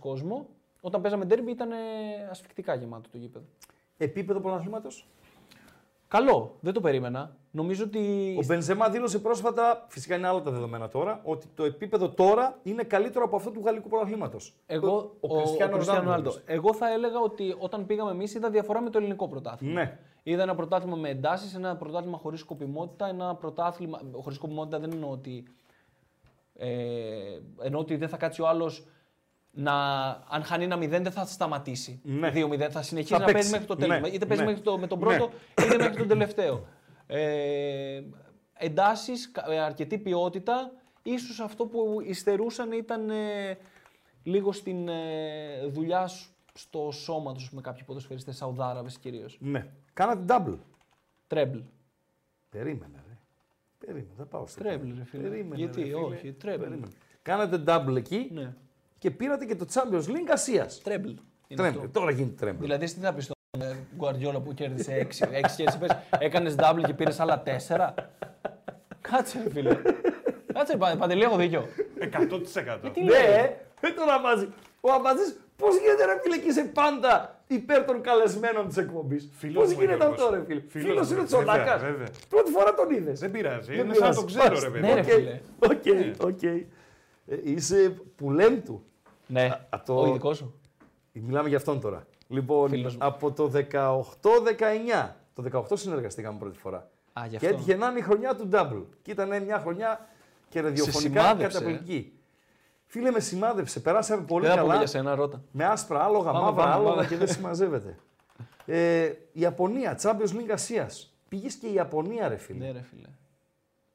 κόσμο. Όταν παίζαμε ντέρμπι ήταν ε, ασφικτικά γεμάτο το γήπεδο. Επίπεδο πρωταθλήματος. Καλό, δεν το περίμενα. Νομίζω ότι. Ο Μπενζεμά δήλωσε πρόσφατα, φυσικά είναι άλλα τα δεδομένα τώρα, ότι το επίπεδο τώρα είναι καλύτερο από αυτό του γαλλικού πρωταθλήματος. Εγώ, ο, ο, Κριστιανό Ρονάλντος. Ρονάλντο. Εγώ θα έλεγα ότι όταν πήγαμε εμείς είδα διαφορά με το ελληνικό πρωτάθλημα. Ναι. Είδα ένα πρωτάθλημα με εντάσεις, ένα πρωτάθλημα χωρίς σκοπιμότητα. Ένα πρωτάθλημα. Χωρίς σκοπιμότητα δεν εννοώ ότι. Ε, εννοώ ότι δεν θα κάτσει ο άλλος να. Αν χάνει ένα 0, δεν θα σταματήσει. Ναι. 2-0, θα συνεχίσει Θα να παίξει. παίζει μέχρι το τέλος. Ναι. Είτε παίζει Ναι. μέχρι το, με τον πρώτο, είτε μέχρι τον τελευταίο. Ε, Εντάσεις, αρκετή ποιότητα. Ίσως αυτό που υστερούσαν ήταν ε, λίγο στην ε, δουλειά σ- στο σώμα τους με κάποιοι ποδοσφαιριστές, Σαουδάραβες κυρίως. Ναι. Κάνατε double. Τρέμπλ. Περίμενε, ρε. Περίμενε, θα πάω στο Τρέμπλε, double. ρε φίλε. Περίμενε, Γιατί, ρε φίλε. όχι, τρέμπλε. Περίμενε. Κάνατε double εκεί Ναι. και πήρατε και το Champions League Ασίας. Τρέμπλ. είναι Τρέμπλε. αυτό. Τώρα γίνεται τρέμπλε. Δηλαδή, εσύ τι θα πει στον Γκουαρδιόλα που κέρδισε 6, 6 και εσύ πες, έκανες double και πήρες άλλα 4. Κάτσε, ρε φίλε. Κάτσε, πα- Παντελή, έχω δίκιο. 100%. Ναι, ε, τον Αμπατζή. Ο Αμπατζής, πώς γίνεται ρε φίλε και είσαι πάντα υπέρ των καλεσμένων της εκπομπής. Φίλος Πώς μου γίνεται είναι αυτό, ο ρε φίλε. Φίλος Φίλος μου, είναι ο βέβαια, Τσονάκας. βέβαια. Πρώτη φορά τον είδες. Δεν πειράζει, Δεν είναι σαν να πειράζει. το ξέρω, Πας. ρε Ναι, παιδί. Ναι. ρε. φίλε. Οκ, οκ. Ε, Είσαι πουλέμ του. Ναι, α, το- ο ειδικός σου. Μιλάμε για αυτόν τώρα. Λοιπόν, Φίλος μου. από το 18-19. Το 18 συνεργαστήκαμε πρώτη φορά. Α, γι' και αυτό. έτυχε να είναι η χρονιά του Double. Και ήταν ε, μια χρονιά και ραδιοφωνικά σημάδεψε, ε. καταπληκτική. Φίλε, με σημάδεψε. Περάσαμε πολύ Δεν θα πούμε καλά. για σένα, ρώτα. Με άσπρα άλογα, Πάμε, μαύρα πάμε, άλογα πάμε. και δεν συμμαζεύεται. ε, Ιαπωνία, Champions League Ασίας. Πήγες και η Ιαπωνία, ρε φίλε. Ναι, ρε φίλε.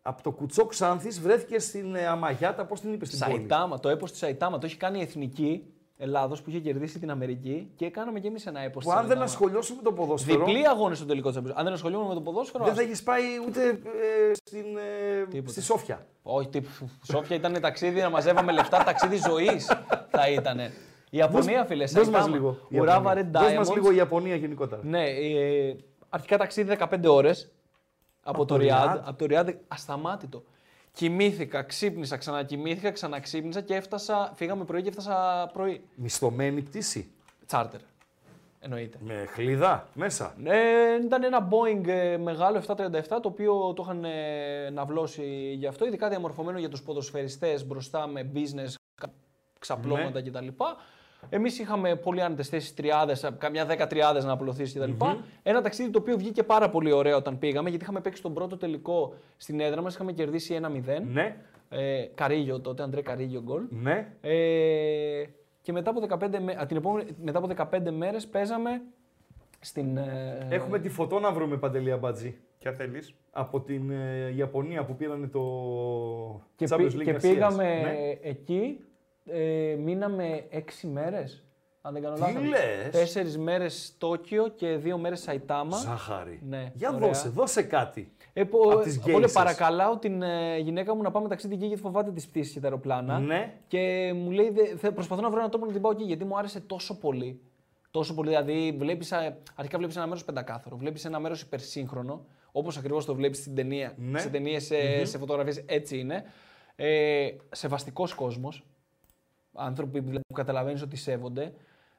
Από το κουτσό Ξάνθης βρέθηκες στην ε, Αμαγιάτα, πώς την είπες στην πόλη. Σαϊτάμα, το έπος της Σαϊτάμα το έχει κάνει η εθνική Ελλάδος που είχε κερδίσει την Αμερική και κάναμε κι εμείς ένα έπος. Που αν δεν ασχολιώσουμε το ποδόσφαιρο, Διπλή αγώνες στο τελικό τη Αν δεν ασχολούμαι με το ποδόσφαιρο. δεν ας- θα έχεις πάει ούτε ε, στην, ε, Τίποτα. στη Σόφια. Όχι, τι... Σόφια ήταν ταξίδι να μαζεύαμε λεφτά, ταξίδι ζωής θα ήταν. Η Ιαπωνία, φίλε. Δώσ' μας Σαϊτάμα. λίγο. Ο Ράβα Red Δώσ' μας Diamonds. λίγο η Ιαπωνία γενικότερα. Ναι, ε, αρχικά ταξίδι 15 ώρες από, το Ριάντ. Ριάντ. Από το Ριάντ ασταμάτητο. Κοιμήθηκα, ξύπνησα, ξανακοιμήθηκα, ξαναξύπνησα και έφτασα. Φύγαμε πρωί και έφτασα πρωί. Μισθωμένη πτήση. Τσάρτερ. Εννοείται. Με χλίδα μέσα. Ε, ήταν ένα Boeing ε, μεγάλο 737 το οποίο το είχαν ε, ναυλώσει γι' αυτό, ειδικά διαμορφωμένο για τους ποδοσφαιριστές μπροστά με business, κα- Ναι. ξαπλώματα κτλ. Εμείς είχαμε πολύ άνετες θέσεις 30, καμιά 10 τριάδες να απλωθείς κτλ. Ένα ταξίδι το οποίο βγήκε πάρα πολύ ωραίο όταν πήγαμε, γιατί είχαμε παίξει τον πρώτο τελικό στην έδρα μας, είχαμε κερδίσει 1-0. Ναι, Ε, Καρίγιο τότε, Αντρέ Καρίγιο γκολ. ναι. Ε, και μετά από 15, μέ- α, την επόμενη, μετά από 15 μέρες παίζαμε στην... ε, Έχουμε τη φωτό να βρούμε παντελή αμπατζή. Ποια θέλεις. Από την ε, Ιαπωνία που πήραν το και, Champions Ναι. πή- League και Ασίας. πήγαμε Ναι. εκεί, ε, μείναμε 6 μέρες. Αν δεν κάνω Τι λάθος. λες? Τέσσερις μέρες Τόκιο και δύο μέρες Σαϊτάμα. Ζάχαρη. Ναι, Για ωραία. δώσε, δώσε κάτι. Ε, πο- Απ' τις ε, γκέι όλε σας. παρακαλάω την ε, γυναίκα μου να πάμε ταξίδι εκεί γιατί φοβάται τις πτήσεις και τα αεροπλάνα. Ναι. Και μου λέει, «Δε- θε- προσπαθώ να βρω έναν τρόπο να την πάω εκεί γιατί μου άρεσε τόσο πολύ. Τόσο πολύ. Δηλαδή, βλέπεις, α, αρχικά βλέπεις ένα μέρος πεντακάθαρο, βλέπεις ένα μέρος υπερσύγχρονο, όπως ακριβώς το βλέπεις στην ταινία. Ναι. Σε ταινίες, σε, σε φωτογραφίες έτσι είναι. Ε, Σεβαστικός κόσμος. Άνθρωποι δηλαδή, που καταλαβαίνεις ότι σέβονται.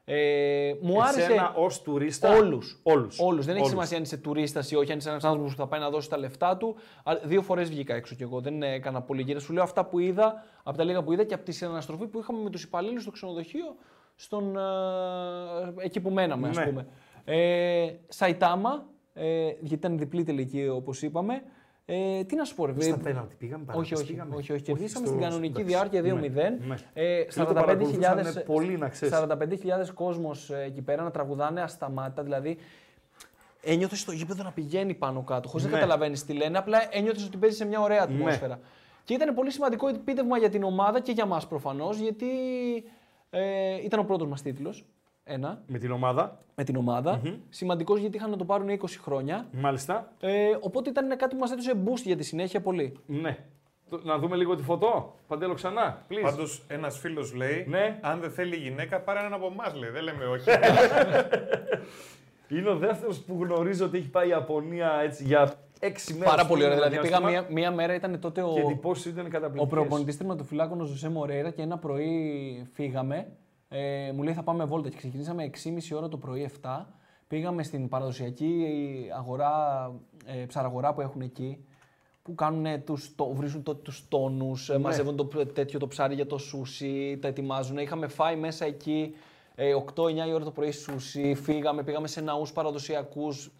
Ε, μου άρεσε. Εσένα ως τουρίστα. Όλους. Όλους. Όλους. Δεν έχει Όλους. σημασία αν είσαι τουρίστας ή όχι, αν είσαι ένας άνθρωπος που θα πάει να δώσει τα λεφτά του. Α, Δύο φορές βγήκα έξω κι εγώ. Δεν ε, έκανα πολύ γύρω. Σου λέω αυτά που είδα, από τα λίγα που είδα και από τη συναναστροφή που είχαμε με τους υπαλλήλους στο ξενοδοχείο, στον, ε, εκεί που μέναμε, ας Ναι. πούμε. Ε, Σαϊτάμα, ε, γιατί ήταν διπλή τελική όπως είπαμε. Ε, τι να σου πω, ρε, Στα ε, πέναλτι πήγαμε, όχι, παραπέμπτες όχι, πήγαμε. όχι, όχι. Κερδίσαμε στο- στην κανονική εντάξει. διάρκεια 2-0. Ναι, Ε, Φίλε, το 45.000 παρακολουθούσαν πολλοί, να ξέρεις. 45.000 κόσμος ε, εκεί πέρα να τραγουδάνε ασταμάτητα. Δηλαδή, ένιωθες το γήπεδο να πηγαίνει πάνω κάτω. Χωρίς Ναι. να καταλαβαίνεις τι λένε, απλά ένιωθες ότι παίζεις σε μια ωραία ατμόσφαιρα. Και ήταν πολύ σημαντικό επίτευγμα για την ομάδα και για μας προφανώς, γιατί ε, ήταν ο πρώτος μας τίτλος. Ένα, Με την ομάδα, με την ομάδα. Σημαντικός γιατί είχαν να το πάρουν 20 χρόνια. μάλιστα. Ε, οπότε ήταν κάτι που μας έδωσε boost για τη συνέχεια πολύ. Ναι. Το- Να δούμε λίγο τη φωτό. Παντέλο ξανά. Please. Πάντως, ένας φίλος λέει: Ναι. Αν δεν θέλει η γυναίκα, πάρε έναν από εμάς. Λέει: Δεν λέμε όχι. Είναι ο δεύτερος που γνωρίζω ότι έχει πάει η Ιαπωνία έτσι για έξι μέρες. Πάρα πολύ ωραία. Δηλαδή, πήγα μία, μία μέρα, ήταν τότε Και ο, εντυπώσεις ήταν ο καταπληκτικές. προπονητής τερματοφυλάκων ο Ζωζέ Μορέιρα και ένα πρωί φύγαμε. Ε, μου λέει θα πάμε βόλτα και ξεκινήσαμε 6,5 ώρα το πρωί 7. Πήγαμε στην παραδοσιακή αγορά, ε, ψαραγορά που έχουν εκεί που κάνουν τους, το, βρίζουν το, τους τόνους, ε, μαζεύουν το, π- τέτοιο το ψάρι για το σούσι, τα ετοιμάζουν. Είχαμε φάει μέσα εκεί ε, 8-9 η ώρα το πρωί σούσι, φύγαμε, πήγαμε σε ναούς παραδοσιακούς.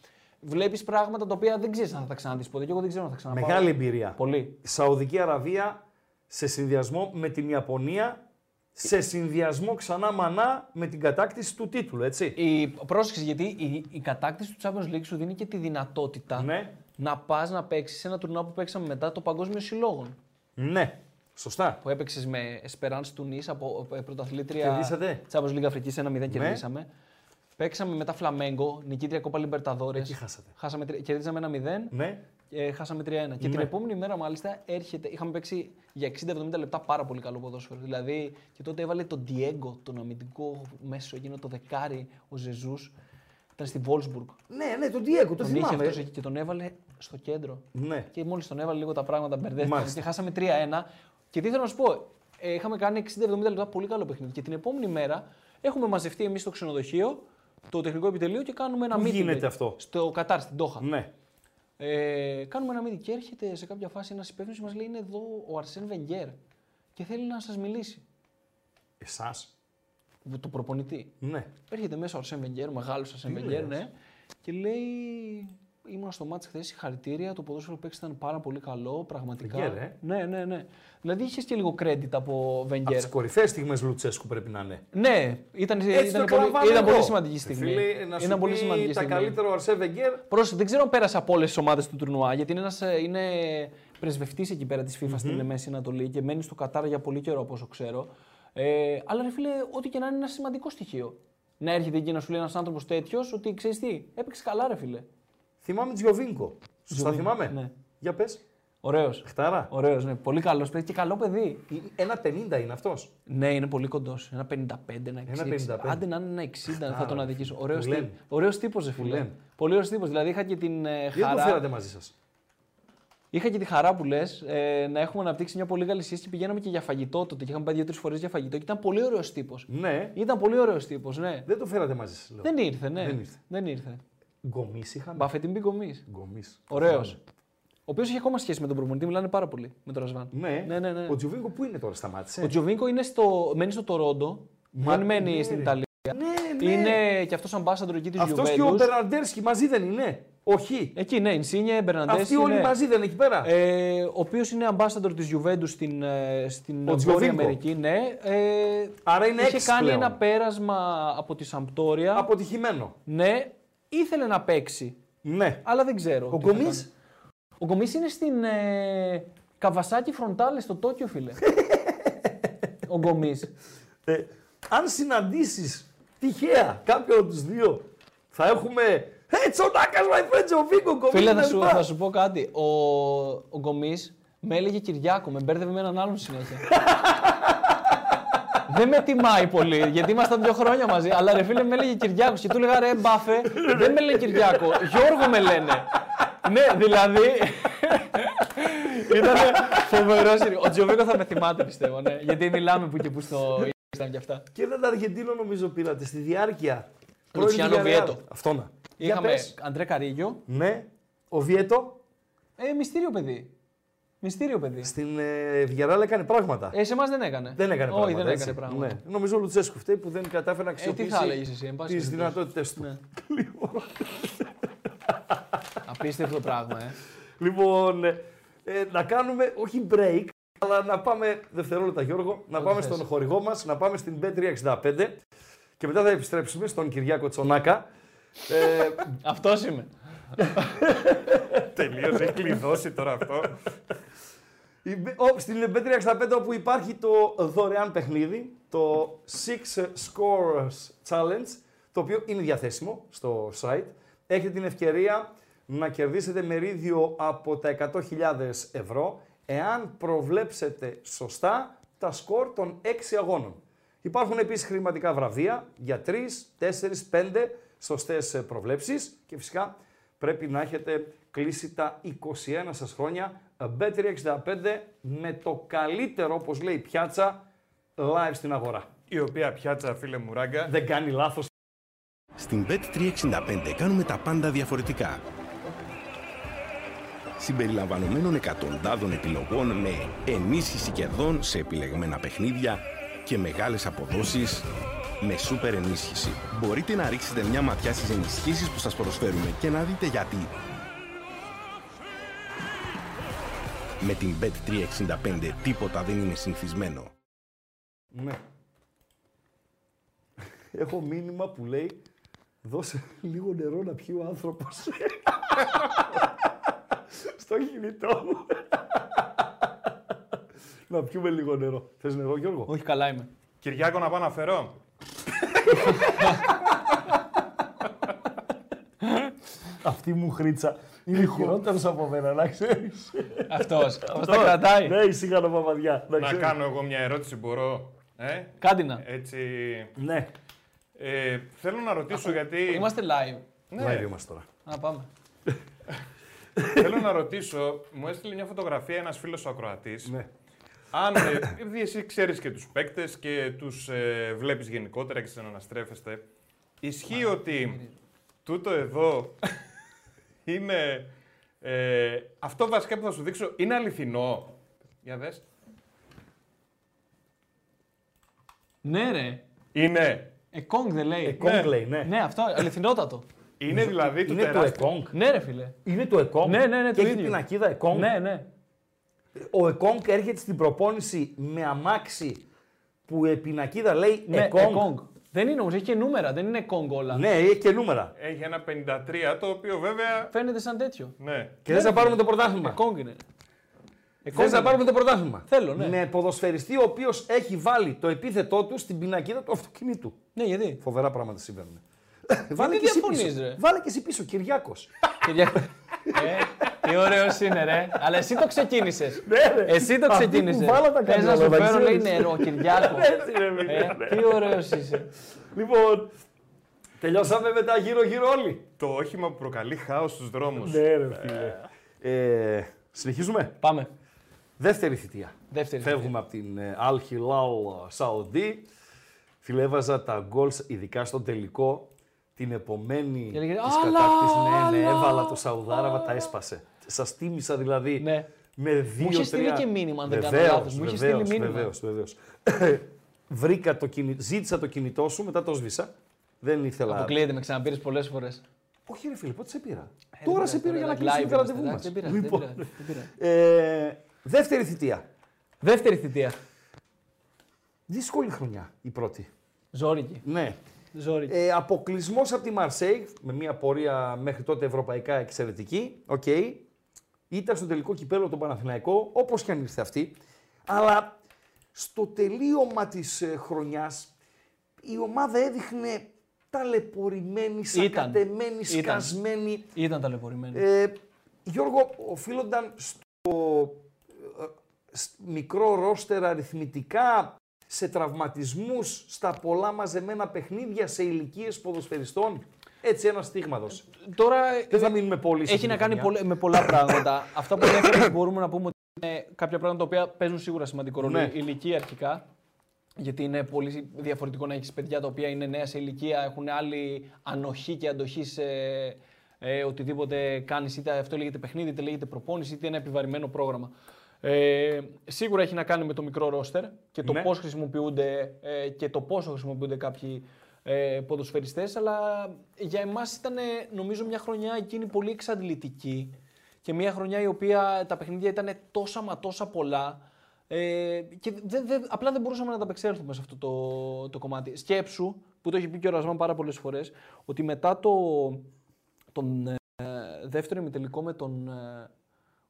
Βλέπεις πράγματα τα οποία δεν ξέρεις αν θα τα ξαναδείς ποτέ και εγώ δεν ξέρω αν θα ξαναπάω. Μεγάλη εμπειρία. Πολύ. Η Σαουδική Αραβία σε συνδυασμό με την Ιαπωνία, σε συνδυασμό ξανά μανά με την κατάκτηση του τίτλου, έτσι. Η πρόσεξε, γιατί η, η κατάκτηση του Champions League σου δίνει και τη δυνατότητα Ναι. να πας να παίξεις σε ένα τουρνουά που παίξαμε μετά το Παγκόσμιο Συλλόγων. Ναι. Σωστά. Που έπαιξες με Esperance του Νη από ε, πρωταθλήτρια Κερδίσατε. Ναι. Champions League Αφρική 1-0 κερδίσαμε. Παίξαμε μετά Φλαμέγκο, νικήτρια Κόπα Λιμπερταδόρε. Εκεί χάσατε. Χάσαμε, τρι- κερδίσαμε 1-0. Ναι. Ε, χάσαμε 3-1. Και την επόμενη μέρα, μάλιστα, έρχεται. Είχαμε παίξει για 60-70 λεπτά πάρα πολύ καλό ποδόσφαιρο. Δηλαδή, και τότε έβαλε τον Diego, τον αμυντικό μέσο, εκείνο το δεκάρι, ο Ζεζούς. Ήταν στη Βόλσμπουργκ. Ναι, ναι, τον Diego, το Τον είχε θυμάμαι. αυτός εκεί και τον έβαλε στο κέντρο. Ναι. Και μόλις τον έβαλε λίγο τα πράγματα, μπερδέθηκαν Μάλιστα. και χάσαμε 3-1. Και τι θέλω να σου πω, ε, είχαμε κάνει 60-70 λεπτά πολύ καλό παιχνίδι. Και την επόμενη μέρα έχουμε μαζευτεί εμείς στο ξενοδοχείο, το τεχνικό επιτελείο και κάνουμε ένα Πού meeting γίνεται αυτό? Στο Κατάρ, στην Τόχα. Ναι. Ε, κάνουμε ένα meeting και έρχεται σε κάποια φάση ένας υπεύθυνος και μας λέει: Είναι εδώ ο Αρσέν Βενγκέρ και θέλει να σας μιλήσει. Εσάς. Το προπονητή. Ναι. Έρχεται μέσα ο Αρσέν Βενγκέρ, μεγάλος Αρσέν Βενγκέρ, ναι, και λέει: Ήμουν στο μάτι χθε, συγχαρητήρια. Το ποδόσφαιρο που παίξατε ήταν πάρα πολύ καλό, πραγματικά. Wenger, ε. Ναι, ναι, ναι. Δηλαδή είχες και λίγο credit από Από Βενγκέρ. τις κορυφαίες στιγμές Λουτσέσκου πρέπει να είναι. Ναι, ήταν, Έτσι ήταν, το πολύ, εκλαμβάνω ήταν εγώ. Ε, πολύ σημαντική στιγμή. Φίλε, να σου ήταν πολύ πει σημαντική τα στιγμή. καλύτερα ο Αρσέ Βενγκέρ. Πρόσεχε, δεν ξέρω αν πέρασε από όλες τις ομάδες του τουρνουά, γιατί είναι, ένας, ε, είναι πρεσβευτής εκεί πέρα της FIFA στην Μέση Ανατολή και μένει στο Κατάρ για πολύ καιρό, από όσο ξέρω. Ε, αλλά ρε φίλε, ό,τι και να είναι ένα σημαντικό στοιχείο. Να έρχεται εκεί να σου λέει ένας άνθρωπος τέτοιος ότι ξέρεις τι, έπαιξε καλά, ρε φίλε. Θυμάμαι Τζιοβίνκο. Σωστά θυμάμαι. ναι. Για πες. Ωραίος. Χτάρα. Ωραίος, ναι. Πολύ καλός παίκτης και καλό παιδί. Ένα 50 είναι αυτός. Ναι, είναι πολύ κοντός. Ένα 55, ένα 60. Ένα 55. Άντε να είναι ένα 60, θα τον αδικήσω. Ωραίο λένε. τύπο. Ωραίος τύπος, ρε φίλε. λένε. Πολύ ωραίος τύπος. Δηλαδή είχα και την ε, Γιατί το χαρά. φέρατε μαζί σας. Είχα και τη χαρά που λες ε, να έχουμε αναπτύξει μια πολύ καλή σχέση και πηγαίναμε και για φαγητό τότε. Και είχαμε πάει δύο-τρει φορές για φαγητό και ήταν πολύ ωραίος τύπος. Ναι. Ήταν πολύ ωραίος τύπος, ναι. Δεν το φέρατε μαζί σας. λέω. Δεν ήρθε, ναι. Δεν ήρθε. Δεν ήρθε. Γκομί είχαμε. Μπαφετίν Μπικομή. Γκομί. Ωραίος. Ναι. Ο οποίος είχε ακόμα σχέση με τον προπονητή, μιλάνε πάρα πολύ με τον Ρασβάν. Ναι. ναι, ναι. ναι. Ο Τζιοβίνκο που είναι τώρα, σταμάτησε. Ο Τζοβίνκο είναι στο, μένει στο Τορόντο. Μα- Δεν μένει ναι, στην ρε. Ιταλία. Ναι, ναι. Είναι και αυτός ambassador εκεί της Αυτός Juventus. και ο Μπερναρντέρσκι μαζί δεν είναι. Όχι. Εκεί, ναι, Ινσίνιε, Μπερναντέση. Αυτοί όλοι μαζί δεν είναι εκεί πέρα. Ε, ο οποίος είναι ambassador της Juventus στην, ε, στην Ο Βόρεια Τζιοβίνκο. Αμερική. Ναι. Ε, Άρα είναι είχε έξι κάνει πλέον. ένα πέρασμα από τη Σαμπτόρια. Αποτυχημένο. Ναι, ήθελε να παίξει, Ναι. αλλά δεν ξέρω. Ο τι θα Γκομί. κάνει. Ο Γκομής είναι στην ε, Καβασάκη Φροντάλε στο Τόκιο, φίλε. ο Γκομής. αν συναντήσεις ε, τυχαία κάποιον από τους δύο θα έχουμε. Ε, τσονάκα, my friend, ο Βίγκο, κομμάτι. Φίλε, θα σου, θα σου πω κάτι. Ο, ο Γκομής με έλεγε Κυριάκο, με μπέρδευε με έναν άλλον συνέχεια. δεν με τιμάει πολύ, γιατί ήμασταν δύο χρόνια μαζί. Αλλά ρε φίλε, με έλεγε Κυριάκος και του λέγα ρε μπάφε, δεν με λένε Κυριάκο. Γιώργο με λένε. ναι, δηλαδή. Ήταν φοβερό. Ο Τζιοβίκο θα με θυμάται, πιστεύω. Ναι. Γιατί μιλάμε που και που στο Instagram και αυτά. Και έναν Αργεντίνο νομίζω πήρατε στη διάρκεια. πρώην Λουτσιάνο Villarreal. Βιέτο. Αυτό να. Για Είχαμε πες. Αντρέ Καρίγιο. Ναι, ο Βιέτο Ε, μυστήριο παιδί. Μυστήριο παιδί. στην ε, Villarreal έκανε πράγματα. Ε, σε εμάς δεν έκανε. δεν έκανε Όχι, πράγματα. δεν έκανε έτσι. πράγματα. Ναι. Νομίζω ο Λουτσέσκου φταίει που δεν κατάφερε να Ε, τι αξιοποιήσει θα έλεγες εσύ, εν πάση τις περιπτώσει. Ναι. δυνατότητες του. Απίστευτο πράγμα, ε. Λοιπόν, ε, ε, να κάνουμε όχι break, αλλά να πάμε δευτερόλεπτα Γιώργο, να πάμε στον χορηγό μας, να πάμε στην B365 και μετά θα επιστρέψουμε στον Κυριάκο Τσονάκα. Ε, Αυτός είμαι. Τελείωσε, έχει κλειδώσει τώρα αυτό. η B- ο- στην B365 όπου υπάρχει το δωρεάν παιχνίδι, το Six Scores Challenge, το οποίο είναι διαθέσιμο στο site. Έχετε την ευκαιρία να κερδίσετε μερίδιο από τα 100.000 ευρώ εάν προβλέψετε σωστά τα σκορ των 6 αγώνων. Υπάρχουν επίσης χρηματικά βραβεία για 3, 4, 5 σωστές προβλέψεις και φυσικά πρέπει να έχετε κλείσει τα 21 σας χρόνια Ε, Bet365 με το καλύτερο, όπως λέει η πιάτσα, live στην αγορά. Η οποία πιάτσα, φίλε μου, ράγκα. Δεν κάνει λάθος. Στην Bet365 κάνουμε τα πάντα διαφορετικά. Συμπεριλαμβανομένων εκατοντάδων επιλογών με ενίσχυση κερδών σε επιλεγμένα παιχνίδια και μεγάλες αποδόσεις με σούπερ ενίσχυση. Μπορείτε να ρίξετε μια ματιά στις ενισχύσεις που σας προσφέρουμε και να δείτε γιατί. Με την Bet365 τίποτα δεν είναι συνηθισμένο. Ναι. Έχω μήνυμα που λέει δώσε λίγο νερό να πιει ο άνθρωπος. Στο κινητό μου. να πιούμε λίγο νερό. Θες νερό Γιώργο? Όχι, καλά είμαι. Κυριάκο, να πάω να φέρω. Αυτή μου χρήτσα είναι χειρότερος από μένα, να ξέρεις. Αυτός. Αυτό τα κρατάει. Ναι, ησύχα να παπαδιά, να Να ξέρεις. κάνω εγώ μια ερώτηση, μπορώ. Ε, Κάντι να. έτσι. Ναι, Ε, θέλω να ρωτήσω γιατί. Ναι, Είμαστε live. live είμαστε τώρα. Να πάμε. Θέλω να ρωτήσω, μου έστειλε μια φωτογραφία ένας φίλος ακροατής. Ναι. Αν, ε, επειδή εσύ ξέρεις και τους παίκτες και τους ε, βλέπεις γενικότερα και συναναστρέφεστε, ισχύει ότι τούτο εδώ είναι. Ε, αυτό βασικά που θα σου δείξω είναι αληθινό. Για δες. Ναι, ρε. Είναι. Εκόνγκ δεν λέει. Εκόνγκ λέει, ναι. Ναι, αυτό αληθινότατο. Είναι δηλαδή το Είναι το τεράστιο. Εκόνγκ. Ναι, ρε φίλε. Είναι το Εκόνγκ. Ναι, ναι, ναι, Και το έχει ίδιο. την ακίδα ε, Εκόνγκ. Ναι, ναι. Ο Εκόνγκ έρχεται στην προπόνηση με αμάξι που επί νακίδα λέει Ναι, Εκόνγκ. Εκόνγκ. Δεν είναι όμως, έχει και νούμερα, δεν είναι Εκόνγκ όλα. Ναι, έχει και νούμερα. Έχει ένα 53 το οποίο βέβαια. Φαίνεται σαν τέτοιο. Ναι. Και θες να πάρουμε το πρωτάθλημα. Εκόνγκ είναι. Θες Εκόνγκ να είναι. πάρουμε το πρωτάθλημα. Θέλω, ναι. Με ποδοσφαιριστή ο οποίος έχει βάλει το επίθετό του στην πινακίδα του αυτοκινήτου. Ναι, γιατί. Φοβερά πράγματα συμβαίνουν. Βάλε Γιατί και, εσύ Ε, διαφωνείς, πίσω. ρε? Βάλε και εσύ πίσω, Κυριάκος. Παιδιά. ε, τι ωραίος είναι, ρε. Αλλά εσύ το ξεκίνησες. Εσύ το Αυτή Ναι, που ξεκίνησες. βάλα τα να κανάλα, σου τα φέρω, λέει ξέρεις. Ναι, νερό, Κυριάκο. Ε, Τι ωραίος είσαι. λοιπόν, τελειώσαμε μετά γύρω-γύρω όλοι. Το όχημα που προκαλεί χάος στους δρόμους. Ναι, ρε φίλε. Ε, συνεχίζουμε. Πάμε. Δεύτερη θητεία. Δεύτερη. Φεύγουμε από την ε, Al Hilal Saudi. Φιλέβαζα τα γκολ, ειδικά στον τελικό, την επομένη τη έλεγε, «Άλλα, κατάκτηση. Ναι, ναι, άλλα, έβαλα το Σαουδάραβα, τα έσπασε. Σας τίμησα δηλαδή. Ναι. Με δύο είχε στείλει τρία- και μήνυμα, αν δεν κάνω Βεβαίως, λάθος. Μου είχες στείλει βεβαίως, μήνυμα. βεβαίως, βεβαίως. Βρήκα το κινη... Ζήτησα το κινητό σου, μετά το σβήσα. Δεν ήθελα. Αποκλείεται, με ξαναπήρες πολλές φορές. Όχι, ρε φίλε, πότε σε πήρα. Ε, Τώρα σε πήρα για να κλείσουμε κλείσει το ραντεβού μα. Δεν πειράζει, δεν πειράζει, δεν πειράζει. Δεύτερη θητεία. Δεύτερη θητεία. Δύσκολη χρονιά η πρώτη. Ζόρικη. Ναι. Ζόρικη. Ε, Αποκλεισμός από τη Μαρσέη με μια πορεία μέχρι τότε ευρωπαϊκά εξαιρετική. Οκ. Ήταν στο τελικό κυπέλο τον Παναθηναϊκό, όπως και αν ήρθε αυτή. Αλλά στο τελείωμα της χρονιά ε, η ομάδα έδειχνε ταλαιπωρημένη, Ήταν. σακατεμένη, Ήταν. σκασμένη. Ήταν ταλαιπωρημένη. Ε, Γιώργο, οφείλονταν στο ε, σ- μικρό ρόστερ αριθμητικά, σε τραυματισμούς, στα πολλά μαζεμένα παιχνίδια, σε ηλικίες ποδοσφαιριστών. Έτσι ένα στίγμα δώσε. Τώρα Δεν θα μείνουμε πολύ σε Ε, έχει να αυτή τη κάνει χρονιά. πολλα- με πολλά πράγματα. Αυτά που ενδιαφέρουν μπορούμε να πούμε ότι είναι κάποια πράγματα τα οποία παίζουν σίγουρα σημαντικό ρόλο. Ναι. Η ηλικία αρχικά. Γιατί είναι πολύ διαφορετικό να έχεις παιδιά τα οποία είναι νέα σε ηλικία, έχουν άλλη ανοχή και αντοχή σε ε, οτιδήποτε κάνεις. Είτε αυτό λέγεται παιχνίδι, είτε λέγεται προπόνηση, είτε ένα επιβαρημένο πρόγραμμα. Ε, σίγουρα έχει να κάνει με το μικρό ρόστερ και το Ναι. πώς χρησιμοποιούνται ε, και το πόσο χρησιμοποιούνται κάποιοι ε, ποδοσφαιριστές, αλλά για εμάς ήταν ε, νομίζω μια χρονιά εκείνη πολύ εξαντλητική και μια χρονιά η οποία τα παιχνίδια ήταν τόσα μα τόσα πολλά ε, και δεν- δεν- απλά δεν μπορούσαμε να τα απεξέλθουμε σε αυτό το, το κομμάτι. Σκέψου, που το έχει πει και ο Ρασμάν πάρα πολλές φορές, ότι μετά το, τον ε, δεύτερο ημιτελικό με τον ε,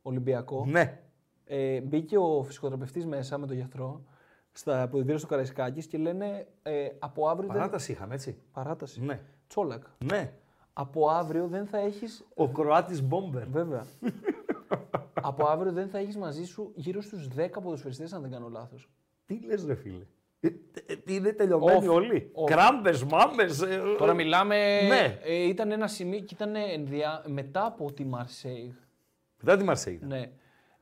Ολυμπιακό, Ναι. ε, μπήκε ο φυσικοθεραπευτής μέσα με τον γιατρό στα αποδητήρια του Καραϊσκάκης και λένε ε, από αύριο. Δεν... Παράταση είχαμε, έτσι. Παράταση. Ναι. Τσόλακ. Ναι. Από αύριο δεν θα έχεις... Ο Κροάτης Μπόμπερ. Βέβαια. από αύριο δεν θα έχεις μαζί σου γύρω στους 10 ποδοσφαιριστές, αν δεν κάνω λάθος. Τι λες ρε φίλε. Ε, ε, Είναι τελειωμένοι Off. όλοι. Off. Κράμπες, μάμες. ε, ε, Τώρα μιλάμε... Ναι. Ε, ήταν ένα σημείο και ήταν ενδια... μετά από τη Μαρσέιγ. Μετά τη Μαρσέιγα. Ναι.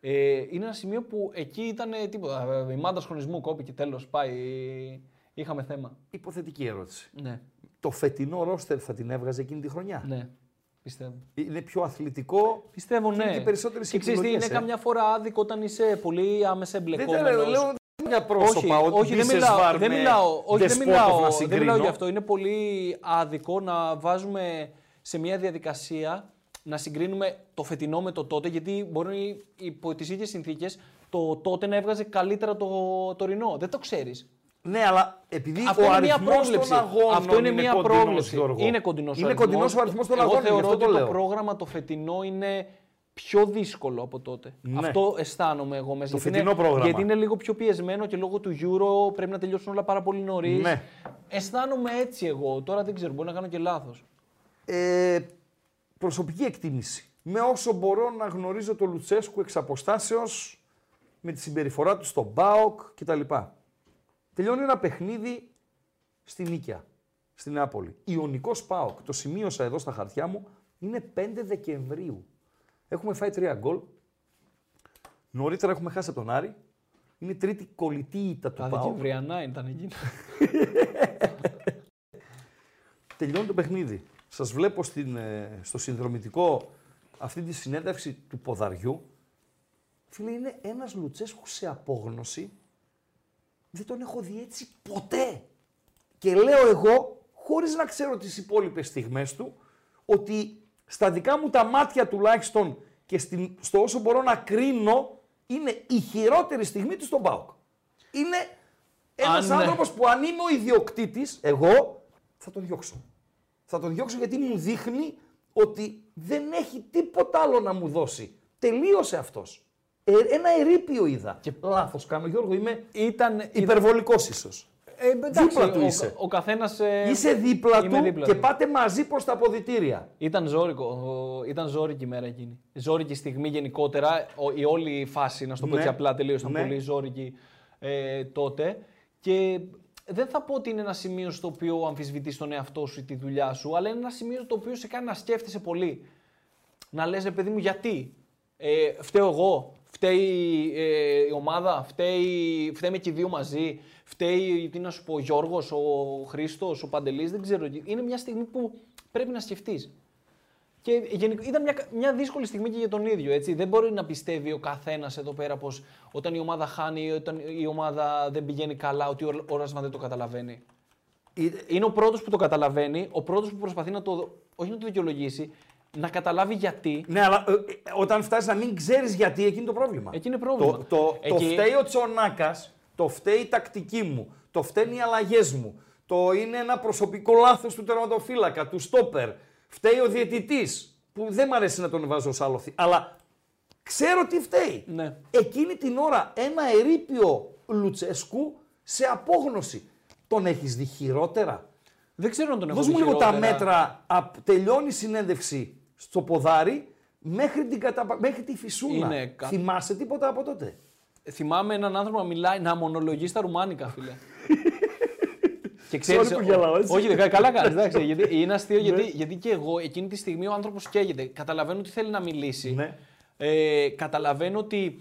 Ε, είναι ένα σημείο που εκεί ήταν ε, τίποτα. Η μάντα χρονισμού κόπηκε τέλος. Πάει. Είχαμε θέμα. Υποθετική ερώτηση. Ναι. Το φετινό ρόστερ θα την έβγαζε εκείνη τη χρονιά. Ναι. Πιστεύω. Ε, Είναι πιο αθλητικό. Πιστεύω Και είναι ναι. και περισσότερες Και ξέρεις τι, επιλογές, είναι ε. καμιά φορά άδικο όταν είσαι πολύ άμεσα Δεν εμπλεκόμενος. θέλω, λέω για όχι, πρόσωπα. ότι όχι, δεν Μπίσες μιλάω, Βαρ δεν με μιλάω, όχι, δεν Δεσπότοφ μιλάω, δεν να μιλάω συγκρίνω. για αυτό. Είναι πολύ άδικο να βάζουμε σε μια διαδικασία να συγκρίνουμε το φετινό με το τότε, γιατί μπορεί υπό τις ίδιες συνθήκες το τότε να έβγαζε καλύτερα το τωρινό. Δεν το ξέρεις. Ναι, αλλά επειδή Αυτό ο είναι μια αριθμός πρόβλεψη. των αγώνων Αυτό είναι, μια κοντινός, πρόβλεψη. Γιώργο. Είναι κοντινός Είναι κοντινός ο αριθμός των Εγώ αγώνων, θεωρώ γι' αυτό ότι το το, λέω. πρόγραμμα το φετινό είναι πιο δύσκολο από τότε. Ναι. Αυτό αισθάνομαι εγώ μέσα. Το γιατί φετινό είναι, πρόγραμμα. Γιατί είναι λίγο πιο πιεσμένο και λόγω του Euro πρέπει να τελειώσουν όλα πάρα πολύ νωρίς. Ναι. Αισθάνομαι έτσι εγώ. Τώρα δεν ξέρω, μπορεί να κάνω και λάθος. Ε, προσωπική εκτίμηση. Με όσο μπορώ να γνωρίζω τον Λουτσέσκου εξ αποστάσεως, με τη συμπεριφορά του στον ΠΑΟΚ κτλ. Τελειώνει ένα παιχνίδι στη Νίκαια, στην Νάπολη. Ιωνικός ΠΑΟΚ, το σημείωσα εδώ στα χαρτιά μου, είναι 5 Δεκεμβρίου. Έχουμε φάει τρία γκολ. Νωρίτερα έχουμε χάσει από τον Άρη. Είναι η τρίτη κολλητή ήττα του Τα ΠΑΟΚ. Δεκεμβριανά ήταν εκείνα. Τελειώνει το παιχνίδι. Σας βλέπω στην, ε, στο συνδρομητικό αυτή τη συνέντευξη του ποδαριού. Φίλε, είναι ένας Λουτσέσκου σε απόγνωση. Δεν τον έχω δει έτσι ποτέ. Και λέω εγώ, χωρίς να ξέρω τις υπόλοιπες στιγμές του, ότι στα δικά μου τα μάτια τουλάχιστον και στην, στο όσο μπορώ να κρίνω, είναι η χειρότερη στιγμή του στον ΠΑΟΚ. Είναι ένας Αν- άνθρωπος που αν είμαι ο ιδιοκτήτης, εγώ θα τον διώξω. Θα τον διώξω γιατί μου δείχνει ότι δεν έχει τίποτα άλλο να μου δώσει. Τελείωσε αυτός. Ε, ένα ερείπιο είδα. Και λάθος κάνω Γιώργο, είμαι Ήταν. υπερβολικός ίσως. Ε, εντάξει, δίπλα του ο, είσαι. Ο, καθένας. Ε, Είσαι δίπλα είμαι του δίπλα και του. πάτε μαζί προς τα αποδητήρια. Ήταν ζώρικο, ο- ήταν ζώρικη η μέρα εκείνη. Ζώρικη στιγμή γενικότερα, ο- η όλη φάση, να σου το πω Ναι. έτσι απλά, τελείως ήταν Ναι. πολύ ζώρικη ε, τότε. Και δεν θα πω ότι είναι ένα σημείο στο οποίο αμφισβητείς τον εαυτό σου ή τη δουλειά σου, αλλά είναι ένα σημείο το οποίο σε κάνει να σκέφτεσαι πολύ. Να λες, ρε παιδί μου, γιατί. Ε, φταίω εγώ, φταίει ε, η ομάδα, φταίει, φταίμε και οι δύο μαζί, φταίει, τι να σου πω, ο Γιώργος, ο Χρήστος, ο Παντελής, δεν ξέρω. Είναι μια στιγμή που πρέπει να σκεφτείς. Και γενικ- ήταν μια, μια δύσκολη στιγμή και για τον ίδιο. Έτσι. Δεν μπορεί να πιστεύει ο καθένας εδώ πέρα πως όταν η ομάδα χάνει ή όταν η ομάδα δεν πηγαίνει καλά, ότι ο, ο Ρασβάν δεν το καταλαβαίνει. Είναι ο πρώτος που το καταλαβαίνει, ο πρώτος που προσπαθεί να το. όχι να το δικαιολογήσει, να καταλάβει γιατί. Ναι, αλλά ε, ε, όταν φτάσεις να μην ξέρεις γιατί, εκεί είναι το πρόβλημα. Εκεί είναι πρόβλημα. Το, το, το Εκεί- φταίει ο Τσονάκα, το φταίει η τακτική μου, το φταίνουν οι αλλαγές μου, το είναι ένα προσωπικό λάθος του τερματοφύλακα, του στόπερ. Φταίει ο διαιτητής, που δεν μ' αρέσει να τον βάζω ως άλοθη, αλλά ξέρω τι φταίει. Ναι. Εκείνη την ώρα ένα ερείπιο Λουτσέσκου σε απόγνωση. Τον έχεις δει χειρότερα. Δεν ξέρω αν τον έχω Δώσ' δει μου λίγο τα χειρότερα. μέτρα. Απ, τελειώνει η συνέντευξη στο ποδάρι μέχρι, την κατα... μέχρι τη φυσούνα. Είναι κα- Θυμάσαι τίποτα από τότε. Θυμάμαι έναν άνθρωπο να μιλάει, να μονολογεί στα ρουμάνικα, φίλε. και ξέρεις, Sorry που γελάω, έτσι. Ναι. Όχι, δεν- καλά κάνεις. Εντάξει, γιατί είναι αστείο γιατί, γιατί και εγώ εκείνη τη στιγμή ο άνθρωπος καίγεται. Καταλαβαίνω ότι θέλει να μιλήσει. Ναι. Ε, καταλαβαίνω ότι.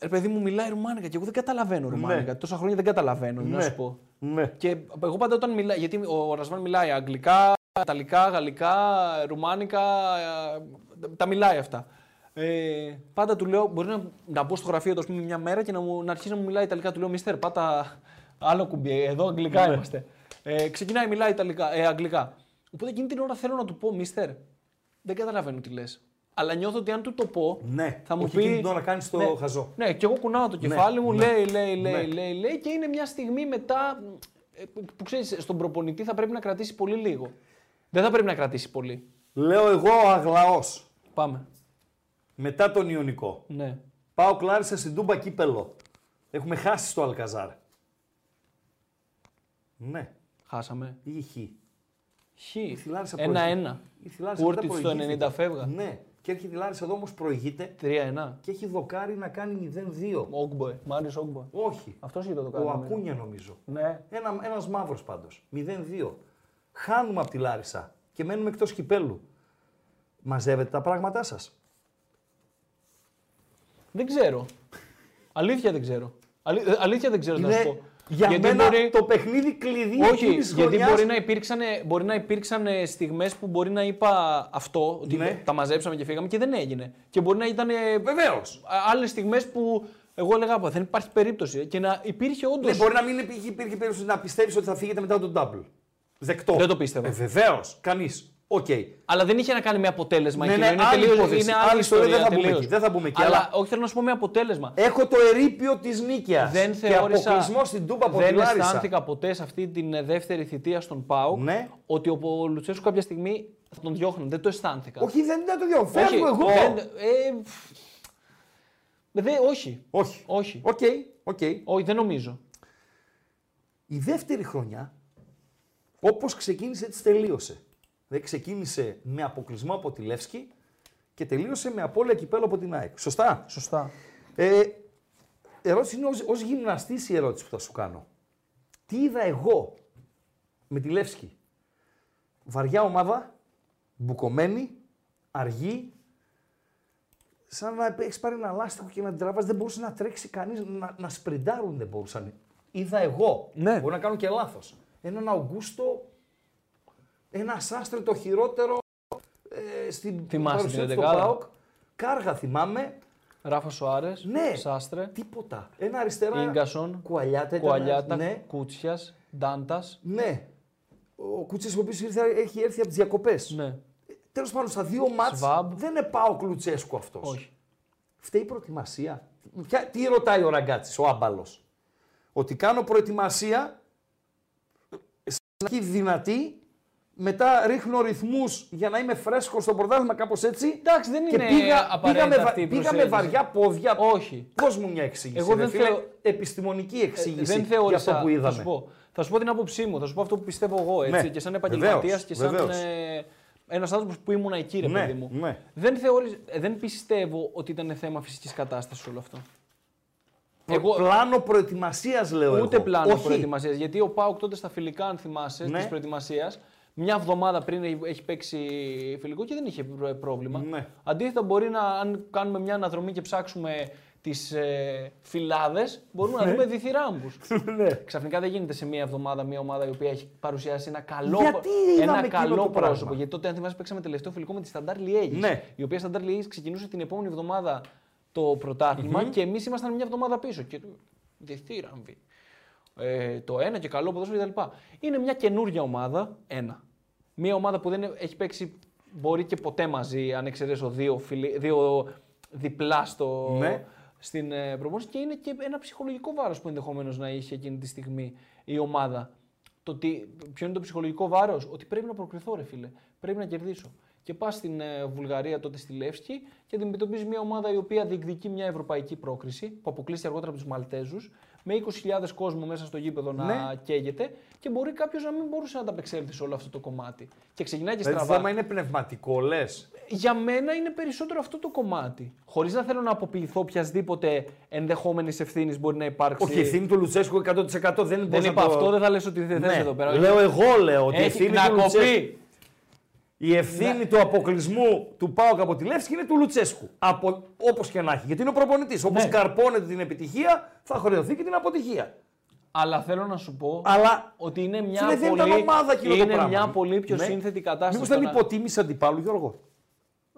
Ρε παιδί μου, μιλάει ρουμάνικα και εγώ δεν καταλαβαίνω ρουμάνικα. Τόσα χρόνια δεν καταλαβαίνω, να σου πω. Ναι. Και εγώ πάντα όταν μιλάω, γιατί ο Ρασβάν μιλάει αγγλικά, ιταλικά, γαλλικά, ρουμάνικα, ε, τα μιλάει αυτά. Ε, πάντα του λέω, μπορεί να, να μπω στο γραφείο του ας πούμε, μια μέρα και να, μου, να αρχίσει να μου μιλάει ιταλικά. Του λέω, Μίστερ, πάτα άλλο κουμπί, ε, εδώ αγγλικά Ναι. είμαστε. Ε, ξεκινάει, μιλάει ιταλικά, ε, αγγλικά. Οπότε εκείνη την ώρα θέλω να του πω, Μίστερ, δεν καταλαβαίνω τι λες. Αλλά νιώθω ότι αν του το πω, Ναι, θα μου όχι πει. εκείνη την ώρα κάνεις το χαζό. Ναι, και εγώ κουνάω το κεφάλι μου, ναι. λέει, λέει, λέει, Ναι. λέει, λέει και είναι μια στιγμή μετά ε, που- που ξέρεις, στον προπονητή θα πρέπει να κρατήσει πολύ λίγο. Δεν θα πρέπει να κρατήσει πολύ. Λέω εγώ ο Αγλαός. Πάμε. Μετά τον Ιωνικό. Ναι. Πάω κλάρισα στην Τούμπα κύπελο. Έχουμε χάσει στο Αλκαζάρ. Ναι, Χάσαμε. ή χ. Χ. Λάρισα Ένα-ένα. Η Θηλάρισα Κούρτιτ μετά στο προηγήθηκε. 90 φεύγα. Ναι, και έρχεται η Λάρισα εδώ όμως προηγείται Τρία-ένα. και έχει δοκάρι να κάνει 0-2. Όγκμποε. Μάριο Όγκμποε. Όχι. Αυτός είχε το δοκάρι, Ο νομίζω. Ακούνια νομίζω. Ναι. Ένα, ένας μαύρος πάντως. 0-2. Χάνουμε από τη Λάρισα και μένουμε εκτός κυπέλου. Μαζεύετε τα πράγματά σας. Δεν ξέρω. Αλήθεια δεν ξέρω. Αλή- ε, αλήθεια δεν ξέρω να σου Είναι πω. για Γιατί μένα μπορεί- το παιχνίδι κλειδί Όχι, εκείνης της γιατί χρονιάς. μπορεί να, υπήρξαν, μπορεί να υπήρξαν στιγμές που μπορεί να είπα αυτό, ότι Ναι. τα μαζέψαμε και φύγαμε και δεν έγινε. Και μπορεί να ήταν Βεβαίως. άλλες στιγμές που εγώ έλεγα «Άπα, δεν υπάρχει περίπτωση και να υπήρχε όντως. Ναι, μπορεί να μην υπήρχε, υπήρχε περίπτωση να πιστεύει ότι θα φύγετε μετά τον double. Δεκτό. Δεν το πίστευα. Ε, Βεβαίως. Κανείς. Οκ. Αλλά δεν είχε να κάνει με αποτέλεσμα. Ναι, εκείνο. ναι, είναι άλλη τελείως, υπόθεση. είναι Άλλη άλλη ιστορία, ιστορία. δεν θα πούμε τελείως. εκεί, δεν θα πούμε εκεί, Αλλά, αλλά- όχι, θέλω να σου πω με αποτέλεσμα. Έχω το ερείπιο της νίκαιας. δεν Και θεώρησα. αποκλεισμό στην Τούμπα από τη Δεν Λάρισα. αισθάνθηκα ποτέ σε αυτή την ε, δεύτερη θητεία στον ΠΑΟΚ Ναι. ότι ο Λουτσέσκου κάποια στιγμή θα τον διώχνουν. Δεν το αισθάνθηκα. Όχι, δεν ήταν το δύο. Φεύγω εγώ. Δεν, ε, φ- δε, όχι. Όχι. Όχι. Οκ. οκ. Όχι, δεν νομίζω. Η δεύτερη χρονιά, όπως ξεκίνησε, έτσι τελείωσε. Δεν ξεκίνησε με αποκλεισμό από τη Λεύσκη και τελείωσε με απώλεια κυπέλο από την ΑΕΚ. Σωστά. Σωστά. Ε, ερώτηση είναι ως, ως γυμναστής η ερώτηση που θα σου κάνω. Τι είδα εγώ με τη Λεύσκη. Βαριά ομάδα, μπουκωμένη, αργή, σαν να έχεις πάρει ένα λάστιχο και να την τραβάς. Δεν μπορούσε να τρέξει κανείς, να, να σπριντάρουν δεν μπορούσαν. Είδα εγώ. Ναι. Μπορεί να κάνω και λάθος. Έναν Αουγκούστο, ένα Σάστρε το χειρότερο ε, στην Θυμάσαι παρουσία την του στο εντεκάδα. ΠΑΟΚ. Κάργα θυμάμαι, Ράφα Σοάρε. ναι. Σάστρε. Τίποτα. Ένα αριστερά. Ίγκασον. Κουαλιάτα. ήταν, Κουαλιάτα. Ναι. Κούτσιας. Ντάντας. ναι. Ο Κουτσές, ο οποίος έχει έρθει από τις διακοπές. Ναι. Τέλος πάντων, στα δύο μάτς Σβάμπ. δεν είναι πάω Κλουτσέσκου αυτός. Όχι. Φταίει η προετοιμασία. Ποια- τι ρωτάει ο Ραγκάτσι, ο άμπαλος. Ότι κάνω προετοιμασία στην αρχή δυνατή, μετά ρίχνω ρυθμούς για να είμαι φρέσκο στο πρωτάθλημα, κάπως έτσι. Εντάξει, δεν και είναι πήγα, απαραίτητα πήγα, με, βα- αυτή η πήγα με προσέγγιση. βαριά πόδια. Όχι. Δώσ' μου μια εξήγηση. Εγώ ρε δεν φίλε. θεω- Ε, Επιστημονική εξήγηση δεν για θεώρησα. αυτό που θα είδαμε. σου πω. Θα σου πω την άποψή μου, θα σου πω αυτό που πιστεύω εγώ έτσι, Ναι, και σαν βεβαίως, επαγγελματία και σαν βεβαίως. ε, ένας άνθρωπος που ήμουν εκεί, ρε Ναι, παιδί μου. ναι. Δεν, θεώρησα- ε, δεν πιστεύω ότι ήταν θέμα φυσικής κατάστασης όλο αυτό. Εγώ... Ε, Πλάνο προετοιμασίας λέω εγώ. Ούτε πλάνο Όχι. προετοιμασίας. Γιατί ο Πάουκ τότε στα φιλικά, αν θυμάσαι, Ναι. της προετοιμασίας, μια εβδομάδα πριν έχει- έχει παίξει φιλικό και δεν είχε προ- πρόβλημα. Ναι. Αντίθετα, μπορεί να, αν κάνουμε μια αναδρομή και ψάξουμε τις ε, φυλάδες, μπορούμε να δούμε διθυράμπους. Ναι. Ξαφνικά δεν γίνεται σε μια εβδομάδα μια ομάδα η οποία έχει παρουσιάσει ένα καλό, Γιατί είδαμε ένα εκείνο το καλό πράγμα? πρόσωπο. Γιατί τότε, αν θυμάσαι, παίξαμε τελευταίο φιλικό με τη Σταντάρ Λιέγης. Ναι. Η οποία Σταντάρ Λιέγης ξεκινούσε την επόμενη εβδομάδα το πρωταθλημα και εμείς ήμασταν μια εβδομάδα πίσω. Και του- διθύραμβοι. Ε, το ένα και καλό ποδόσφαιρο κτλ. Είναι μια καινούργια ομάδα. Ένα. Μια ομάδα που δεν έχει παίξει μπορεί και ποτέ μαζί, αν εξαιρέσω δύο, φιλί- δύο διπλά στο, Ναι. στην ε, προπόνηση και είναι και ένα ψυχολογικό βάρος που ενδεχομένως να είχε εκείνη τη στιγμή η ομάδα. Το ότι, ποιο είναι το ψυχολογικό βάρος, ότι πρέπει να προκριθώ ρε φίλε, πρέπει να κερδίσω. και πας στην ε, Βουλγαρία, τότε στη Λεύσκη, και αντιμετωπίζεις μια ομάδα η οποία διεκδικεί μια ευρωπαϊκή πρόκριση, που αποκλείστηκε αργότερα από τους Μαλτέζους, με 20.000 κόσμο μέσα στο γήπεδο να Ναι. καίγεται και μπορεί κάποιος να μην μπορούσε να ανταπεξέλθει σε όλο αυτό το κομμάτι. Και ξεκινάει και Δηλαδή, στραβά. θέμα είναι πνευματικό, λες. Για μένα είναι περισσότερο αυτό το κομμάτι. Χωρίς να θέλω να αποποιηθώ οποιασδήποτε ενδεχόμενης ευθύνης μπορεί να υπάρξει. Όχι, η ευθύνη του Λουτσέσκου 100% δεν μπορεί Ε, δεν να είπα το- αυτό, δεν θα λες ότι δεν θες Ναι. εδώ πέρα. Λέω εγώ, λέω ότι η Έχει Ναι. ευθύνη να του Λουτσέσκου. κοπεί. Η ευθύνη του αποκλεισμού του Πάοκ από τη Λεύσκη είναι του Λουτσέσκου. Από... Όπως και να έχει. Γιατί είναι ο προπονητής. Ναι. Όπω καρπώνεται την επιτυχία, θα χρεωθεί και την αποτυχία. Αλλά θέλω να σου πω Αλλά ότι είναι μια Φίλε, δεν πολύ, ήταν ομάδα εκείνο το είναι πράγμα. μια πολύ πιο Ναι. σύνθετη κατάσταση. μήπως το ήταν να- υποτίμηση αντιπάλου, Γιώργο.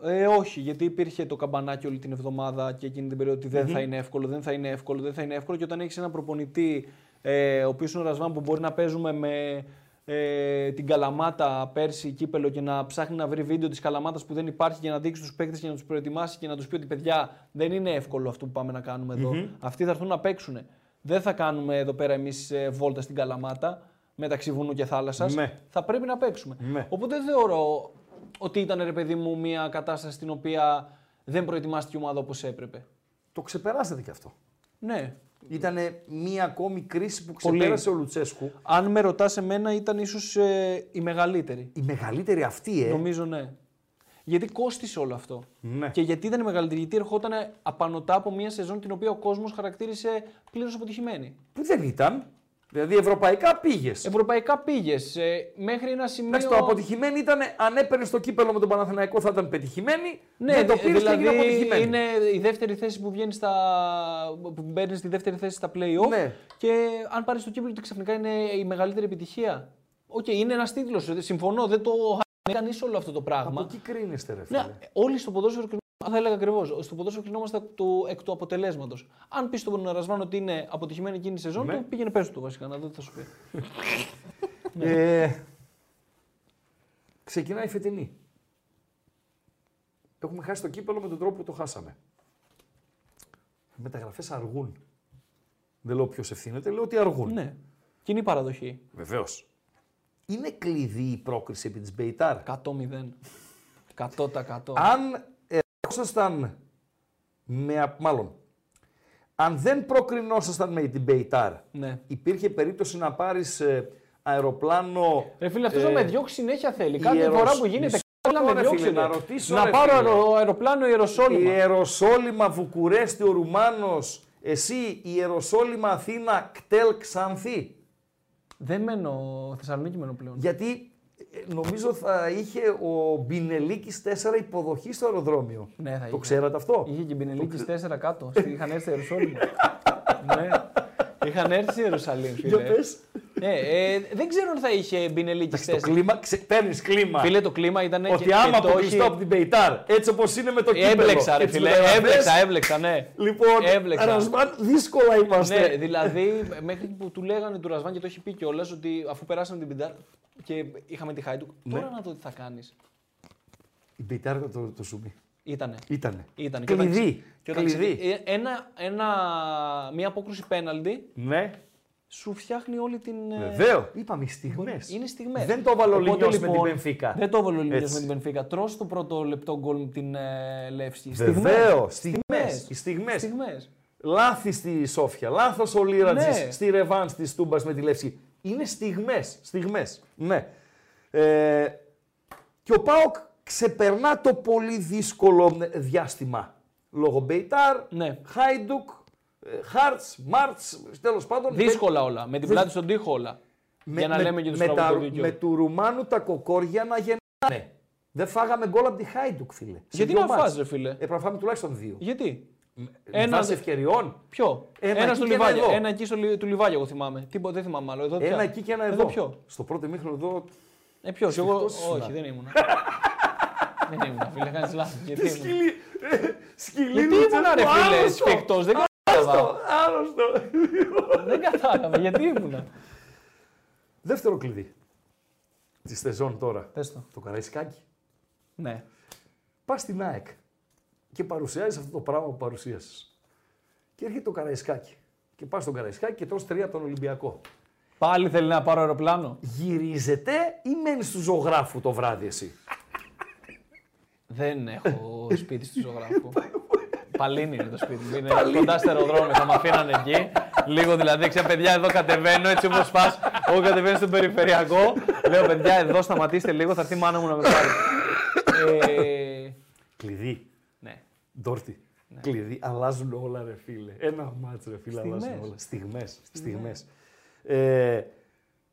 Ε, όχι, γιατί υπήρχε το καμπανάκι όλη την εβδομάδα και εκείνη την περίοδο ότι δεν θα είναι εύκολο, δεν θα είναι εύκολο, δεν θα είναι εύκολο. Και όταν έχεις ένα προπονητή, ε, ο οποίος είναι ο Ρασβάν, που μπορεί να παίζουμε με ε, την Καλαμάτα πέρσι κύπελο και να ψάχνει να βρει βίντεο της Καλαμάτας που δεν υπάρχει και να δείξει στου παίκτες και να τους προετοιμάσει και να τους πει ότι παιδιά δεν είναι εύκολο αυτό που πάμε να κάνουμε εδώ. Αυτοί θα έρθουν να παίξουν. Δεν θα κάνουμε εδώ πέρα εμείς βόλτα στην Καλαμάτα μεταξύ βουνού και θάλασσας. Ναι. Θα πρέπει να παίξουμε. Ναι. Οπότε δεν θεωρώ ότι ήταν ρε παιδί μου μια κατάσταση στην οποία δεν προετοιμάστηκε η ομάδα όπως έπρεπε. Το ξεπεράσατε κι αυτό. Ναι. Ήταν μία ακόμη κρίση που Πολύ. ξεπέρασε ο Λουτσέσκου. Αν με ρωτάς εμένα, ήταν ίσως η μεγαλύτερη. Η μεγαλύτερη αυτή, ε. Νομίζω ναι. Γιατί κόστησε όλο αυτό. Ναι. Και γιατί ήταν η μεγαλύτερη, γιατί ερχόταν απανοτά από μια σεζόν την οποία ο κόσμος χαρακτήρισε πλήρως αποτυχημένη. Που δεν ήταν. Δηλαδή, ευρωπαϊκά πήγες. Ευρωπαϊκά πήγες μέχρι ένα σημείο. Εντάξει, το αποτυχημένη ήταν αν έπαιρνε το κύπελο με τον Παναθηναϊκό θα ήταν πετυχημένη. Ναι, δεν το δη- πήρε δηλαδή και έγινε αποτυχημένη. είναι η δεύτερη θέση που βγαίνει στα. που μπαίνεις στη δεύτερη θέση στα play-off. Ναι. Και αν πάρεις το κύπελο, ξαφνικά είναι η μεγαλύτερη επιτυχία. Οκ, είναι ένας τίτλος. Συμφωνώ, δεν το κάνει κανεί όλο αυτό το Από πράγμα. εκεί κρίνεστε, ρε φίλε. Ναι, όλοι στο ποδόσφαιρο κρινόμαστε. Θα έλεγα ακριβώς. Στο ποδόσφαιρο κρινόμαστε εκ του, εκ του αποτελέσματος. Αν πεις στον Ρασβάν ότι είναι αποτυχημένη εκείνη η σεζόν, Ναι. του πήγαινε πες του βασικά να δω τι θα σου πει. ναι. Ε, ξεκινάει η φετινή. Έχουμε χάσει το κύπελο με τον τρόπο που το χάσαμε. Οι μεταγραφές αργούν. Δεν λέω ποιος ευθύνεται, λέω ότι αργούν. ναι. Κοινή παραδοχή. Βεβαίως. Είναι κλειδί η πρόκριση επί της Μπεϊτάρ. 100-0. 100%. Αν ε, ερχόσασταν με. α- Μάλλον. Αν δεν προκρινόσασταν με την Μπεϊτάρ, Ναι. υπήρχε περίπτωση να πάρεις αεροπλάνο. Ρε φίλε, αυτός ε, να με διώξει συνέχεια θέλει. Κάθε Ιεροσ- φορά που γίνεται Μισό κάτι να με λεπτό, ρε διώξει. ρε. φίλε, να ρωτήσω, να ρε πάρω φίλε. αερο- αεροπλάνο Ιεροσόλυμα. ε, Ιεροσόλυμα, Βουκουρέστι, ο Ρουμάνος, εσύ, Ιεροσόλυμα, Αθήνα, Κτέλ, Ξανθή. Δεν μένω Θεσσαλονίκη μένω πλέον. Γιατί ε, νομίζω θα είχε ο Μπινελίκης 4 υποδοχή στο αεροδρόμιο. Ναι, θα το είχε. ξέρατε αυτό. Είχε και Μπινελίκης 4 κάτω. στη- Είχαν έρθει Ιερουσαλήμ. ναι. Είχαν έρθει Ιερουσαλήμ, Για φίλε. πες. ναι, ε, δεν ξέρω αν θα είχε Μπινελίκης 4. Το κλίμα, ξε... παίρνεις κλίμα. Φίλε, το κλίμα ήταν. ότι άμα αποκλειστώ από την Πεϊτάρ, έτσι όπως είναι με το κύπελο. Έμπλεξα, και ρε τις φίλε. μεταγραφές, Έμπλεξα, έμπλεξα, ναι. Λοιπόν, Έμπλεξα. Ρασμάν, δύσκολα είμαστε. Ναι, δηλαδή μέχρι που του λέγανε του Ρασβάν και το έχει πει κιόλας ότι αφού περάσαμε την Πιντάρ και είχαμε τη Χάιντουκ. Ναι. Τώρα να δω τι θα κάνεις. Η Πεϊτάρ το, το, το σουμί. Ήτανε. Ήτανε. Ήτανε. Και όταν Κλειδί. ξε- και όταν Κλειδί. ξε- ε, Ένα, ένα, μία απόκρουση πέναλτι Ναι, σου φτιάχνει όλη την. ε, βεβαίως. Είπαμε οι στιγμές. Είναι στιγμές. Δεν το έβαλε ο Λινιός με την Μπενφίκα. Δεν το έβαλε ο Λινιός Έτσι. με την Πενφύκα. Τρώ το πρώτο λεπτό γκολ με την ε, Λεύση. Βεβαίως. Στιγμές. Στιγμές. Οι στιγμές. Στιγμές. Λάθη στη Σόφια, λάθος ο Λίρατζης Ναι. στη ρεβάν της Τούμπας με τη Λεύση. Είναι στιγμές. Στιγμές. Ναι. Ε, και ο Πάοκ ξεπερνά το πολύ δύσκολο ε, διάστημα. Λόγω Μπεϊτάρ, Ναι. Χάιντουκ, ε, Χάρτ, Μάρτ, τέλος πάντων. Δύσκολα όλα. Με την πλάτη στον τοίχο όλα. με, Για να με- λέμε και τους με, τα- το δίκιο. με του Ρουμάνου τα κοκόρια να γεννάνε. Ναι. Δεν φάγαμε γκολ από τη Χάιντουκ, φίλε. Σε Γιατί δύο να μάτς. φας, ρε φίλε. Ε, πρέπει να φάμε τουλάχιστον δύο. Γιατί. Ένα... Ένα- Βάσει ευκαιριών. Ποιο. Ένα Ένας, εκεί στο και ένα Λιβάγια. εδώ. Ένα, εκεί στο Λι- του Λιβάγια, εγώ θυμάμαι. Τίποτα δεν θυμάμαι άλλο. Εδώ Ένα ποια. εκεί και ένα εδώ. Εδώ Ε, ποιο. Στο πρώτο μήχρονο εδώ. Ε, ποιος, εγώ. Σφιχτός ήσουν. Όχι, δεν ήμουν. δεν ήμουν, φίλε, κάνεις λάθος. Γιατί ήμουν. Σκυλί. ε, Σκυλί. Γιατί ήμουν, Ε, ρε φίλε, σφιχτός, δεν κατάλαβα. Άρρωστο. δεν κατάλαβα, γιατί ήμουν. Δεύτερο κλειδί. Της σεζόν τώρα. Πες το. Το καραϊσκάκι. Ναι. Πας στην ΑΕΚ και παρουσιάζεις αυτό το πράγμα που παρουσίασες. Και έρχεται το καραϊσκάκι. Και πας στον καραϊσκάκι και τρως τρία από τον Ολυμπιακό. Πάλι θέλει να πάρω αεροπλάνο. Γυρίζεται ή μένεις του ζωγράφου το βράδυ εσύ. Δεν έχω σπίτι στη ζωγράφου. Παλίνι είναι το σπίτι μου. Είναι κοντά στο αεροδρόμιο. Θα με αφήνανε εκεί. Λίγο δηλαδή, ξέρω, παιδιά, εδώ κατεβαίνω έτσι όπως πας. Εγώ κατεβαίνω στον περιφερειακό. Λέω, παιδιά, εδώ σταματήστε λίγο. Θα έρθει η μάνα μου να με πάρει. Ε, Κλειδί. ναι. Ντόρτι. Κλειδί. Αλλάζουν όλα, ρε φίλε. Ένα μάτσο, ρε φίλε. Αλλάζουν όλα. Στιγμές. Ναι. Στιγμές. Ε,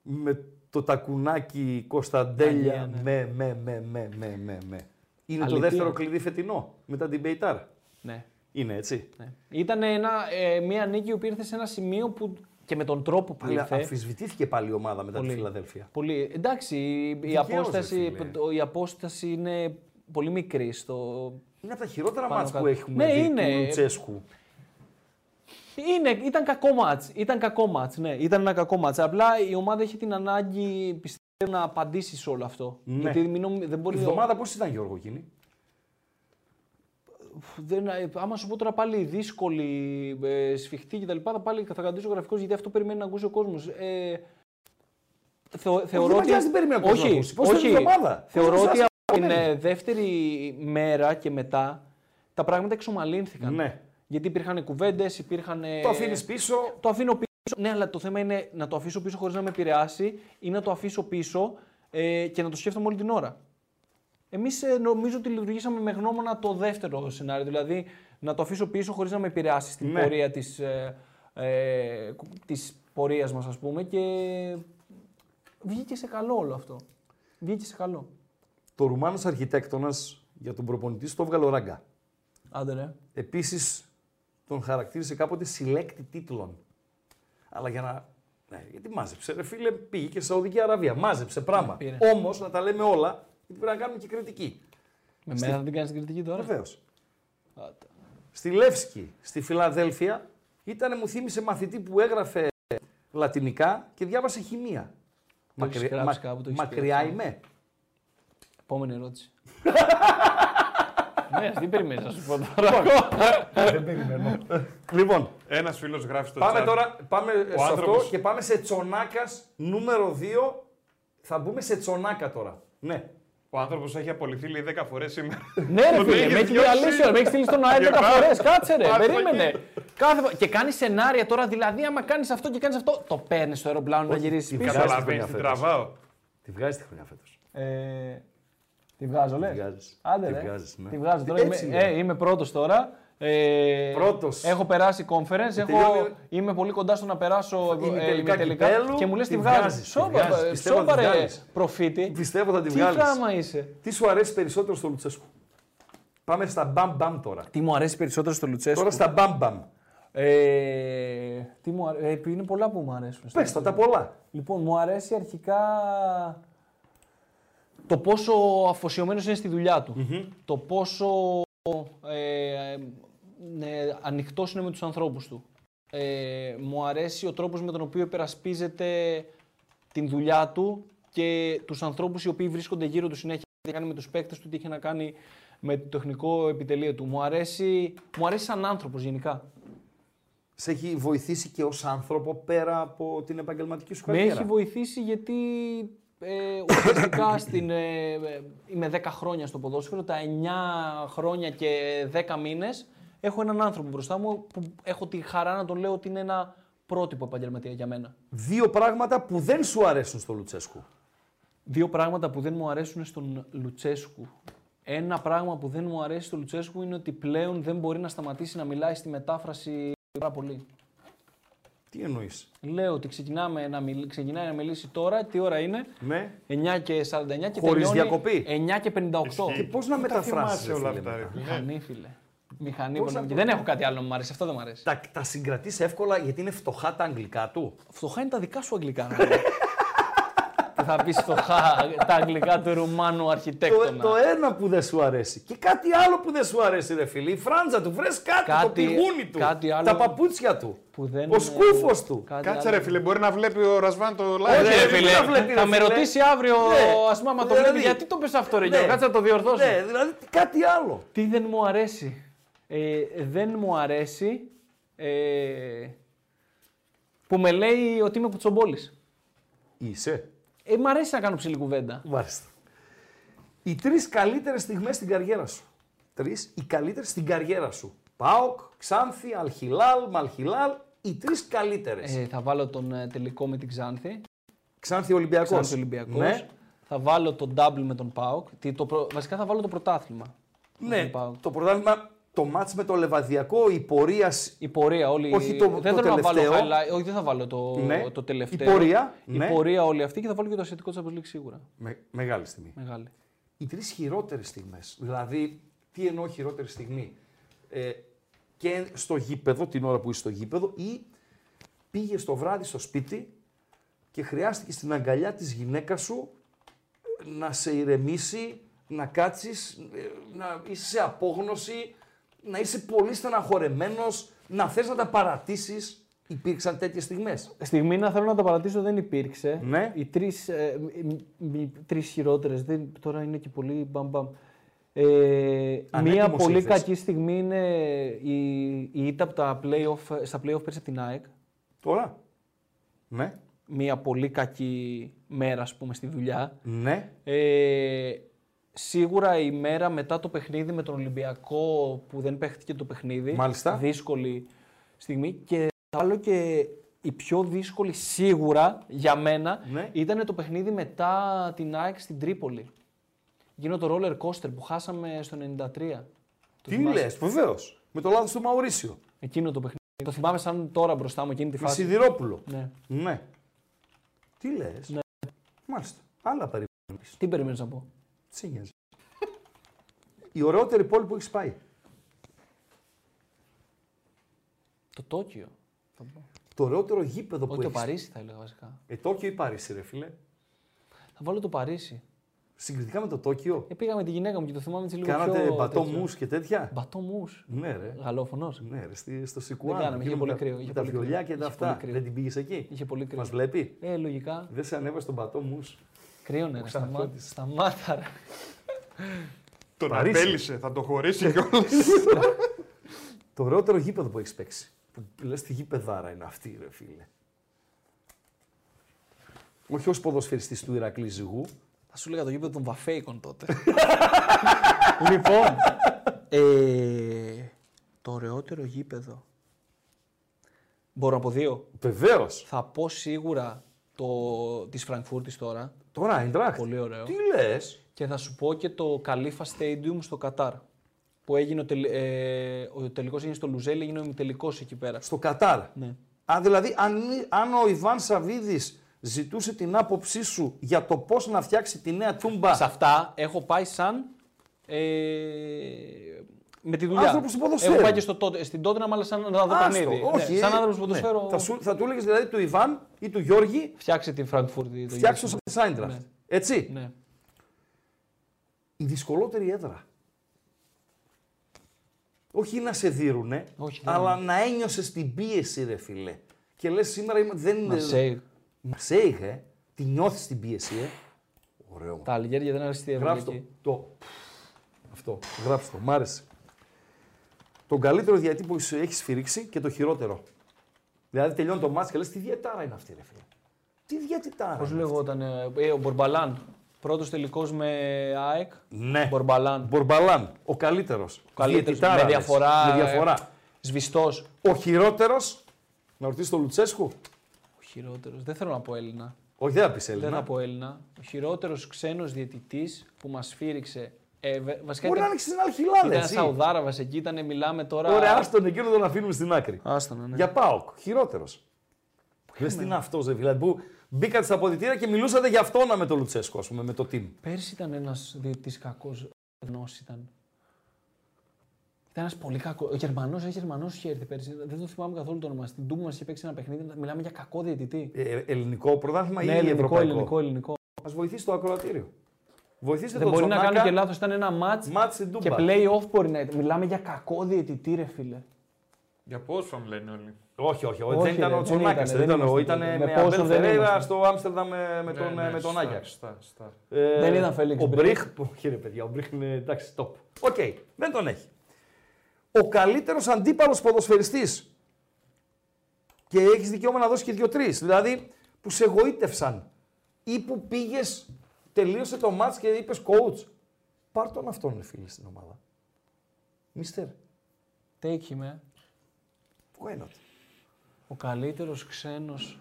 με το τακουνάκι Κωνσταντέλια. Με, με, με, με, με, με, με. Είναι το ναι. Αλήθεια. δεύτερο κλειδί φετινό. Μετά την Μπεϊτάρ. ναι. Είναι έτσι. Ήταν ένα, ε, μια νίκη που ήρθε σε ένα σημείο που και με τον τρόπο που Αλλά ήρθε. αμφισβητήθηκε πάλι η ομάδα μετά τη Φιλαδέλφια. Πολύ. Εντάξει, η- η, Δικαίως, ρε απόσταση, φίλε. το- η απόσταση είναι πολύ μικρή στο. Είναι από τα χειρότερα Πάνω μάτς που κάτω. έχουμε Ναι, δει είναι. του Λουτσέσκου. Είναι, ήταν κακό μάτς, ήταν κακό μάτς, ναι, ήταν ένα κακό μάτς. Απλά η ομάδα έχει την ανάγκη, πιστεύω, να απαντήσει σε όλο αυτό. Ναι. Γιατί μην νομι- δεν Η μπορεί... εβδομάδα πώς ήταν Γιώργο εκείνη. Δεν, ε, άμα σου πω τώρα πάλι δύσκολη, ε, σφιχτή κτλ. Θα πάλι θα κρατήσω γραφικός γιατί αυτό περιμένει να ακούσει ο κόσμος. Ε, θεω, θεωρώ δεν ότι... μαγιάζει, δεν περιμένει ο κόσμος να όχι, ακούσει. Πώς θέλει η εβδομάδα. Θεωρώ Πώς ότι σας από την ε, δεύτερη μέρα και μετά τα πράγματα εξομαλύνθηκαν. Ναι. Γιατί υπήρχαν κουβέντες, υπήρχαν. Το αφήνεις πίσω. Το αφήνω πίσω. Ναι, αλλά το θέμα είναι να το αφήσω πίσω χωρίς να με επηρεάσει ή να το αφήσω πίσω ε, και να το σκέφτομαι όλη την ώρα. Εμείς νομίζω ότι λειτουργήσαμε με γνώμονα το δεύτερο σενάριο. Δηλαδή να το αφήσω πίσω χωρίς να με επηρεάσει στην Ναι. πορεία της ε, ε, κου- της πορείας μας, ας πούμε. Και βγήκε σε καλό όλο αυτό. Βγήκε σε καλό. Το Ρουμάνος αρχιτέκτονας για τον προπονητή στο έβγαλε ο Ράγκα. Άντε ρε. Επίσης τον χαρακτήρισε κάποτε συλλέκτη τίτλων. Αλλά για να... Ναι, γιατί μάζεψε, ρε φίλε, πήγε και Σαουδική Αραβία. Μάζεψε πράγμα. Ναι, πήρε. Όμως, να τα λέμε όλα, γιατί πρέπει να κάνουμε και κριτική. Με μένα δεν κάνει την κριτική τώρα. Βεβαίως. Στη Λεύσκη, στη Φιλαδέλφια, ήταν, μου θύμισε μαθητή που έγραφε λατινικά και διάβασε χημεία. Το έχεις γράψει κάπου, το έχεις πει ναι. μακριά αυτό. είμαι. Επόμενη ερώτηση. ναι, τι περιμένεις να σου πω τώρα. Λοιπόν, Ένας φίλος γράφει στο πάμε chat. τώρα πάμε σε αυτό άνθρωπος- και πάμε σε τσονάκας νούμερο 2. Θα μπούμε σε τσονάκα τώρα. Ναι. Ο άνθρωπος έχει απολυθεί λέει 10 φορές σήμερα. ναι, ρε Τον φίλε, έχει με έχει διώξει. διαλύσει ώρα, με έχει στείλει στον αέρα 10 Γεμάτο. φορές. Κάτσε ρε, Πάρ' το περίμενε. Κάθε... φο- Και κάνει σενάρια τώρα, δηλαδή, άμα κάνεις αυτό και κάνεις αυτό, το παίρνεις στο αεροπλάνο να γυρίσεις τη πίσω. βγάζεις Καταλαβαίνεις χρονιά τι φέτος. τραβάω. Τη βγάζεις τη χρονιά φέτος. Ε, τη βγάζω, λες. βγάζεις. Άντε, Τη ρε. βγάζεις, ναι. Τη βγάζω τώρα. Είμαι, Έτσι είναι. ε, είμαι πρώτος τώρα. Ε, Πρώτος. Έχω περάσει conference. Έχω, τελειώνει- είμαι πολύ κοντά στο να περάσω ε, Ημιτελικά ημιτελικά. κυπέλου, και μου λες τη τη βγάζεις. βγάζεις, τη βγάζεις. Πιστεύω να τη Σόπαρε, βγάλεις. προφήτη. Πιστεύω θα τη Τι βγάλεις. γάμα είσαι. Τι σου αρέσει περισσότερο στο Λουτσέσκου. Πάμε στα μπαμ μπαμ τώρα. Τι μου αρέσει περισσότερο στο Λουτσέσκου. Τώρα στα μπαμ μπαμ. Ε, τι μου αρέ... ε, είναι πολλά που μου αρέσουν. Πε τα, τα πολλά. Λοιπόν, μου αρέσει αρχικά το πόσο αφοσιωμένος είναι στη δουλειά του. Το πόσο ε, ναι, ανοιχτός είναι με τους ανθρώπους του. Ε, μου αρέσει ο τρόπος με τον οποίο υπερασπίζεται την δουλειά του και τους ανθρώπους οι οποίοι βρίσκονται γύρω του συνέχεια. Τι έχει να κάνει με τους παίκτες του, τι έχει να κάνει με το τεχνικό επιτελείο του. Μου αρέσει, μου αρέσει σαν άνθρωπος γενικά. Σε έχει βοηθήσει και ως άνθρωπο πέρα από την επαγγελματική σου Με καριέρα. έχει βοηθήσει γιατί ε, ουσιαστικά στην, ε, ε, είμαι 10 χρόνια στο ποδόσφαιρο, τα 9 χρόνια και 10 μήνες έχω έναν άνθρωπο μπροστά μου που έχω τη χαρά να τον λέω ότι είναι ένα πρότυπο επαγγελματία για μένα. Δύο πράγματα που δεν σου αρέσουν στο Λουτσέσκου. Δύο πράγματα που δεν μου αρέσουν στον Λουτσέσκου. Ένα πράγμα που δεν μου αρέσει στο Λουτσέσκου είναι ότι πλέον δεν μπορεί να σταματήσει να μιλάει στη μετάφραση πάρα πολύ. Τι εννοείς. Λέω ότι ξεκινάμε να μιλ... ξεκινάει να μιλήσει τώρα, τι ώρα είναι, Ναι. 9 και 49 και Χωρίς τελειώνει διακοπή. 9 και 58. Και Ναι. πώς να μεταφράσεις Θυμάσαι όλα αυτά. ρε φίλε. Μηχανή, φίλε. Μηχανή, μπορεί να- Δεν έχω κάτι άλλο να μου αρέσει. Αυτό δεν μου αρέσει. Τα, τα συγκρατείς εύκολα γιατί είναι φτωχά τα αγγλικά του. Φτωχά είναι τα δικά σου αγγλικά. ρε. Τι θα πεις φτωχά τα αγγλικά του Ρουμάνου Το, αρχιτέκτονα. το ένα που δεν σου αρέσει. Και κάτι άλλο που δεν σου αρέσει, ρε φίλε. Η φράντζα του, βρες κάτι, το Κάτι- πηγούνι του. κάτι άλλο Τα παπούτσια του. που δεν Ο είναι- σκούφος του. Κάτι Κάτσε άλλο. Ναι, ρε φίλε, μπορεί να βλέπει ο Ρασβάν το live. Όχι, Ε, ρε Ε, δεν φίλε, το βλέπει, ρε θα με φίλε. ρωτήσει αύριο Ναι. ο Ασμάμα το Δηλαδή- βλέπει. Γιατί το πες αυτό, ρε Γιώργο, Ναι. κάτσε να το διορθώσω. Ναι, δηλαδή κάτι άλλο. Τι δεν μου αρέσει. Ε, δεν μου αρέσει ε, που με λέει ότι είμαι κουτσομπόλης. Είσαι. Ε, μ' αρέσει να κάνω ψηλή κουβέντα. Μάλιστα. Οι τρεις καλύτερες στιγμές στην καριέρα σου. Τρεις, οι καλύτερες στην καριέρα σου. Πάοκ, Ξάνθη, Αλχιλάλ, Μαλχιλάλ. Οι τρεις καλύτερες. Ε, θα βάλω τον ε, τελικό με την Ξάνθη. Ξάνθη Ολυμπιακός. Ξάνθη Ολυμπιακός. Ναι, Θα βάλω τον double με τον Πάοκ. Τι- Το προ... Βασικά θα βάλω το πρωτάθλημα. ναι. ΠΑΟΚ. το πρωτάθλημα, το μάτς με το Λεβαδιακό, η πορεία. σ- Η πορεία όλη. Όχι το- δεν το θέλω να βάλω τελευταίο. highlight. Όχι, δεν θα βάλω το, Ναι. το τελευταίο. Η πορεία, Η ναι. πορεία όλη αυτή και θα βάλω και το ασιατικό τη League σίγουρα. Με, μεγάλη στιγμή. Μεγάλη. οι τρεις χειρότερες στιγμές. Δηλαδή, τι εννοώ χειρότερη στιγμή. Ε, και στο γήπεδο, την ώρα που είσαι στο γήπεδο, ή πήγες το βράδυ στο σπίτι και χρειάστηκε στην αγκαλιά της γυναίκα σου ε, να σε ηρεμήσει, να κάτσεις, ε, να είσαι σε απόγνωση, να είσαι πολύ στεναχωρεμένος, να θες να τα παρατήσεις. Υπήρξαν τέτοιες στιγμές. Στιγμή να θέλω να τα παρατήσω δεν υπήρξε. Ναι. Οι τρεις ε, μ- μ- τρεις χειρότερες. Τώρα είναι και πολύ μπαμ μπαμ. Ε, μία Ανέτοιμος πολύ ήρθες. κακή στιγμή είναι η, η ήττα από τα play-off, στα play-off πέρσι από την ΑΕΚ. Τώρα. Ναι. Μία πολύ κακή μέρα, ας πούμε, στη δουλειά. Ναι. Ε, σίγουρα η μέρα μετά το παιχνίδι με τον Ολυμπιακό που δεν παίχτηκε το παιχνίδι. Μάλιστα. Δύσκολη στιγμή. Και θα βάλω και η πιο δύσκολη σίγουρα για μένα Ναι. ήταν το παιχνίδι μετά την ΑΕΚ στην Τρίπολη. Γίνω το roller coaster που χάσαμε στο 93. Το Τι θυμάσαι? λες, βεβαίως. Με το λάθος του Μαουρίσιο. Εκείνο το παιχνίδι. Το θυμάμαι σαν τώρα μπροστά μου εκείνη τη Με φάση. Σιδηρόπουλο. Ναι. Ναι. Τι λες. Ναι. Μάλιστα. Άλλα περίπου. Τι περιμένεις να πω. Τι νοιάζει. Η ωραιότερη πόλη που έχεις πάει. Το Τόκιο. Το ωραιότερο γήπεδο που Όχι το έχεις. Παρίσι θα έλεγα βασικά. Ε, Τόκιο ή Παρίσι, ρε φίλε. Θα βάλω το Παρίσι. Συγκριτικά με το Τόκιο. Ε, πήγα με τη γυναίκα μου και το θυμάμαι έτσι λίγο Κάνατε πιο... μπατό τέτοιο. μους και τέτοια. Μπατό μους. Ναι, ρε. Γαλλόφωνος. Ναι, ρε, στη- στο Σικουάν. Δεν κάναμε, είχε Εκεί με πολύ τα- κρύο, Με είχε τα πολύ κρύο. βιολιά και τα Είχε αυτά. πολύ κρύο. Δεν την πήγες εκεί. Είχε πολύ κρύο. Μας βλέπει. Ε, λογικά. Δεν σε ανέβασε τον πατό μους. Κρύωνε. ρε, ξαναχτύπησε. σταμά- Σταμάτα. ρε. Τον Παρίσι. απέλησε, θα το χωρίσει κιόλας. Το ωραιότερο γήπεδο που έχεις παίξει. Που λες τη γήπεδάρα είναι αυτή, ρε φίλε. Όχι ως ποδοσφαιριστής του Ηρακλή Ζυγού. Θα σου λέγα το γήπεδο των Βαφέικων τότε. λοιπόν. ε, το ωραιότερο γήπεδο. Μπορώ από δύο. Βεβαίως. Θα πω σίγουρα το της Φραγκφούρτης τώρα. Τώρα, Αϊντράχτ. Πολύ ωραίο. Τι λες. Και θα σου πω και το Καλίφα Stadium στο Κατάρ. Που έγινε ο, τελ, ε, ο τελικός έγινε στο Λουζέλη, έγινε ο ημιτελικός εκεί πέρα. Στο Κατάρ. Ναι. Α, δηλαδή, αν, αν ο Ιβάν Σαββίδη ζητούσε την άποψή σου για το πώς να φτιάξει τη νέα τούμπα. Σε αυτά έχω πάει σαν. Ε, με τη δουλειά. Άνθρωπος του ποδοσφαίρου. Έχω πάει και στο, τότε- στην τότε αλλά σαν να δω Άστο, παιχνίδι. όχι. Ναι, σαν άνθρωπος του Ναι. ποδοσφαίρου. Θα, σου, θα του έλεγες δηλαδή του Ιβάν ή του Γιώργη, Φτιάξε τη Φραγκφούρτη. το φτιάξω γύρισμα. σαν Αϊντράχτ. Ναι. Έτσι. Ναι. Η δυσκολότερη έδρα. Όχι να σε δίνουνε, Όχι, ναι, δεν αλλά να ένιωσες την πίεση, ρε φιλέ. Και λες σήμερα είμαι- δεν είναι. Μαρσέη. Μαρσέιγ, ε. Τη νιώθεις την πίεση, ε. Ωραίο. Τα Αλγέρια δεν αρέσει τη Γράψτε το. Ευρωπαϊκή. το. Αυτό. Γράψτε το. Μ' άρεσε. Τον καλύτερο διαιτή που έχει σφυρίξει και το χειρότερο. Δηλαδή τελειώνει το μάτς και λες τι διαιτάρα είναι αυτή, ρε φίλε. Τι διαιτητάρα. Πώς είναι λεγόταν. ε, Ε, ο Μπορμπαλάν. Πρώτος τελικός με ΑΕΚ. αυτή. Ναι. Μπορμπαλάν. Μπορμπαλάν. Ο καλύτερος. Καλύτερος, Διαιτητάρα, με λες. διαφορά. ε, Με διαφορά. Σβηστός. Ο χειρότερος. Να ρωτήσεις τον Λουτσέσκου. Ο χειρότερος. Δεν θέλω να πω Έλληνα. Όχι, δεν θα πεις Δεν Έλληνα. θα πω Έλληνα. Ο χειρότερος ξένος διαιτητής που μας φύριξε. Ε, βε- βασικά Μπορεί να ήταν- ανοίξει την Αλχιλάδα, Ήταν έτσι. Σαουδάραβας εκεί, ήταν, μιλάμε τώρα. Ωραία, άστον εκείνο τον αφήνουμε στην άκρη. Άστονα, ναι. Για ΠΑΟΚ, χειρότερος. Λε τι είναι αυτός, ρε φίλε. Που μπήκατε στα αποδητήρια και μιλούσατε για αυτό να με το Λουτσέσκο, ας πούμε, με το team. Πέρσι ήταν ένας διαιτητή κακό. Ενό ήταν. Ήταν ένας πολύ κακός. Ο Γερμανός, ένα Γερμανός είχε έρθει πέρσι. Δεν το θυμάμαι καθόλου το όνομα. Στην Τούμπα μα είχε παίξει ένα παιχνίδι. Μιλάμε για κακό διαιτητή. Ναι, Ε, ελληνικό πρωτάθλημα ή ελληνικό, ευρωπαϊκό. ελληνικό, ελληνικό. Α βοηθήσει το ακροατήριο. Βοηθήστε Δεν τον μπορεί να Τζονάκα. κάνει και λάθος. Ήταν ένα μάτ Μάτς στην Τούμπα. και play-off μπορεί να ήταν. Μιλάμε για κακό διαιτητή, ρε φίλε. Για πόσο μου λένε όλοι. Όχι, όχι, όχι, Όχι, δεν ήταν ρε, ο δεν Τσονάκας. ήτανε, Δεν δεν ήταν ο. ήμασταν Ήταν τότε. με Με τον πόσο δεν Φεραίρα ήμασταν. στο Άμστερνταμ με, με τον, Ναι, ναι, με τον στα- Άγιαξ. στα- στα. Ε, Δεν ήταν Φέλιξ Ο Μπριχ. Μπριχ. Όχι, ρε παιδιά, ο Μπριχ είναι εντάξει, top. Οκ, δεν τον έχει. Ο καλύτερος αντίπαλος ποδοσφαιριστής. Και έχεις δικαίωμα να δώσεις και δύο-τρει. Δηλαδή που σε εγωίτευσαν ή που πήγες, τελείωσε το μάτς και είπες coach. Πάρ τον αυτόν, ρε φίλε, στην ομάδα. Μίστερ, Take him, ε. why not. Ο καλύτερος ξένος...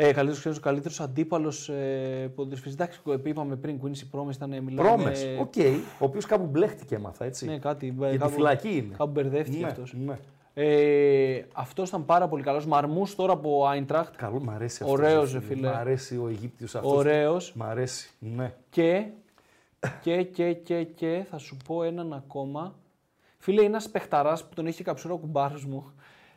Ε, καλύτερος ξένος, ο καλύτερος αντίπαλος ε, ποδοσφαιριστής. Εντάξει, είπαμε πριν, Quincy Promes ήταν, ε, μιλάμε... Πρόμες, οκ, ο οποίος κάπου μπλέχτηκε, έμαθα, έτσι. Ναι, κάτι. Για τη φυλακή είναι. Κάπου μπερδεύτηκε Ναι, αυτός. ναι. Ε, αυτός ήταν πάρα πολύ καλός. Μαρμούς τώρα από Άιντραχτ. Καλό, μ' αρέσει αυτός. Ωραίος, ρε φίλε. Μ' αρέσει ο Αιγύπτιος αυτός. Ωραίος. Μ' αρέσει, ναι. Και, και, και, και, και, θα σου πω έναν ακόμα. Φίλε, είναι ένας παιχταράς που τον έχει καψούρα ο κουμπάρος μου.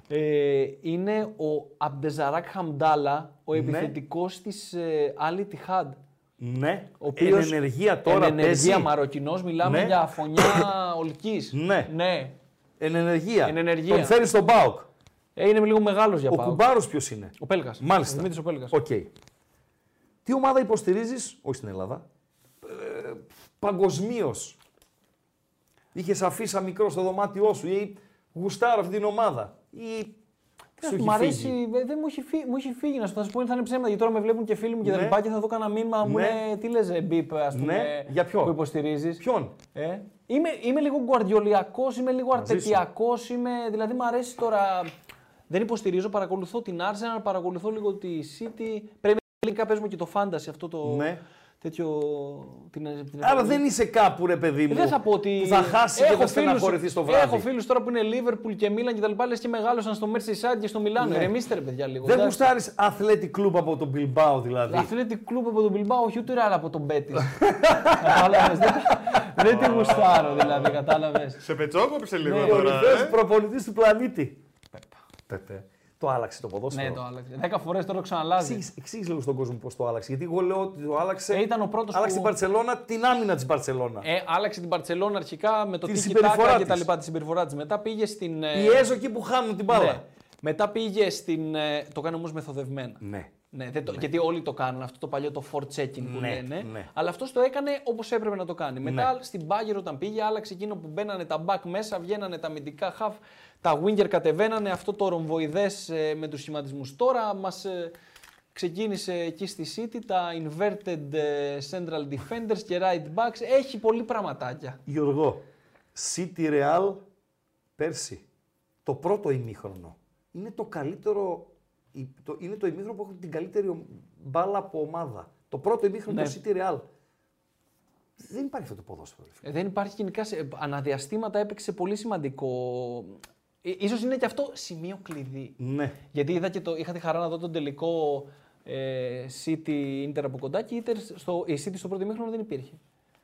Ε, είναι ο Αμπτεζαράκ Χαμντάλα, ο επιθετικό της ε, τη Άλλη Τιχάντ. Ναι, Ο οποίος Ε, εν ενεργεία τώρα εν ενεργεία παίζει. Μαροκινός, μιλάμε Ναι. για αφωνιά ολκής. Ναι. ναι. Εν ενεργεία. Εν ενεργεία. Τον φέρεις στον ΠΑΟΚ. Ε, είναι λίγο μεγάλος για Ο πάω. κουμπάρος ποιος είναι. Ο Πέλγας. Μάλιστα. Ο Δημήτρης ο Πέλγας. Οκ. Τι ομάδα υποστηρίζεις, όχι στην Ελλάδα, ε, παγκοσμίως. Είχες αφήσει σαν μικρό στο δωμάτιό σου ή γουστάρω αυτή την ομάδα. Ή σου Μ' έχει αρέσει, φύγει. ε, δεν μου έχει, φύ, μου έχει φύγει να σου θα σου πω, θα είναι ψέματα. Γιατί τώρα με βλέπουν και φίλοι μου και τα Ναι. λοιπά και θα δω κανένα μήνυμα. Μου Ναι. είναι τι λες, Μπίπ, ας πούμε. Ναι. Για ποιο? Που υποστηρίζεις. Ποιον. Ε. Είμαι, είμαι λίγο γκουαρδιολιακό, είμαι λίγο αρτετιακό. Δηλαδή, μου αρέσει τώρα. Δεν υποστηρίζω, παρακολουθώ την Arsenal, παρακολουθώ λίγο τη City. Πρέπει να παίζουμε και το fantasy αυτό το. Ναι. Τέτοιο. Την, την Άρα δεν είσαι κάπου ρε παιδί μου δεν θα πω ότι. που θα χάσει και Έχω θα φίλους- στεναχωρηθεί το βράδυ. Έχω φίλους τώρα που είναι Liverpool και Μίλαν και τα λοιπά, λες και μεγάλωσαν στο Merseyside και στο Μιλάνο. Ναι. Ρεμίστε ρε παιδιά λίγο. Δεν εντάξει. γουστάρεις αθλέτη κλουμπ από τον Bilbao δηλαδή. Αθλητικ κλουμπ από τον Bilbao, όχι ούτε ράλα από τον Μπέτη. Κατάλαβες. Δεν τη γουστάρω δηλαδή, κατάλαβες. Σε πετσόκοψε λίγο Ναι, Ο τώρα. κορυφαίος ε. προπονητής του πλανήτη. Πέπα. Το άλλαξε το ποδόσφαιρο. Ναι, το άλλαξε. Δέκα φορές τώρα ξαναλάζει. Εξήγησε- Εξήγησε λίγο στον κόσμο πώς το άλλαξε. Γιατί εγώ λέω ότι το άλλαξε. Ε, ήταν ο πρώτος Άλλαξε που- την Παρσελώνα, την άμυνα της Παρσελώνα. Ε, άλλαξε την Παρσελόνα αρχικά με το Τη τίκι συμπεριφορά τάκα και της. τα λοιπά, τη συμπεριφορά της. Μετά πήγε στην. ε, Πιέζω εκεί που χάνουν την μπάλα. ναι. Μετά πήγε στην. ε, Το κάνει όμως μεθοδευμένα. Ναι. Ναι, δεν το, Γιατί όλοι το κάνουν αυτό το παλιό το for checking που Ναι, λένε. ναι. Αλλά αυτός το έκανε όπως έπρεπε να το κάνει. Μετά στην Bagger όταν πήγε, άλλαξε εκείνο που μπαίνανε τα back μέσα, βγαίνανε τα αμυντικά half, τα winger κατεβαίνανε. Αυτό το ρομβοειδέ με τους σχηματισμούς. Τώρα μας ξεκίνησε εκεί στη City τα inverted ε, central defenders και right backs. Έχει πολύ πραγματάκια. Γιώργο, City Real πέρσι. Το πρώτο ημίχρονο. Είναι το καλύτερο. η- Το, είναι το ημίχρονο που έχουν την καλύτερη ο- μπάλα από ομάδα. Το πρώτο ημίχρονο Ναι. του City Real. Δεν υπάρχει αυτό το ποδόσφαιρο. ρε φίλε. Ε, Δεν υπάρχει γενικά. Σε, αναδιαστήματα έπαιξε πολύ σημαντικό. Ε, Ίσως είναι και αυτό σημείο κλειδί. Ναι. Γιατί είδα και το, είχα τη χαρά να δω τον τελικό ε, City Inter από κοντά και η Inter στο, η City στο πρώτο μήχρονο δεν υπήρχε.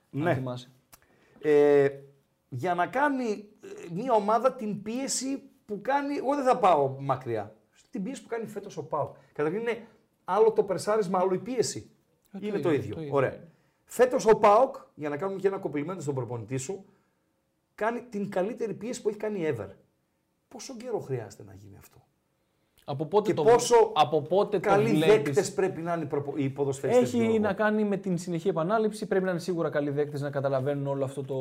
Ναι. Αν θυμάσαι. Ε, για να κάνει ε, μια ομάδα την πίεση που κάνει. Εγώ δεν θα πάω μακριά. Την πίεση που κάνει φέτος ο Πάο. Καταρχήν είναι άλλο το περσάρισμα, άλλο η πίεση. είναι το ίδιο. Ε, το ίδιο Ωραία. είναι. Φέτος ο Πάοκ, για να κάνουμε και ένα κοπλιμέντο στον προπονητή σου, κάνει την καλύτερη πίεση που έχει κάνει ever. Πόσο καιρό χρειάζεται να γίνει αυτό. Από πότε Και το, πόσο από πότε το Καλοί βλέπεις. δέκτες πρέπει να είναι οι προπο- οι ποδοσφαιριστές. Έχει να κάνει με την συνεχή επανάληψη. Πρέπει να είναι σίγουρα καλοί δέκτες να καταλαβαίνουν όλο αυτό το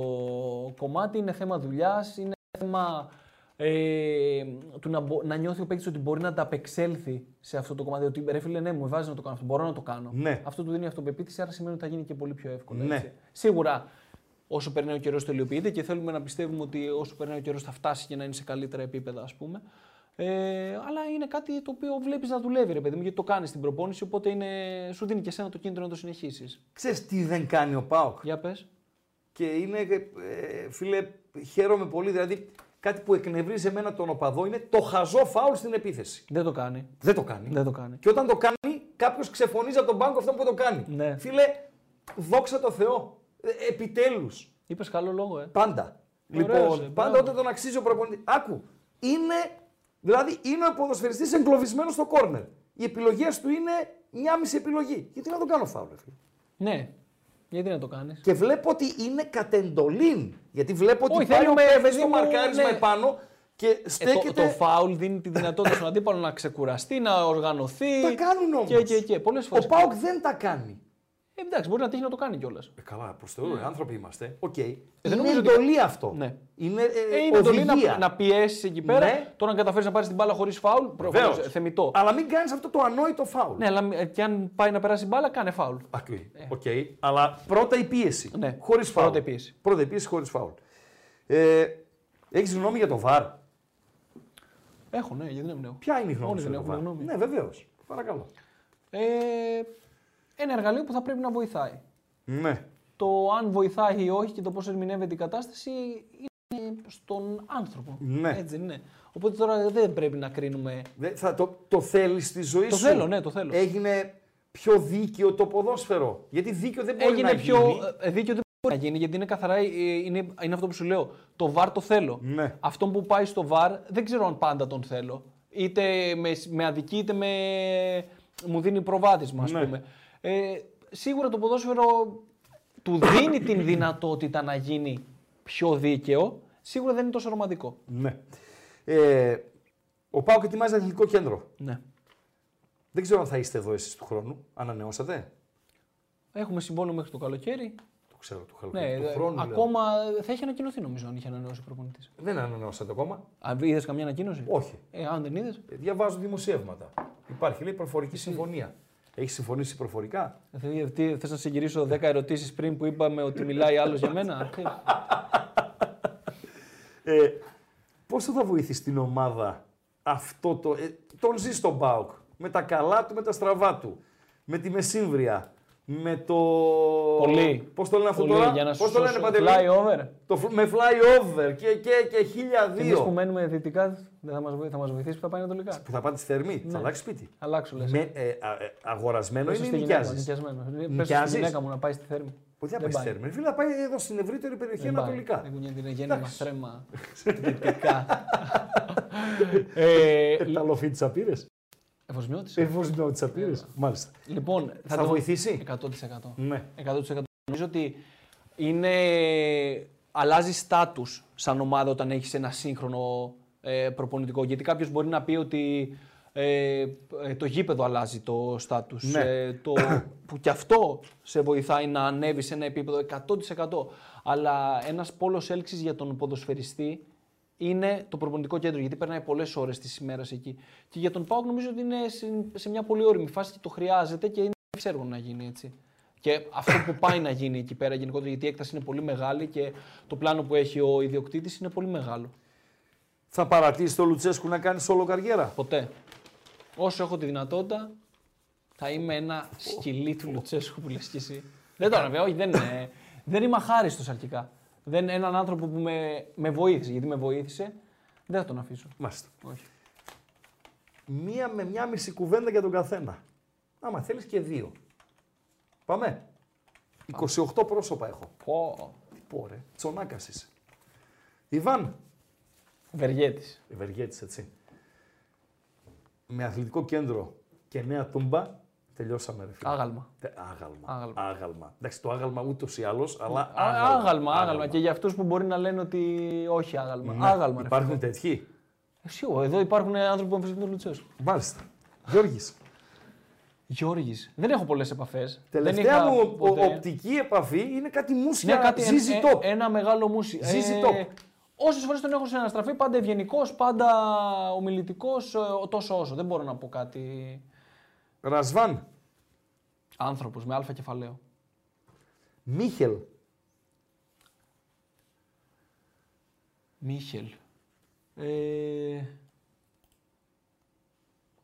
κομμάτι. Είναι θέμα δουλειάς, είναι θέμα ε, του να, μπο- να νιώθει ο παίκτης ότι μπορεί να ανταπεξέλθει σε αυτό το κομμάτι. Ότι ρε φίλε, ναι, μου βάζει να το κάνω αυτό. Μπορώ να το κάνω. Ναι. Αυτό του δίνει αυτοπεποίθηση, άρα σημαίνει ότι θα γίνει και πολύ πιο εύκολα. Ναι. έτσι. Σίγουρα όσο περνάει ο καιρός τελειοποιείται και θέλουμε να πιστεύουμε ότι όσο περνάει ο καιρός θα φτάσει και να είναι σε καλύτερα επίπεδα, ας πούμε. Ε, αλλά είναι κάτι το οποίο βλέπεις να δουλεύει, ρε παιδί μου, γιατί το κάνεις στην προπόνηση. Οπότε είναι, σου δίνει και εσένα το κίνητρο να το συνεχίσεις. Ξέρεις τι δεν κάνει ο Πάοκ. Για πες. Και είναι, ε, φίλε, χαίρομαι πολύ. Δηλαδή, κάτι που εκνευρίζει εμένα τον οπαδό είναι το χαζό φάουλ στην επίθεση. Δεν το κάνει. Δεν το κάνει. Δεν το κάνει. Και όταν το κάνει, κάποιος ξεφωνίζει από τον πάγκο αυτό που το κάνει. Ναι. Φίλε, δόξα τω Θεώ. Επιτέλους. Είπες καλό λόγο, ε. Πάντα. Ωραίος, λοιπόν, ε, πάντα μπράβο. όταν τον αξίζει ο προπονητή. Άκου. Είναι, δηλαδή, είναι ο ποδοσφαιριστής εγκλωβισμένος στο κόρνερ. Οι επιλογές του είναι μια μισή επιλογή. Γιατί να τον κάνω φάουλ, ρε φίλε. Ναι. Γιατί να το Ε, κάνεις. Και βλέπω ότι είναι κατ' εντολήν. Γιατί βλέπω ότι Όχι, πάει ο θέλουμε, παίκτης παιδί στο μου, μαρκάρισμα ναι. επάνω και Ε, το, στέκεται. το φάουλ δίνει τη δυνατότητα στον αντίπαλο να ξεκουραστεί, να οργανωθεί. Τα κάνουν όμως. Και, και, και. Πολλές φορές. Ο Πάοκ δεν τα κάνει. Ε, εντάξει, μπορεί να τύχει να το κάνει κιόλας. Ε, καλά, προς Ναι. Θεού, άνθρωποι είμαστε. Οκ. Είναι νομίζω ότι- εντολή αυτό. Ναι. Είναι, ε, Ε, είναι εντολή οδηγία. να, να πιέσεις εκεί πέρα. Ναι. Τώρα, αν καταφέρεις να πάρεις την μπάλα χωρίς φάουλ, προφανώ Βεβαίως. θεμητό. Αλλά μην κάνεις αυτό το ανόητο φάουλ. Ναι, αλλά ε, και αν πάει να περάσει μπάλα, κάνε φάουλ. Ακριβώς. Οκ. Αλλά πρώτα η πίεση. Ναι. Χωρίς φάουλ. Πρώτα η πίεση. Πρώτα η πίεση χωρίς φάουλ. Ε, έχεις γνώμη για το VAR. Έχω, ναι, γιατί δεν έχω. Ποια είναι η γνώμη Όλοι σου δεν για το έχουμε VAR. γνώμη. Ναι, βεβαίως. Παρακαλώ. Ε, ένα εργαλείο που θα πρέπει να βοηθάει. Ναι. Το αν βοηθάει ή όχι και το πώς ερμηνεύεται η κατάσταση είναι στον άνθρωπο. Ναι. Έτσι, ναι. Οπότε τώρα δεν πρέπει να κρίνουμε. Δε- θα, το, το θέλεις στη ζωή Το σου. θέλω, ναι, το θέλω. Έγινε πιο δίκαιο το ποδόσφαιρο. Γιατί δίκαιο δεν μπορεί Έγινε να πιο γίνει. ε, δίκαιο δεν μπορεί να γίνει γιατί είναι καθαρά. ε, Είναι, είναι αυτό που σου λέω. Το βαρ το θέλω. Ναι. Αυτό που πάει στο βαρ δεν ξέρω αν πάντα τον θέλω. Είτε με, σ- με αδικεί είτε με, μου δίνει προβάδισμα, Ναι. α πούμε. Ε, σίγουρα το ποδόσφαιρο του δίνει την δυνατότητα να γίνει πιο δίκαιο. Σίγουρα δεν είναι τόσο ρομαντικό. Ναι. Ε, ο Πάοκ ετοιμάζει αθλητικό κέντρο. Ναι. Δεν ξέρω αν θα είστε εδώ εσείς του χρόνου. Ανανεώσατε. Έχουμε συμπόνιο μέχρι το καλοκαίρι. Το ξέρω του Ναι, καλοκαίρι. του ε, χρόνου. λέω. ακόμα θα έχει ανακοινωθεί νομίζω αν είχε ανανεώσει ο προπονητής. Δεν ανανεώσατε ακόμα. Είδες καμία ανακοίνωση. Όχι. Ε, αν δεν είδες. Διαβάζω δημοσιεύματα. Υπάρχει, λέει, προφορική συμφωνία. Έχεις συμφωνήσει προφορικά. Θες να συγκυρίσω 10 ερωτήσεις πριν που είπαμε ότι μιλάει άλλος για μένα. Τι. Ε, πόσο θα βοηθήσει την ομάδα αυτό το. ε, τον ζει στον Μπάουκ. Με τα καλά του, με τα στραβά του. Με τη μεσύμβρια. Με το. Πολύ. Πώς το λένε αυτό Πολύ, τώρα. Για να σου Πώς το λένε σώσω. Παντελή? Fly over. Το φλ- με flyover και, και, και χίλια Εμείς που δύο. μένουμε δυτικά δεν θα μας βοηθήσει, που θα πάει ανατολικά. Που θα πάτε στη Θερμή, Ναι. θα αλλάξει σπίτι. Αλλάξου λες. Με, ε, α, ε, αγορασμένο Πες είναι ή στη γυναίκα μου, νοικιάζεις. νοικιασμένο. Πες στη Νοικιάζεις? γυναίκα μου να πάει στη θέρμη. Πού θα Δεν πάει στη πάει. Θερμή. Φίλε, θα πάει εδώ στην ευρύτερη περιοχή ανατολικά. Δεν Ε, κουνιέται, είναι γέννημα, θρέμα. Δυτικά. Ε, Τα λοφίτσα πήρες. Εφοσμιώτης. Ε, Ευωσμιώτησα πήρε. Μάλιστα. Λοιπόν, Θα Ε, το- βοηθήσει? 100%. Ναι. 100%. Νομίζω ότι είναι... αλλάζει στάτους σαν ομάδα όταν έχεις ένα σύγχρονο ε, προπονητικό. Γιατί κάποιος μπορεί να πει ότι ε, ε, το γήπεδο αλλάζει το στάτους. Ναι. το, που κι αυτό σε βοηθάει να ανέβεις σε ένα επίπεδο 100%. Αλλά ένας πόλος έλξης για τον ποδοσφαιριστή είναι το προπονητικό κέντρο, γιατί περνάει πολλές ώρες της ημέρας εκεί. Και για τον Πάοκ νομίζω ότι είναι σε- σε μια πολύ όρημη φάση και το χρειάζεται και είναι έργο να γίνει έτσι. Και αυτό που πάει να γίνει εκεί πέρα γενικότερα, γιατί η έκταση είναι πολύ μεγάλη και το πλάνο που έχει ο ιδιοκτήτης είναι πολύ μεγάλο. Θα παρατήσει το Λουτσέσκου να κάνει όλο καριέρα. Ποτέ. Όσο έχω τη δυνατότητα, θα είμαι ένα σκυλί του Λουτσέσκου που λες κι εσύ. δεν το αναβαίνω, όχι, δεν, είναι. δεν είμαι αχάριστος αρχικά. Δεν, έναν άνθρωπο που με, με βοήθησε, γιατί με βοήθησε, δεν θα τον αφήσω. Μάλιστα. Όχι. Μία με μία μισή κουβέντα για τον καθένα. Άμα θέλεις και δύο. Πάμε. 28 πρόσωπα έχω. Πω. Τι πω ρε. Τσονάκας είσαι. Ιβάν. Βεργέτης. Ευεργέτης έτσι. Με αθλητικό κέντρο και νέα τούμπα τελειώσαμε ρε φίλε. Άγαλμα. Τε- Άγαλμα. Άγαλμα. Άγαλμα. Εντάξει, το άγαλμα ούτως ή άλλως, αλλά. Α, Άγαλμα, άγαλμα. Και για αυτούς που μπορεί να λένε ότι όχι άγαλμα. Άγαλμα. ρε Ναι, Υπάρχουν τέτοιοι. φίλε. Σίγουρα, εδώ υπάρχουν άνθρωποι που εμφανίζονται τον Λουτσέσκου. Μάλιστα. Γιώργης. Γιώργης. Δεν έχω πολλές επαφές. Τελευταία μου ο- οπτική επαφή είναι κάτι μουσια. Ναι, κάτι ZZ ε, Top. ε, ένα μεγάλο μουσι. Ζήζει top. Όσες φορές τον έχω συναναστραφεί, πάντα ευγενικός, πάντα ομιλητικός, τόσο όσο. Δεν μπορώ να πω κάτι. Ρασβάν. Άνθρωπος με αλφα κεφαλαίο. Μίχελ. Μίχελ. Ε...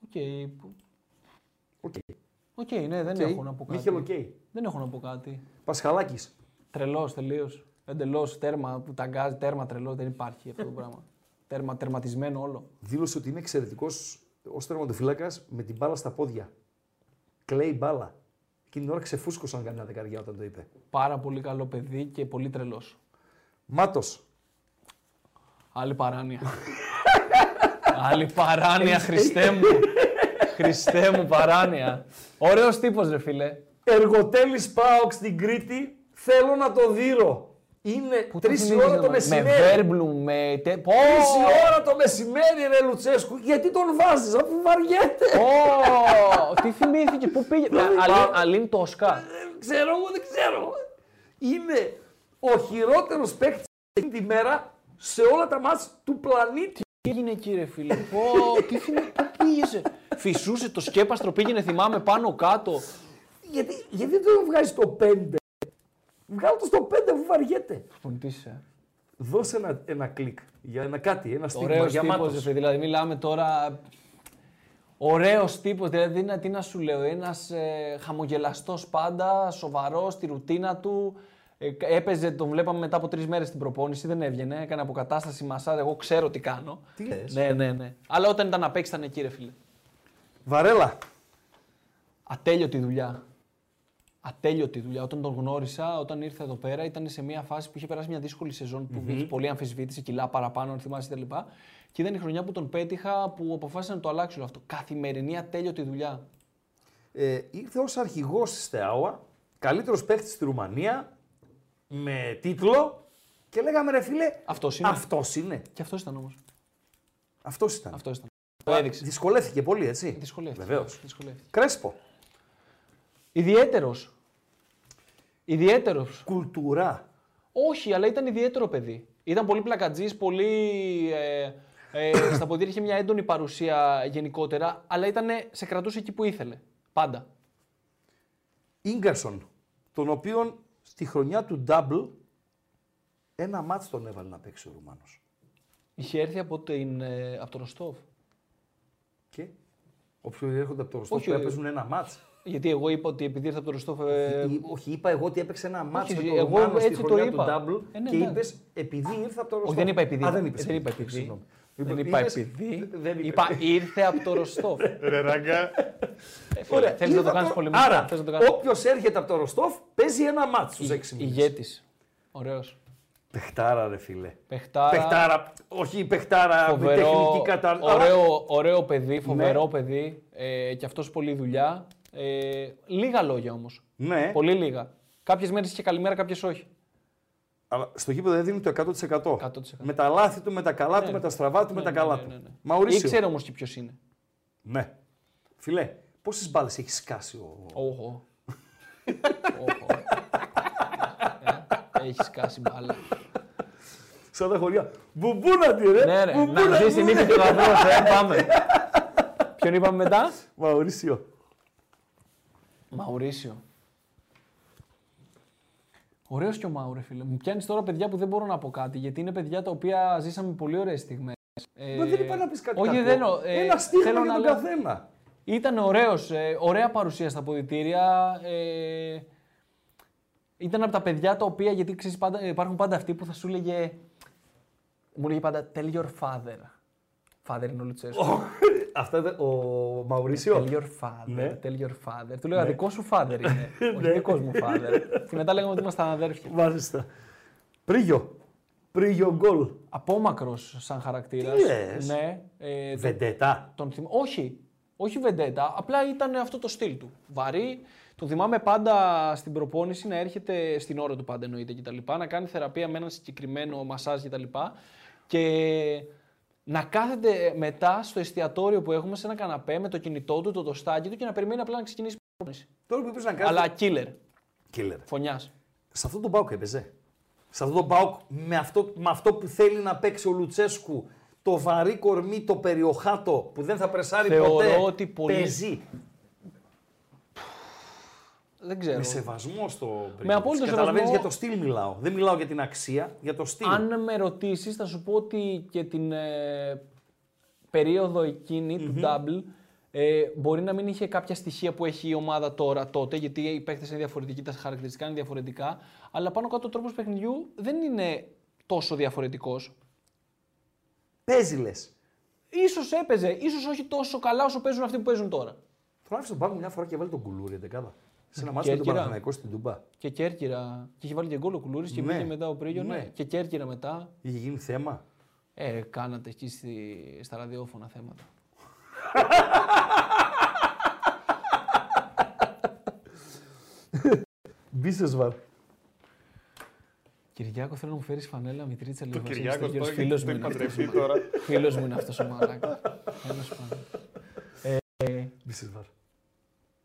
Οκ. που- Οκ. Οκ, ναι, δεν Οκ. έχω να πω κάτι. Μίχελ, οκ. Δεν έχω να πω κάτι. Πασχαλάκης. Τρελός τελείως. Εντελώς τέρμα που ταγκάζει, τέρμα τρελός. Δεν υπάρχει αυτό το πράγμα. τέρμα, τερματισμένο όλο. Δήλωσε ότι είναι εξαιρετικός ως τερματοφύλακα με την μπάλα στα πόδια. Κλαίει μπάλα. Εκείνη την ώρα ξεφούσκωσαν κανένα δεκαριά όταν το είπε. Πάρα πολύ καλό παιδί και πολύ τρελός. Μάτος. Άλλη παράνοια. Άλλη παράνοια, Χριστέ μου. Χριστέ μου, παράνοια. Ωραίος τύπος, ρε φίλε. Εργοτέλης Πάοξ στην Κρήτη. Θέλω να το δείρω. Είναι Πού το τρεις η θυμίζεις ώρα αυτό, το ρε. μεσημέρι. Με Βέρμπλουμ, με. Τε... Πω! Τρεις η ώρα το μεσημέρι, ρε Λουτσέσκου, γιατί τον βάζεις, αφού βαριέται. Πω! Τι θυμήθηκε, πού πήγε. Αλήν- Αλήν το Οσκά. Δεν ξέρω, εγώ δεν ξέρω. Είναι ο χειρότερος παίκτης εκείνη τη μέρα σε όλα τα μάτς του πλανήτη. Τι έγινε κύριε φίλε, πω, τι θυμή, πού πήγεσαι. Φυσούσε το σκέπαστρο, πήγαινε θυμάμαι πάνω κάτω. Γιατί, γιατί δεν τον βγάζει το 5. Βγάλω το στο 5 αφού βαριέται. Προπονητής ε. Δώσε ένα, ένα κλικ για ένα κάτι, ένα στίγμα Ωραίος για τύπος, ρε μάτος. παιδί, δηλαδή μιλάμε τώρα... Ωραίος τύπος, δηλαδή τι να- τι να σου λέω, ένας ε, χαμογελαστός πάντα, σοβαρός στη ρουτίνα του. Ε, κα- έπαιζε, τον βλέπαμε μετά από τρεις μέρες την προπόνηση, δεν έβγαινε. Έκανε αποκατάσταση μασάζ. Εγώ ξέρω τι κάνω. Τι λες. Ναι, ναι, ναι. Αλλά όταν ήταν να παίξει, ήταν εκεί, ρε φίλε. Βαρέλα. Ατέλειωτη δουλειά. Ατέλειωτη δουλειά. Όταν τον γνώρισα, όταν ήρθε εδώ πέρα, ήταν σε μια φάση που είχε περάσει μια δύσκολη σεζόν που είχε πολλή αμφισβήτηση, κιλά παραπάνω, αν θυμάσαι κτλ. Και ήταν η χρονιά που τον πέτυχα που αποφάσισα να το αλλάξω όλο αυτό. Καθημερινή ατέλειωτη δουλειά. Ε, ήρθε ως αρχηγός της ΤΕΑΟΑ, καλύτερος παίκτης στη Ρουμανία, με τίτλο και λέγαμε ρε φίλε, Αυτός είναι. αυτός είναι. Και αυτός ήταν όμως. Αυτός ήταν. Αυτός ήταν. Το έδειξε. Δυσκολεύτηκε πολύ, έτσι. Δυσκολεύτηκε. Βεβαίως. Δυσκολεύτηκε. Κρέσπο. Ιδιαίτερος. Ιδιαίτερος. Κουλτουρά. Όχι, αλλά ήταν ιδιαίτερο παιδί. Ήταν πολύ πλακατζής, πολύ. Ε, ε, στα ποδήλια είχε μια έντονη παρουσία γενικότερα, αλλά ήταν, ε, σε κρατούσε εκεί που ήθελε. Πάντα. Ίγκαρσον, τον οποίον στη χρονιά του double ένα μάτς τον έβαλε να παίξει ο Ρουμάνος. Είχε έρθει από, την, ε, από το Ροστόβ. Και όποιοι έρχονται από το Ροστόφ Όχι, που ε, έπαιζουν ένα μάτς. Γιατί εγώ είπα ότι επειδή ήρθε από το Ροστόβ. ε, Ή- όχι, είπα εγώ ότι έπαιξε ένα μάτς με όχι, τον εγώ Ρουμάνο στη έτσι το χρονιά είπα. του double Ε, ναι, και εντάξει. είπες επειδή ήρθα από το Ροστόφ. όχι, δεν είπα επειδή. Ε, Α, δεν είπες. δεν είπα επειδή, επειδή. συγγνώμη. Δεν Λοιπόν, είπα είπες- επειδή. Δεν είπα. Είπα ήρθε από το Ροστόφ. Ρε ράγκα, Ωραία, Θέλεις να το ήρθα κάνεις από- πολύ Άρα, Θέλεις να το κάνεις- όποιος έρχεται από το Ροστόφ παίζει ένα μάτς στους έξι μήνες. Ηγέτης. Ωραίος. Παιχτάρα ρε φίλε. Παιχτάρα. Παιχτάρα, όχι παιχτάρα με Φοβερό, τεχνική κατα... Ναι. ωραίο, ωραίο παιδί, φοβερό παιδί. Ε, και αυτός πολλή δουλειά. Ε, λίγα λόγια όμως. Ναι. Πολύ λίγα. Κάποιες μέρες είχε καλημέρα, κάποιες όχι. Αλλά στο γήπεδο δεν δίνει το 100%. 100%. Με τα λάθη του, με τα καλά του, με τα στραβά του, με τα καλά Ναι, ναι, ναι. του. Μαουρίσιο. Ήξερε όμως και ποιος είναι. Ναι. Φιλέ, πόσες μπάλες έχει σκάσει ο. Όχο. Όχο. Ε, Έχεις κάσει μπάλα. Σαν τα χωριά. Μπουμπούνα τη, ρε. Ναι, ρε. Μπουμπούνα Να τη, ζήσει την ρε. ύφη του ανθρώπου. ε, Πάμε. Ποιον είπαμε μετά. Μαουρίσιο. Μαουρίσιο. Ωραίος και ο Μάουρε, φίλε. Μου πιάνεις τώρα παιδιά που δεν μπορώ να πω κάτι, γιατί είναι παιδιά τα οποία ζήσαμε πολύ ωραίες στιγμές. Ε, Μα δεν είπα να πεις κάτι. όχι, κακό. δεν εννοώ, ε, Ένα στίγμα θέλω για να τον λέω- καθένα. Ήταν ωραίος, ε, ωραία παρουσία στα ποδητήρια. Ε, ήταν από τα παιδιά τα οποία, γιατί ξέρεις, πάντα, ε, υπάρχουν πάντα αυτοί που θα σου λέγε, μου λέγε πάντα, tell your father. Father είναι ο Λουτσέσκο. Αυτά δεν- ο Tell Μαουρίσιο. your father, Ναι. tell your father. Του λέω, δικό σου father είναι, όχι δικός μου father. Και μετά λέγαμε ότι ήμασταν αδέρφια. Μάλιστα. Πρίγιο. Πρίγιο γκολ. Απόμακρος σαν χαρακτήρας. Τι λες? Ναι. Ε, τον- Βεντέτα. τον θυμ- Όχι, όχι βεντέτα, απλά ήταν αυτό το στυλ του. Βαρύ, τον θυμάμαι πάντα στην προπόνηση να έρχεται στην ώρα του πάντα εννοείται κτλ. Να κάνει θεραπεία με ένα συγκεκριμένο μασάζ κτλ. Και να κάθεται μετά στο εστιατόριο που έχουμε σε ένα καναπέ με το κινητό του, το τοστάκι του και να περιμένει απλά να ξεκινήσει. Τώρα που είπες να κάνει. Αλλά killer, Killer. φωνιάς. Σε αυτόν τον Πάουκ έπαιζε. Σε αυτόν τον Πάουκ με αυτό, με αυτό που θέλει να παίξει ο Λουτσέσκου, το βαρύ κορμί, το περιοχάτο που δεν θα πρεσάρει Θεωρώ ποτέ. ότι πολύ- Παίζει. Δεν ξέρω. Με σεβασμό στο Με απόλυτο Καταλαβαίνεις σεβασμό. για το στυλ μιλάω. Δεν μιλάω για την αξία, για το στυλ. Αν με ρωτήσεις, θα σου πω ότι και την ε, περίοδο εκείνη του double ε, μπορεί να μην είχε κάποια στοιχεία που έχει η ομάδα τώρα τότε, γιατί οι παίκτες είναι διαφορετικοί, τα χαρακτηριστικά είναι διαφορετικά, αλλά πάνω κάτω ο τρόπος παιχνιδιού δεν είναι τόσο διαφορετικός. Παίζει λες. Ίσως έπαιζε, ίσως όχι τόσο καλά όσο παίζουν αυτοί που παίζουν τώρα. Τον άφησε τον Πάουκ μια φορά και βάλει τον κουλούρι, εντεκάδα. Σε ένα μάτσο με τον Κέρκυρα. Παναθηναϊκό στην Τουμπά. Και Κέρκυρα, και είχε βάλει και γκολ ο Κουλούρης και Ναι. πήγε μετά ο Πρίγιο, ναι. Ναι. και Κέρκυρα μετά. Είχε γίνει θέμα. Ε, κάνατε εκεί στη- στα ραδιόφωνα θέματα. Μπίσεσβαρ. Κυριάκο, θέλω να μου φέρεις φανέλα Μητρίτσα Ο λίγο. Κυριάκο τώρα φίλος έχει μου είναι αυτός. παντρευτεί τώρα. Φίλος μου είναι αυτός ο μαλάκας. Τέλο πάντων. Μπισιλβάρ. Ε,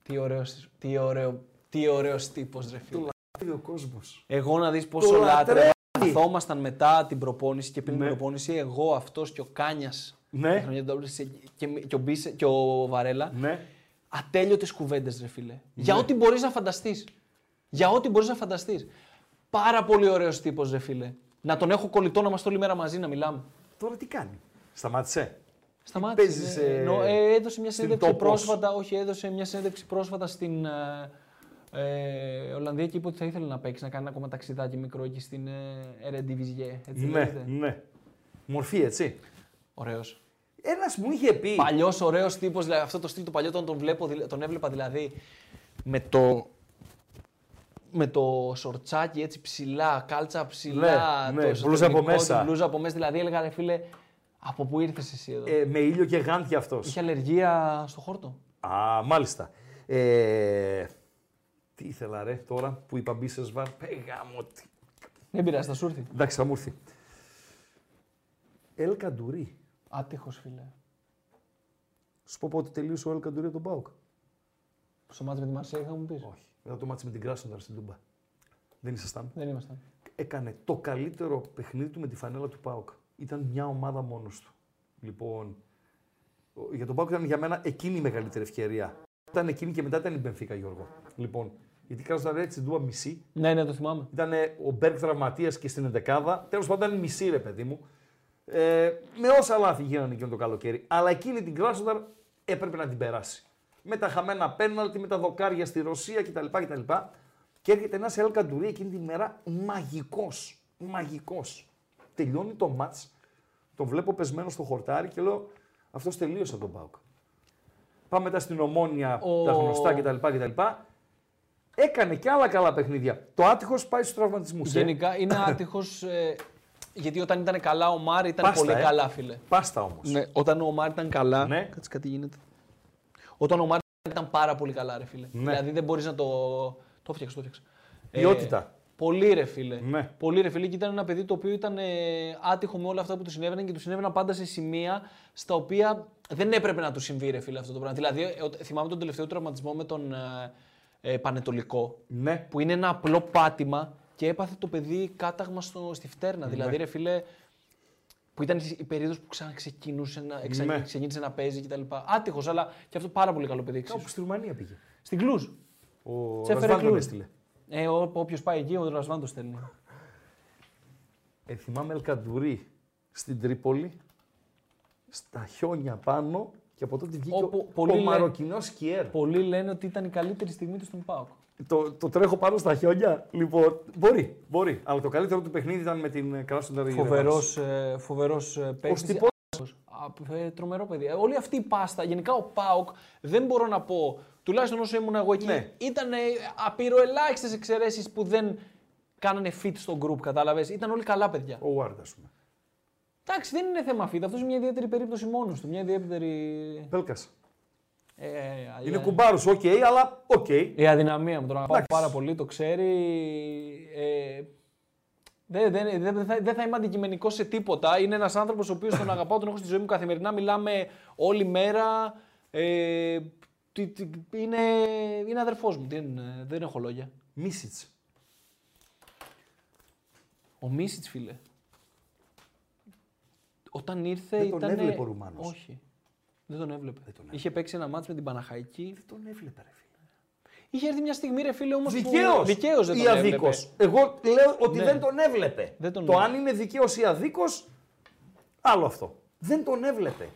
Τι ωραίος, τι ωραίο, τι ωραίος τύπος ρε φίλε. Ο κόσμος. Εγώ να δεις πόσο λάτρευα. Καθόμασταν μετά την προπόνηση και πριν Ναι. την προπόνηση, εγώ αυτός και ο Κάνιας, Ναι. η χρονιά του WC και, και, ο, Μπίσε, και ο Βαρέλα, Ναι. ατέλειωτες κουβέντες ρε φίλε. Για ό,τι μπορείς να φανταστείς. Για ό,τι μπορείς να φανταστείς. Πάρα πολύ ωραίος τύπος ρε φίλε. Να τον έχω κολλητό να είμαστε όλη μέρα μαζί να μιλάμε. Τώρα τι κάνει. Σταμάτησε. Σταμάτησε. Παίζεις, ναι. ε, Ενώ, ε, έδωσε μια στην συνέντευξη Topos. πρόσφατα. Όχι, έδωσε μια συνέντευξη πρόσφατα στην ε, ε, Ολλανδία και είπε ότι θα ήθελε να παίξει, να κάνει ακόμα ταξιδάκι μικρό εκεί στην ε, Eredivisie. Έτσι Ναι, ναι. Μορφή έτσι. Ωραίος. Ένας μου είχε πει. Παλιός, ωραίος τύπος. Δηλαδή, αυτό το στυλ το παλιό, όταν τον, βλέπω, δηλα- τον έβλεπα δηλαδή με το. Με το σορτσάκι έτσι ψηλά, κάλτσα ψηλά. Ναι, το ναι, εσωτερικό μπλούζα από του, μέσα. Μπλούζα από μέσα. Δηλαδή έλεγα ρε φίλε, από πού ήρθες εσύ εδώ. Ε, με ήλιο και γάντι αυτός. Είχε αλλεργία στο χόρτο. Α, μάλιστα. Ε, τι ήθελα ρε τώρα που είπα Μπισελβάρ. Πέγαμε ότι. Δεν πειράζει, θα σου έρθει. Εντάξει, θα μου έρθει. Ελ Καντουρί. Άτυχος, φίλε. Σου πω πότε τελείωσε ο Ελ Καντουρί από τον Μπάουκ. Στο μάτι με τη Μαρσέη θα μου πεις. Όχι. Μετά το μάτσε με την Κράσνονταρ στην Τούμπα. Δεν ήσασταν. Δεν ήμασταν. Έκανε το καλύτερο παιχνίδι του με τη φανέλα του Πάουκ. Ήταν μια ομάδα μόνος του. Λοιπόν, ο- για τον Πάουκ ήταν για μένα εκείνη η μεγαλύτερη ευκαιρία. Ήταν εκείνη και μετά ήταν η Μπενφίκα, Γιώργο. Λοιπόν, γιατί Κράσνονταρ έτσι την Τούμπα μισή, Ναι, ναι, το θυμάμαι. Ήταν ο Μπέρκ τραυματίας και στην 11η. Τέλος πάντων, ήταν μισή ρε παιδί μου. Ε, με όσα λάθη γίνανε εκείνο το καλοκαίρι. Αλλά εκείνη την Κράσνονταρ έπρεπε να την περάσει. Με τα χαμένα πέναλτι, με τα δοκάρια στη Ρωσία κτλ. κτλ. Και έρχεται ένας Ελ Καντουρί εκείνη τη μέρα μαγικός. Μαγικός. Τελειώνει το ματ. Τον βλέπω πεσμένο στο χορτάρι και λέω Αυτός τελείωσε τον Πάουκ. Πάμε μετά στην ομόνια, Ο- τα γνωστά κτλ. κτλ. Έκανε και άλλα καλά παιχνίδια. Το άτυχος πάει ε. στους τραυματισμούς. Γενικά είναι άτυχος. Ε, γιατί όταν ήταν καλά ο Μάρ ήταν Πάστα, πολύ ε. καλά, φίλε. Πάστα όμως. Ναι, όταν ο Μάρ ήταν καλά. Ναι. Κάτσε κάτι γίνεται. Όταν ο Μάρ ήταν πάρα πολύ καλά, ρε φίλε. Ναι. Δηλαδή δεν μπορείς να το. Το φτιάξε, το φτιάξε. Ποιότητα. πολύ ρε φίλε. Ναι. Πολύ ρε φίλε και ήταν ένα παιδί το οποίο ήταν ε, άτυχο με όλα αυτά που του συνέβαιναν και του συνέβαιναν πάντα σε σημεία στα οποία δεν έπρεπε να του συμβεί ρε φίλε αυτό το πράγμα. Δηλαδή ε, ο- θυμάμαι τον τελευταίο τραυματισμό με τον ε, ε, Πανετολικό Ναι. που είναι ένα απλό πάτημα και έπαθε το παιδί κάταγμα στο, στη φτέρνα. Ναι. Δηλαδή, ρε φίλε, που ήταν η περίοδος που ξαναξεκινούσε να, εξα- Ναι. ξεκίνησε να παίζει κτλ. Άτυχος, αλλά και αυτό πάρα πολύ καλό παιδί. εξίσου. Κάπου Ε, στη Ρουμανία πήγε. Στην Κλουζ. Ο Τσέφερε Ρασβάν τον κλουβ. έστειλε. Ε, Όποιος πάει εκεί, ο Ρασβάν το στέλνει. Ε, θυμάμαι Ελκαντουρί στην Τρίπολη, στα χιόνια πάνω και από τότε βγήκε Όπου ο, πολλοί ο λένε- Μαροκινός σκιέρ. Πολλοί λένε ότι ήταν η καλύτερη στιγμή του στον Πάοκ. Το, το τρέχω πάνω στα χιόνια. Λοιπόν, μπορεί, μπορεί. Αλλά το καλύτερο του παιχνίδι ήταν με την Κράσνονταρ Φοβερός, ε, φοβερός ε, παίκτης. τυπός. Α, ε, τρομερό παιδί. Ε, Όλη αυτή η πάστα, γενικά ο Πάοκ, δεν μπορώ να πω, τουλάχιστον όσο ήμουν εγώ εκεί, Ναι. ήταν απειροελάχιστες εξαιρέσεις που δεν κάνανε fit στο group, κατάλαβες. Ήταν όλοι καλά παιδιά. Ο Ward, ας πούμε. Εντάξει, δεν είναι θέμα fit. Αυτός είναι μια ιδιαίτερη περίπτωση μόνος του. Μια ιδιαίτερη. Πέλκας. Ε, ε, ε, αλλά- Είναι κουμπάρος, οκ, αλλά οκ. η αδυναμία μου, τον αγαπάω Εντάξει. πάρα πολύ, το ξέρει. Ε, δεν δεν- δεν θα, δεν θα είμαι αντικειμενικός σε τίποτα. Είναι ένας άνθρωπος ο οποίος τον αγαπάω, τον έχω στη ζωή μου καθημερινά. Μιλάμε όλη μέρα. Ε, τι- τι- είναι, είναι αδερφός μου. Δεν, δεν έχω λόγια. Μίσιτ. Ο Μίσιτ, φίλε. Όταν ήρθε. Δεν τον ήτανε- έβλεπε ο Ρουμάνος. Όχι. Δεν τον έβλεπε. Είχε παίξει ένα μάτς με την Παναχαϊκή. Τον έβλεπε, ρε φίλε. Είχε έρθει μια στιγμή, ρε φίλε, όμως. Δικαίως. Δικαίως δεν τον ή έβλεπε. αδίκω. Εγώ λέω ότι Ναι. δεν τον έβλεπε. Δεν τον το έβλεπε. αν είναι δικαίως ή αδίκως, άλλο αυτό. Δεν τον έβλεπε.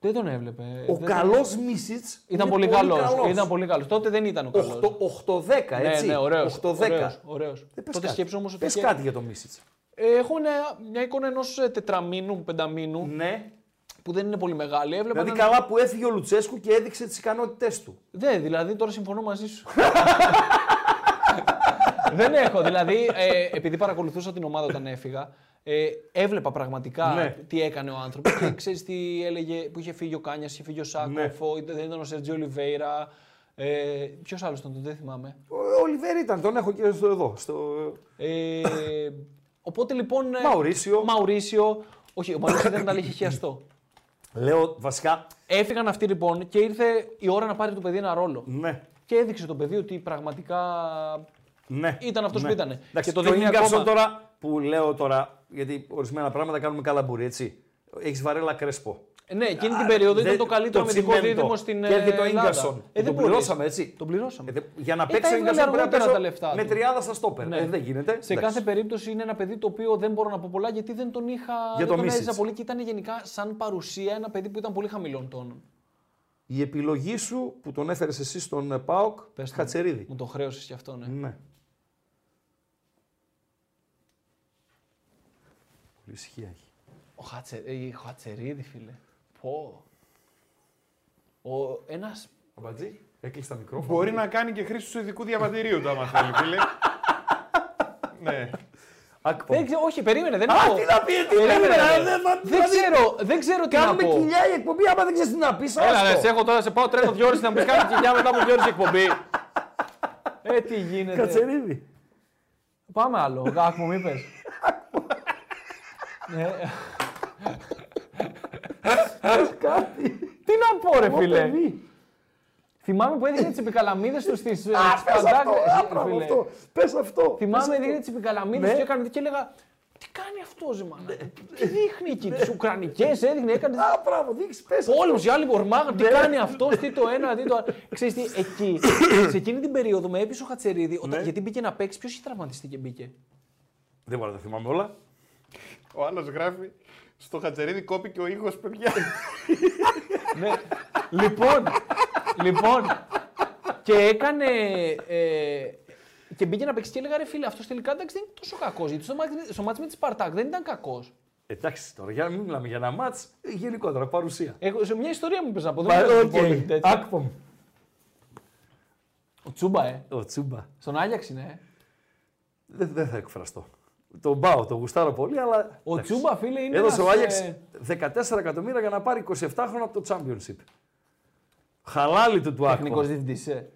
Δεν τον έβλεπε. Ο Ε, Δεν- καλό Μίσιτ. Ήταν πολύ, καλό. Ήταν πολύ καλός. Τότε δεν ήταν ο καλό. 8-10, έτσι. Ναι, ναι, ωραίος. 8-10. Ωραίος. Δεν πες Τότε κάτι. σκέψω όμως ότι. Πες είχε- κάτι για το Μίσιτ. Ε, έχω ένα- μια εικόνα ενός τετραμήνου, πενταμήνου, Ναι. που δεν είναι πολύ μεγάλη. Έβλεπα Δηλαδή έναν- καλά που έφυγε ο Λουτσέσκου και έδειξε τις ικανότητές του. Δεν, δηλαδή τώρα συμφωνώ μαζί σου. δεν έχω. Δηλαδή, ε, επειδή παρακολουθούσα την ομάδα όταν έφυγα, ε, έβλεπα πραγματικά Ναι. τι έκανε ο άνθρωπος. και ξέρεις τι έλεγε που είχε φύγει ο Κάνιας, είχε φύγει ο Σάκοφο, Ναι. δεν ήταν ο Σερτζι Ολιβέηρα. Ε, Ποιος άλλος ήταν, τον δεν θυμάμαι. Ο Ολιβέρ ήταν, τον έχω και στο εδώ. Στο... Ε, οπότε λοιπόν. ε, Μαουρίσιο. Μαουρίσιο. Όχι, ο Μαουρίσιο δεν ήταν, είχε χιαστό. Λέω βασικά. Έφυγαν αυτοί λοιπόν και ήρθε η ώρα να πάρει το παιδί ένα ρόλο. Ναι, Και έδειξε το παιδί ότι πραγματικά. ναι. Ήταν αυτός ναι. που ήτανε. Εντάξει, Και το το δείχνει Ίγκαψον ακόμα. τώρα που λέω τώρα, γιατί ορισμένα πράγματα κάνουμε καλαμπούρι, έτσι. Έχεις βαρέλα κρέσπο. Ναι, εκείνη την περίοδο Δε- ήταν το καλύτερο αμυντικό τσιμέντο. δίδυμο στην Και έρχεται Ελλάδα. ο Ίγκασον. Ε, δεν τον μπορείς. πληρώσαμε, έτσι. Τον πληρώσαμε. Ε, δε- για να Ε, τα παίξει ο έβγαλε Ίγκασον πρέπει να αργότερα παίζω τα λεφτά με του. 30 στα στόπερ. Ναι. Ε, δεν γίνεται. Σε Εντάξει. κάθε περίπτωση είναι ένα παιδί το οποίο δεν μπορώ να πω πολλά γιατί δεν τον είχα. Για δεν τον τον Μίσιτς. έζησα πολύ και ήταν γενικά σαν παρουσία ένα παιδί που ήταν πολύ χαμηλών τόνων. Η επιλογή σου που τον έφερες εσύ στον ε, ΠΑΟΚ, Πες το. Χατσερίδη. Μου το χρέωσες και αυτό, ναι. Ναι. Πολύ ησυχία έχει. Ο, Χατσε, ε, η Χατσερίδη, φίλε. Πω. Ο, ένας... Αμπατζή, έκλεισε τα μικρόφωνα. Μπορεί να κάνει και χρήση του ειδικού διαβατηρίου του, άμα θέλει, φίλε. ναι. Ακπο. Δεν ξέρω, όχι, περίμενε, δεν Α, έχω. τι να πει, τι Περίμενε, περίμενε, ρε. δεν θα- δεν δηλαδή, ξέρω, δεν ξέρω τι να Κάνουμε πω. κοιλιά η εκπομπή, άμα δεν ξέρεις τι να πεις. Έλα, ρε, σε έχω τώρα, σε πάω τρένο δυο ώρες να μου πεις κάνει κοιλιά μετά από δυο ώρες εκπομπή. ε, τι γίνεται. Κατσερίδη. Πάμε άλλο. Γκάκ μου, μη πες. ναι. Τι να πω, ρε φίλε. Παιδί. Θυμάμαι που έδειχνε τι πικαλαμίδε τους στις Α, πες αυτό, α, μπράβο αυτό. Πες αυτό. Θυμάμαι Πες έδειχνε τι πικαλαμίδε Ναι. και έκανε και έλεγα. Τι κάνει αυτός, Ζημανά. Τι δείχνει εκεί, τις Ουκρανικέ έδειχνε, έκανε. αυτό. Ναι. Α, μπράβο, δείξε, πες. Πόλεμο, οι άλλοι ορμάγαν. Τι κάνει αυτός, τι το ένα, τι το άλλο. Ξέρεις τι, εκεί, σε εκείνη την περίοδο με έπεισε ο Χατσερίδη, Ναι. όταν, γιατί μπήκε να παίξει, ποιος είχε τραυματιστεί και μπήκε. Δεν μπορώ να τα θυμάμαι όλα. Ο άλλος γράφει. Στο Χατζερίδη κόπηκε ο ήχος, παιδιά. Ναι. λοιπόν, λοιπόν, και έκανε. Ε, και μπήκε να παίξει και έλεγα ρε φίλε, αυτός τελικά εντάξει δεν είναι τόσο κακός. Γιατί στο, μάτς- στο μάτς με τη Σπαρτάκ δεν ήταν κακός. Εντάξει τώρα, για να μην μιλάμε για ένα μάτς, ε, γενικότερα παρουσία. Εγώ, σε μια ιστορία μου πες να πω. Δεν Μα, μου πες οκ. πολύ τέτοια. Άκπο μου. Ο Τσούμπα, ε. Ο Τσούμπα. Στον Άγιαξ είναι. ε. Δεν δεν θα εκφραστώ. Τον πάω, τον γουστάρω πολύ, αλλά. Ο εντάξει. Τσούμπα, φίλε, είναι. Έδωσε ο ένας, Άγιαξ ε, 14 εκατομμύρια για να πάρει 27 χρόνια από το Championship. Χαλάλι του του Τεχνικό Άκπο. διευθυντής. Ε.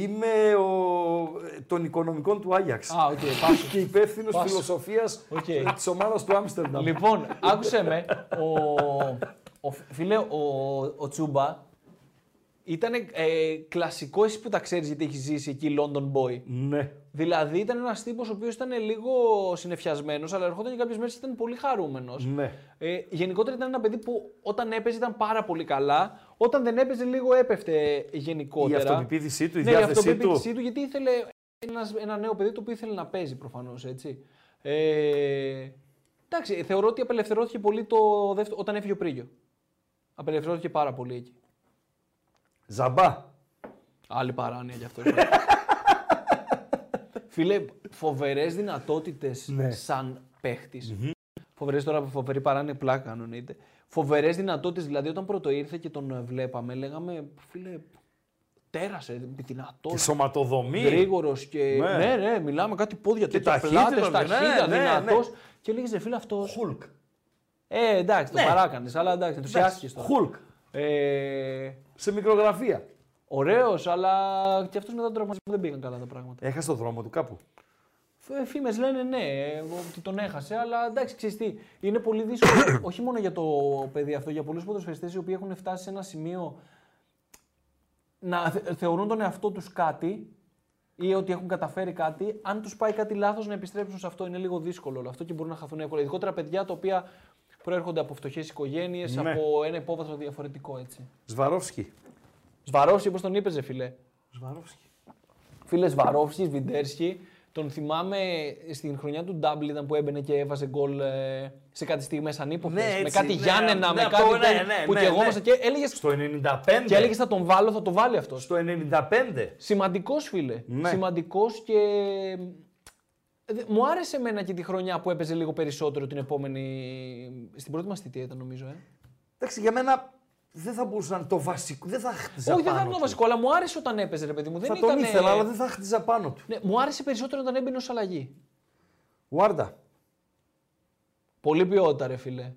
Είμαι ο... των οικονομικών του Άγιαξ. Α, οκ, πάσο. και υπεύθυνος Πάσο. φιλοσοφίας Οκ. της ομάδας του Άμστερνταμ. Λοιπόν, άκουσε με. Ο, ο, φίλε, ο, ο Τσούμπα ήταν κλασικό εσύ που τα ξέρεις γιατί έχεις ζήσει εκεί, London Boy. Ναι. Δηλαδή ήταν ένας τύπος ο οποίος ήταν λίγο συνεφιασμένος, αλλά ερχόταν και κάποιες μέρες ήταν πολύ χαρούμενος. Ναι. Ε, γενικότερα ήταν ένα παιδί που όταν έπαιζε ήταν πάρα πολύ καλά. Όταν δεν έπαιζε, λίγο έπεφτε γενικότερα. Η αυτοπεποίθησή του, η ναι, διάθεσή η αυτοπεποίθησή του. του. γιατί ήθελε ένας, ένα νέο παιδί το οποίο ήθελε να παίζει προφανώς. έτσι. Ε, εντάξει, θεωρώ ότι απελευθερώθηκε πολύ το δεύτερο, όταν έφυγε ο Πρίγιο. Απελευθερώθηκε πάρα πολύ εκεί. Ζαμπά. Άλλη παράνοια γι' αυτό. Φίλε, φοβερές δυνατότητες Ναι. σαν παίχτης. Φοβερές τώρα, φοβερή παράνοια πλάκα αν εννοείται. Φοβερές δυνατότητες, δηλαδή όταν πρώτο ήρθε και τον ε, βλέπαμε, λέγαμε, φίλε, τέρασε, δυνατό. Τη σωματοδομή. Γρήγορος και. Ναι. Ναι. ναι, μιλάμε κάτι πόδια Και και τέτοια. ταχύτητα, Πλάτες, ναι, ταχύτητα, ναι, ναι. δυνατός. Και λέγε ρε φίλε αυτός. Χουλκ. Ε, εντάξει, το Ναι. παράκανες, αλλά εντάξει, ενθουσιάστηκε τώρα. Χουλκ. Ε, Σε μικρογραφία. Ωραίος, αλλά και αυτός μετά τον τραυματισμό δεν πήγαν καλά τα πράγματα. Έχασε το δρόμο του κάπου. Φήμες λένε ναι, ε, ότι τον έχασε, αλλά εντάξει, ξέρεις τι. Είναι πολύ δύσκολο, όχι μόνο για το παιδί αυτό, για πολλούς ποδοσφαιριστές οι οποίοι έχουν φτάσει σε ένα σημείο να θε- θεωρούν τον εαυτό τους κάτι ή ότι έχουν καταφέρει κάτι. Αν τους πάει κάτι λάθος, να επιστρέψουν σε αυτό είναι λίγο δύσκολο όλο αυτό και μπορούν να χαθούν εύκολα. Ειδικότερα παιδιά τα οποία προέρχονται από φτωχές οικογένειες, Ναι. από ένα υπόβαθρο διαφορετικό έτσι. Σβαρόφσκι. Σβαρώσει, όπως τον είπες, φιλέ. Σβαρόφσκι. Φίλε Βαρόφσκι, Βιντέρσκι. Τον θυμάμαι στην χρονιά του Ντάμπλ ήταν που έμπαινε και έβαζε γκολ ε, σε κάτι στιγμές ανύποπτε. Ναι, με έτσι, κάτι ναι, Γιάννενα, ναι, με αυτό, κάτι ναι, τέτοιο ναι, που ναι, και εγώ ναι. ήμασταν και έλεγες. Στο 95. Και έλεγες θα τον βάλω, θα τον βάλει αυτός. Στο 95. Σημαντικός φίλε. Ναι. Σημαντικός και. δε- Μου άρεσε εμένα και τη χρονιά που έπαιζε λίγο περισσότερο την επόμενη. Στην πρώτη μας θητεία ήταν νομίζω. Ε. Εντάξει, για μένα δεν θα μπορούσε να είναι το βασικό. Δεν θα χτίζα Όχι, δεν πάνω θα ήταν το του. βασικό, αλλά μου άρεσε όταν έπαιζε ρε παιδί μου. Θα δεν τον ήταν, ε, ήθελα, αλλά δεν θα χτίζα πάνω του. ναι, μου άρεσε περισσότερο όταν έμπαινε ως αλλαγή. Βάρντα. Πολύ ποιότητα, ρε φίλε.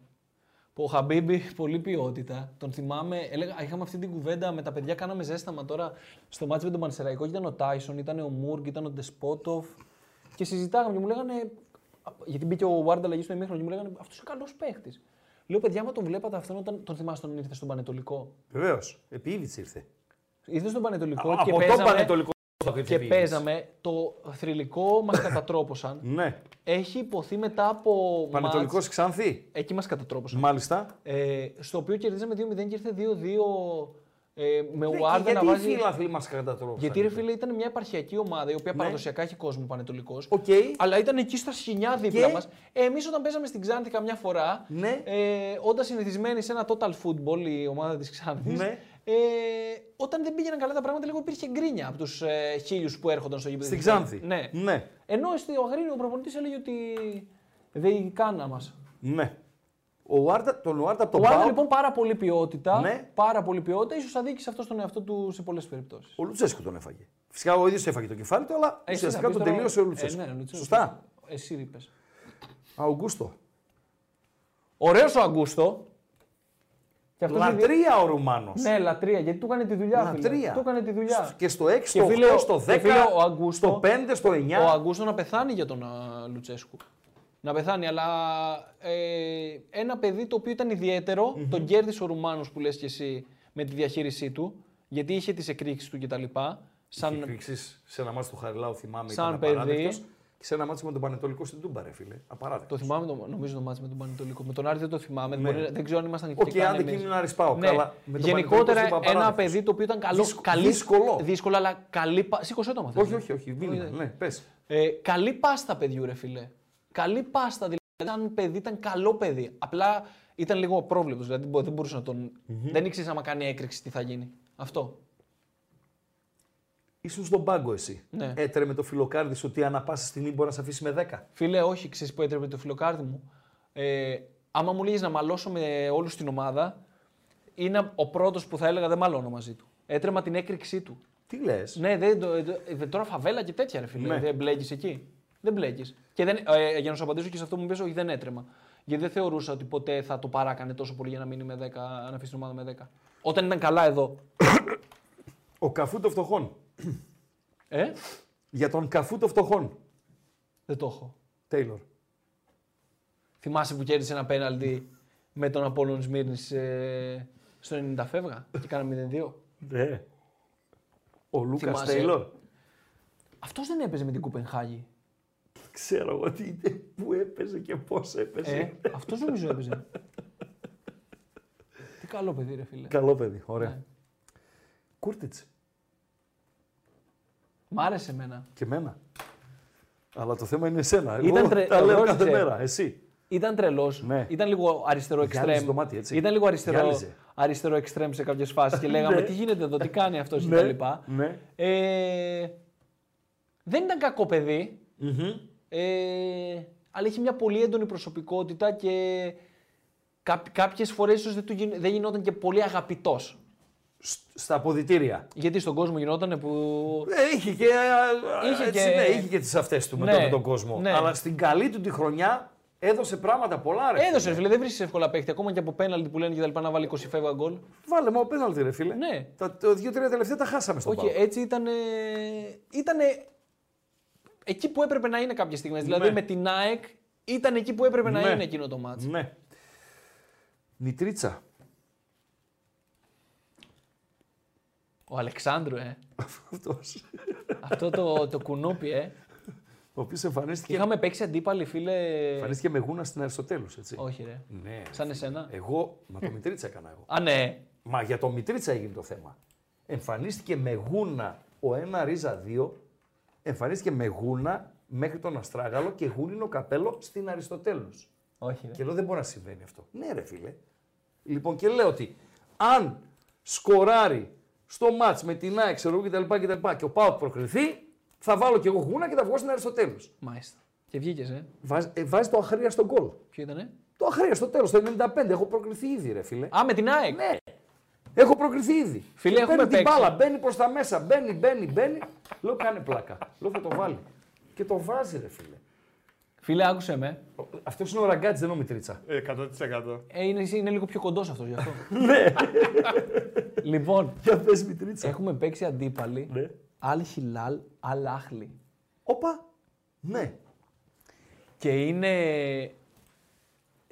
Ο Χαμπίμπι, πολύ ποιότητα. Τον θυμάμαι, έλεγα, είχαμε αυτή την κουβέντα με τα παιδιά, κάναμε ζέσταμα τώρα στο μάτσο με τον Πανσεραϊκό. Ήταν ο Τάισον, ήταν ο Μούργκ, ήταν ο Ντεσπότοφ. Και συζητάγαμε και μου λέγανε. Γιατί μπήκε ο Βάρντα αλλαγής στο ημίχρονο και μου λέγανε Αυτός είναι καλός παίχτης. Λέω, παιδιά, μα τον βλέπατε αυτόν όταν τον θυμάστε τον ήρθε στον Πανετολικό. Βεβαίως. Επί Ήβιτς ήρθε. Ήρθε στον Πανετολικό και Από το παίζαμε, Πανετολικό. θα και είχε βγει Ήβιτς. παίζαμε το θρηλυκό μας κατατρόπωσαν. Ναι. Έχει υποθεί μετά από. μάτς- Πανετολικό Ξανθή. Εκεί μας κατατρόπωσαν. Μάλιστα. Ε, στο οποίο κερδίζαμε 2-0 και ήρθε 2-2 ε, με ο Ναι, Και Άρδα να γιατί βάζει. οι φίλαθλοι μα κατατρόπωσαν. Γιατί ρε φίλε ήταν μια επαρχιακή ομάδα η οποία παραδοσιακά έχει κόσμο πανετολικός. Ναι. Οκ. Αλλά ήταν εκεί στα σχοινιά δίπλα Και- μας. Εμείς όταν παίζαμε στην Ξάνθη καμιά φορά, Ναι. ε, όντα συνηθισμένοι σε ένα total football η ομάδα της Ξάνθης, Ναι. ε, όταν δεν πήγαιναν καλά τα πράγματα, λίγο υπήρχε γκρίνια από τους ε, χίλιους που έρχονταν στο γήπεδο. Στην της Ξάνθη. Ναι. Ναι. Ενώ στο Αγρίνιο ο προπονητής έλεγε ότι δεν κάνα μας. Ναι. Ο Άρτα, τον Άρτα από τον Ο Άρτα ΠΑΟΚ, λοιπόν πάρα πολύ ποιότητα. Ναι. Πάρα πολύ ποιότητα. ίσως αδίκησε αυτό τον εαυτό του σε πολλές περιπτώσεις. ο Λουτσέσκου τον έφαγε. Φυσικά ο ίδιος έφαγε το κεφάλι του, αλλά Έχεις να ουσιαστικά πεις τον τώρα- τελείωσε ο Λουτσέσκου. Ε, ναι, ο Λουτσέσκου. Σωστά. Εσύ είπε. Αουγκούστο. Ωραίος ο Αγκούστο. Και αυτός είναι- Λατρεία ο Ρουμάνος. Ναι, λατρεία. Γιατί του έκανε τη δουλειά. φίλε. Λατρεία. Του έκανε τη δουλειά. Και στο 6, στο 8, φίλε, στο 10, και φίλε, ο Αγκούστο- στο 5, στο 9. Ο Αγκούστο να πεθάνει για τον α, Λουτσέσκου. Να πεθάνει, αλλά ε, ένα παιδί το οποίο ήταν ιδιαίτερο, τον κέρδισε ο Ρουμάνος που λες και εσύ με τη διαχείρισή του, γιατί είχε τις εκρήξεις του κτλ. Σαν... Σαν σε ένα μάτσο του Χαριλάου, θυμάμαι, Σαν ήταν απαράδεκτος. παιδί. Και σε ένα μάτσο με τον Πανετολικό στην Τούμπα, ρε φίλε. Απαράδεκτος. Το θυμάμαι, το, νομίζω το μάτς με τον Πανετολικό. Με τον Άρη δεν το θυμάμαι. Μπορεί, δεν ξέρω αν ήμασταν εκεί. Ναι. Οκ, άντε εκείνη είναι Άρης ΠΑΟΚ, αλλά με τον Πανετολικό Ναι. Γενικότερα στην Παπαράδο. ένα παιδί το οποίο ήταν καλό. Δύσκο- δύσκολο. Δύσκολο, αλλά καλή. πα- Σήκωσε το μαθαίνω. Όχι, όχι, όχι. Μίλημα, ναι, πες. Ε, καλή πάστα παιδιού, ρε φίλε. Καλή πάστα. Δηλαδή ήταν παιδί, ήταν καλό παιδί. Απλά ήταν λίγο απρόβλεπτο. Δηλαδή μπο- δεν μπορούσε να τον. Δεν ήξερε άμα κάνει έκρηξη τι θα γίνει. Αυτό. Ήσουν στον πάγκο εσύ. Ναι. Έτρε με το φιλοκάρδι σου ότι ανά πάσα στιγμή μπορεί να σε αφήσει με 10. Φίλε, όχι, ξέρεις που έτρεπε το φιλοκάρδι μου. Ε, άμα μου λέγε να μαλώσω με όλους στην ομάδα, είναι ο πρώτος που θα έλεγα δεν μαλώνω μαζί του. Έτρεμα την έκρηξή του. Τι λες. Ναι, δεν, το- το- ε, τώρα φαβέλα και τέτοια ρε φίλε. Ναι. Δεν μπλέκεις εκεί. Δεν μπλέκεις. Και δεν, ε, για να σου απαντήσω και σε αυτό που μου πει, όχι, δεν έτρεμα. Γιατί δεν θεωρούσα ότι ποτέ θα το παράκανε τόσο πολύ για να μείνει με 10, να αφήσει την ομάδα με 10. Όταν ήταν καλά εδώ. Ο καφού των φτωχών. Ε, Για τον καφού των φτωχών. δεν το έχω. Τέιλορ. Θυμάσαι που κέρδισε ένα πέναλτι με τον Απόλλων Σμύρνης ε, στο 90 φεύγα και κάναμε 0-2. Ναι. Ο Λούκας Θυμάσαι. Τέιλορ. Αυτός δεν έπαιζε με την Κοπενχάγη. Ξέρω εγώ τι είναι, πού έπαιζε και πώς έπαιζε. Ε, αυτός νομίζω έπαιζε. Τι καλό παιδί ρε φίλε. Καλό παιδί, ωραία. Ναι. Κούρτιτς. Μ' άρεσε εμένα. Και εμένα. Αλλά το θέμα είναι εσένα. Εγώ Ήταν τρε- ε? τα λέω ρώτησε. κάθε μέρα. Εσύ. Ήταν τρελός, Ναι. Ήταν λίγο αριστερό εξτρέμ. Γυάλιζε το μάτι, έτσι. Ήταν λίγο αριστερό, Γυάλιζε. αριστερό εξτρέμ σε κάποιες φάσεις και λέγαμε τι γίνεται εδώ, τι κάνει αυτός Ναι, κτλ. ναι. Ε, δεν ήταν κακό παιδί, Ε, αλλά είχε μια πολύ έντονη προσωπικότητα και κάποιες φορές ίσως δεν, του γιν- δεν γινόταν και πολύ αγαπητός. Σ- Στα αποδητήρια. Γιατί στον κόσμο γινόταν που. Ε, είχε και, Είχε είχε έτσι, και- ναι, είχε και τις αυτές του με Ναι, τον, με τον κόσμο. ναι. Αλλά στην καλή του τη χρονιά έδωσε πράγματα πολλά ρε. Έδωσε, ρε φίλε, δεν βρίσκεις εύκολα παίχτη. Ακόμα και από πέναλτι που λένε και τα λοιπά να βάλει 20 φεύγα γκολ. Βάλε μα ο πέναλτι ρε φίλε. Ναι. Τα το δύο-τρία τελευταία τα χάσαμε στον Όχι, okay. έτσι ήταν. Ήτανε εκεί που έπρεπε να είναι κάποιες στιγμές. Δηλαδή με την ΑΕΚ ήταν εκεί που έπρεπε να Ναι. είναι εκείνο το μάτσο. Ναι. Νιτρίτσα. Ο Αλεξάνδρου, ε. Αυτός. Αυτό το, το κουνούπι, ε. Ο οποίος εμφανίστηκε, Είχαμε παίξει αντίπαλοι, φίλε. εμφανίστηκε με γούνα στην Αριστοτέλους έτσι. Όχι, ρε. Ναι. Σαν εσένα. Εγώ, μα το Μητρίτσα έκανα εγώ. Α, ναι. Μα για το Μητρίτσα έγινε το θέμα. Εμφανίστηκε με γούνα ο ένα ρίζα 2, εμφανίστηκε με γούνα μέχρι τον Αστράγαλο και γούνινο καπέλο στην Αριστοτέλους. Όχι, ρε. Και λέω δεν μπορεί να συμβαίνει αυτό. Ναι, ρε φίλε. Λοιπόν, και λέω ότι αν σκοράρει στο μάτς με την ΑΕΚ, ξέρω εγώ κτλ. κτλ και ο Πάοκ προκριθεί, θα βάλω κι εγώ γούνα και θα βγω στην Αριστοτέλους. Μάλιστα. Και βγήκες, ε. Βάζει, ε, βάζει το αχρία στον γκολ. Ποιο ήτανε. Το αχρία στο τέλος, το 95. Έχω προκριθεί ήδη, ρε φίλε. Α, με την ΑΕΚ. Ναι. Έχω προκριθεί ήδη. Φίλε, Και έχουμε παίρνει την παίξει. μπάλα, μπαίνει προς τα μέσα, μπαίνει, μπαίνει, μπαίνει. Λέω κάνε πλάκα. Λέω θα το βάλει. Και το βάζει, ρε φίλε. Φίλε, άκουσε με. Αυτός είναι ο ραγκάτζ, δεν είναι ο Μητρίτσα. 100%. Ε, είναι, είναι λίγο πιο κοντός αυτός γι' αυτό. Ναι. λοιπόν, Για πες Μητρίτσα. έχουμε παίξει αντίπαλοι. Ναι. Αλ Χιλάλ, Αλ Άχλι. Όπα. Ναι. Και είναι.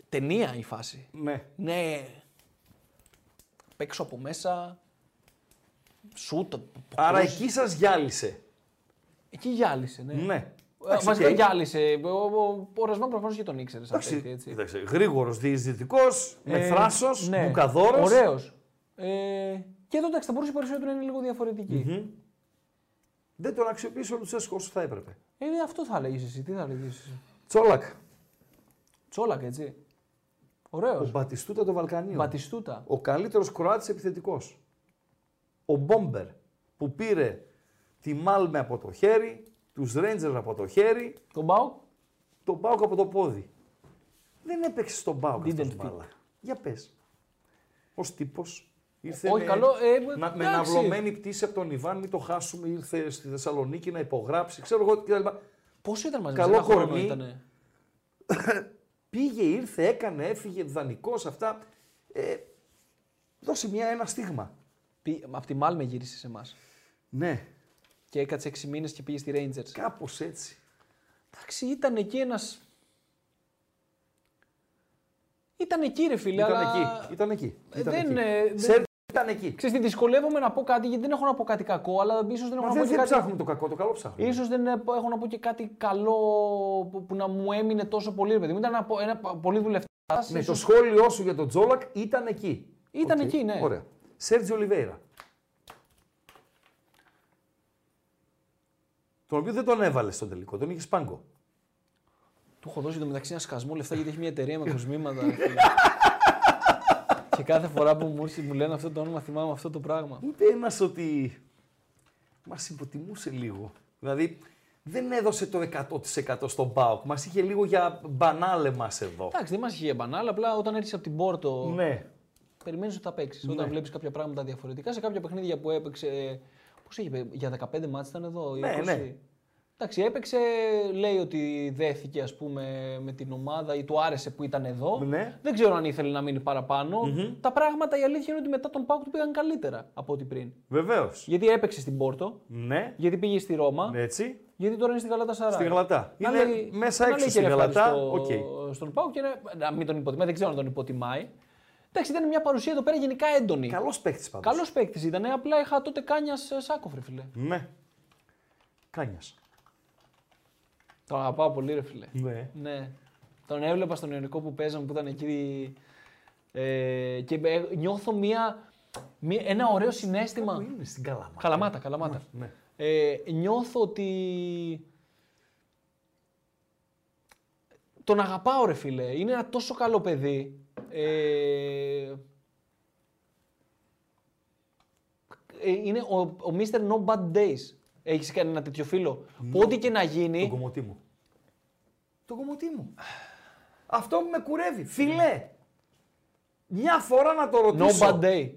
ταινία η φάση. Ναι. Ναι. Παίξω από μέσα. Σουτ. Άρα πώς. εκεί σας γυάλισε. Εκεί γυάλισε, ναι. Ναι. Ε, Βασικά οκ. γυάλισε. Ο, ο, ο Ρασμάν προφανώς και τον ήξερε. σαν παίκτη, Εντάξει, έτσι. κοίταξε, γρήγορος, διεισδυτικός, με Ε, θράσος, μπουκαδόρος. Ωραίος. Ε, και εδώ εντάξει, θα μπορούσε η παρουσία του να είναι λίγο διαφορετική. Δεν τον αξιοποίησε ο Λουτσέσκο όσο θα έπρεπε. Ε, αυτό θα λέγεις εσύ. Τι θα λέγεις εσύ. Τσόλακ. Τσόλακ, έτσι. Ο Ωραίος. Μπατιστούτα των Βαλκανίων. Μπατιστούτα. Ο καλύτερος Κροάτης επιθετικός. Ο Μπόμπερ που πήρε τη Μάλμε από το χέρι, τους Ρέντζερ από το χέρι, Τον Μπάουκ. τον Πάουκ από το πόδι. Δεν έπαιξε στον Πάουκ Didn't αυτός fit. μπάλα. Για πες. Ως τύπος ήρθε Όχι, με, καλό, ε, να, με εντάξει. ναυλωμένη πτήση από τον Ιβάν, μην το χάσουμε, ήρθε στη Θεσσαλονίκη να υπογράψει, ξέρω εγώ κτλ. Πόσο ήταν μαζί Καλό μας, ένα χρόνο κορμί. ήτανε. Πήγε, ήρθε, έκανε, έφυγε, δανεικός, αυτά. Ε, δώσε μια, ένα στίγμα. Πή- Απ' τη Μάλμε γύρισε σε εμάς. Ναι, Και έκατσε 6 μήνες και πήγε στη Rangers. κάπως έτσι. Εντάξει, ήταν εκεί ένας. Ήταν εκεί, ρε φίλε, Ήταν αλλά. εκεί. Ήταν εκεί. Ε, Ήταν δεν, εκεί. ε, δεν- Σερβι ήταν εκεί. Ξέρεις τι, δυσκολεύομαι να πω κάτι γιατί δεν έχω να πω κάτι κακό, αλλά ίσως δεν έχω να Μα δεν, πω και δεν κάτι. ψάχνουμε το κακό, το καλό ψάχνουμε. Ίσως δεν ε, έχω να πω και κάτι καλό που, που να μου έμεινε τόσο πολύ, ρε παιδί μου. Ήταν ένα, πο- ένα πα- πολύ δουλευτάς. Ναι, το σχόλιο σου για τον Τζόλακ ήταν εκεί. Ήταν Οκ, εκεί, ναι. Ωραία. Σέρτζι Ολιβέηρα. Τον οποίο δεν τον έβαλες στον τελικό, τον είχες σπάγκο. Του έχω δώσει το μεταξύ ένα σκασμό λεφτά γιατί έχει μια εταιρεία με κοσμήματα. ρε φίλε. και κάθε φορά που μου, έρχεται- μου λένε αυτό το όνομα θυμάμαι αυτό το πράγμα. Μου είπε ένας ότι μας υποτιμούσε λίγο. Δηλαδή δεν έδωσε το 100% στον Πάοκ. Μας είχε λίγο για μπανάλε μας εδώ. Εντάξει, δεν μας είχε μπανάλα, απλά όταν έρθεις από την Πόρτο. Ναι. Περιμένεις ότι θα παίξεις. Όταν βλέπεις κάποια πράγματα διαφορετικά σε κάποια παιχνίδια που έπαιξε. Πώς είχε παί- για 15 μάτς ήταν εδώ, Ναι, 20. ναι. Εντάξει, έπαιξε, λέει ότι δέθηκε ας πούμε με την ομάδα ή του άρεσε που ήταν εδώ. Ναι. Δεν ξέρω αν ήθελε να μείνει παραπάνω. Τα πράγματα η αλήθεια είναι ότι μετά τον Πάουκ του πήγαν καλύτερα από ό,τι πριν. Βεβαίως. Γιατί έπαιξε στην Πόρτο, Ναι. γιατί πήγε στη Ρώμα, Έτσι. γιατί τώρα είναι στην Γαλάτα Σαρά. Ναι. Στη Γαλατά. Να Είναι λέει- μέσα να έξω λέει στη και ρε Γαλατά, ευχαριστώ οκ. Στον Πάο και να, να μην τον υποτιμάει, δεν ξέρω αν τον υποτιμάει. Εντάξει, ήταν μια παρουσία εδώ πέρα γενικά έντονη. Καλός παίκτης πάντως. Καλός παίκτης ήταν, απλά είχα τότε κάνιας σάκοφ, ρε φιλε. Ναι. Κάνιας. Τον αγαπάω πολύ, ρε φιλε. Ναι. Ναι. Τον έβλεπα στον Ιωνικό που παίζαμε που ήταν εκεί. Ε, και ε, νιώθω μια, μια- ένα ωραίο συνέστημα. Είναι στην Καλαμάτα. Καλαμάτα, καλαμάτα. Ναι. Ε, νιώθω ότι. Τον αγαπάω, ρε φίλε. Είναι ένα τόσο καλό παιδί. Ε, ε, είναι ο, ο Mr. No Bad Days. Έχεις κάνει ένα τέτοιο φίλο. Ναι. Που ό,τι και να Τον γίνει. κομμωτή μου. Τον κομμωτή μου. Αυτό που με κουρεύει. Φιλέ. Μια φορά να το No ρωτήσω. Bad Day.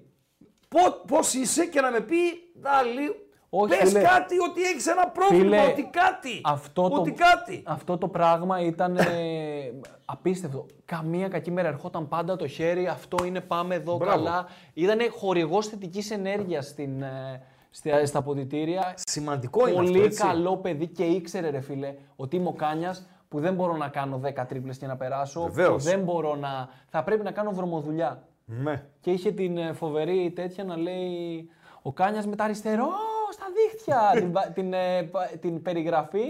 Πώ πώς είσαι και να με πει Ντάλι. Όχι, Πες φίλε. κάτι ότι έχεις ένα πρόβλημα, Φίλε, ότι κάτι. Αυτό το, ότι κάτι. αυτό το πράγμα ήταν ε, απίστευτο. Καμία κακή μέρα. Ερχόταν πάντα το χέρι. Αυτό είναι, πάμε εδώ Μπράβο. καλά. Ήταν χορηγός θετικής ενέργειας στην, ε, στα, στα ποδητήρια. Σημαντικό είναι Πολύ αυτό, έτσι. καλό παιδί και ήξερε, ρε φίλε, ότι είμαι ο Κάνιας που δεν μπορώ να κάνω 10 τρίπλες και να περάσω. Βεβαίως. που Δεν μπορώ να. Θα πρέπει να κάνω βρωμοδουλειά. Ναι. Και είχε την ε, φοβερή τέτοια να λέει ο Κάνιας με τα αριστερό στα δίχτυα την, πα- την, ε, πα- την περιγραφή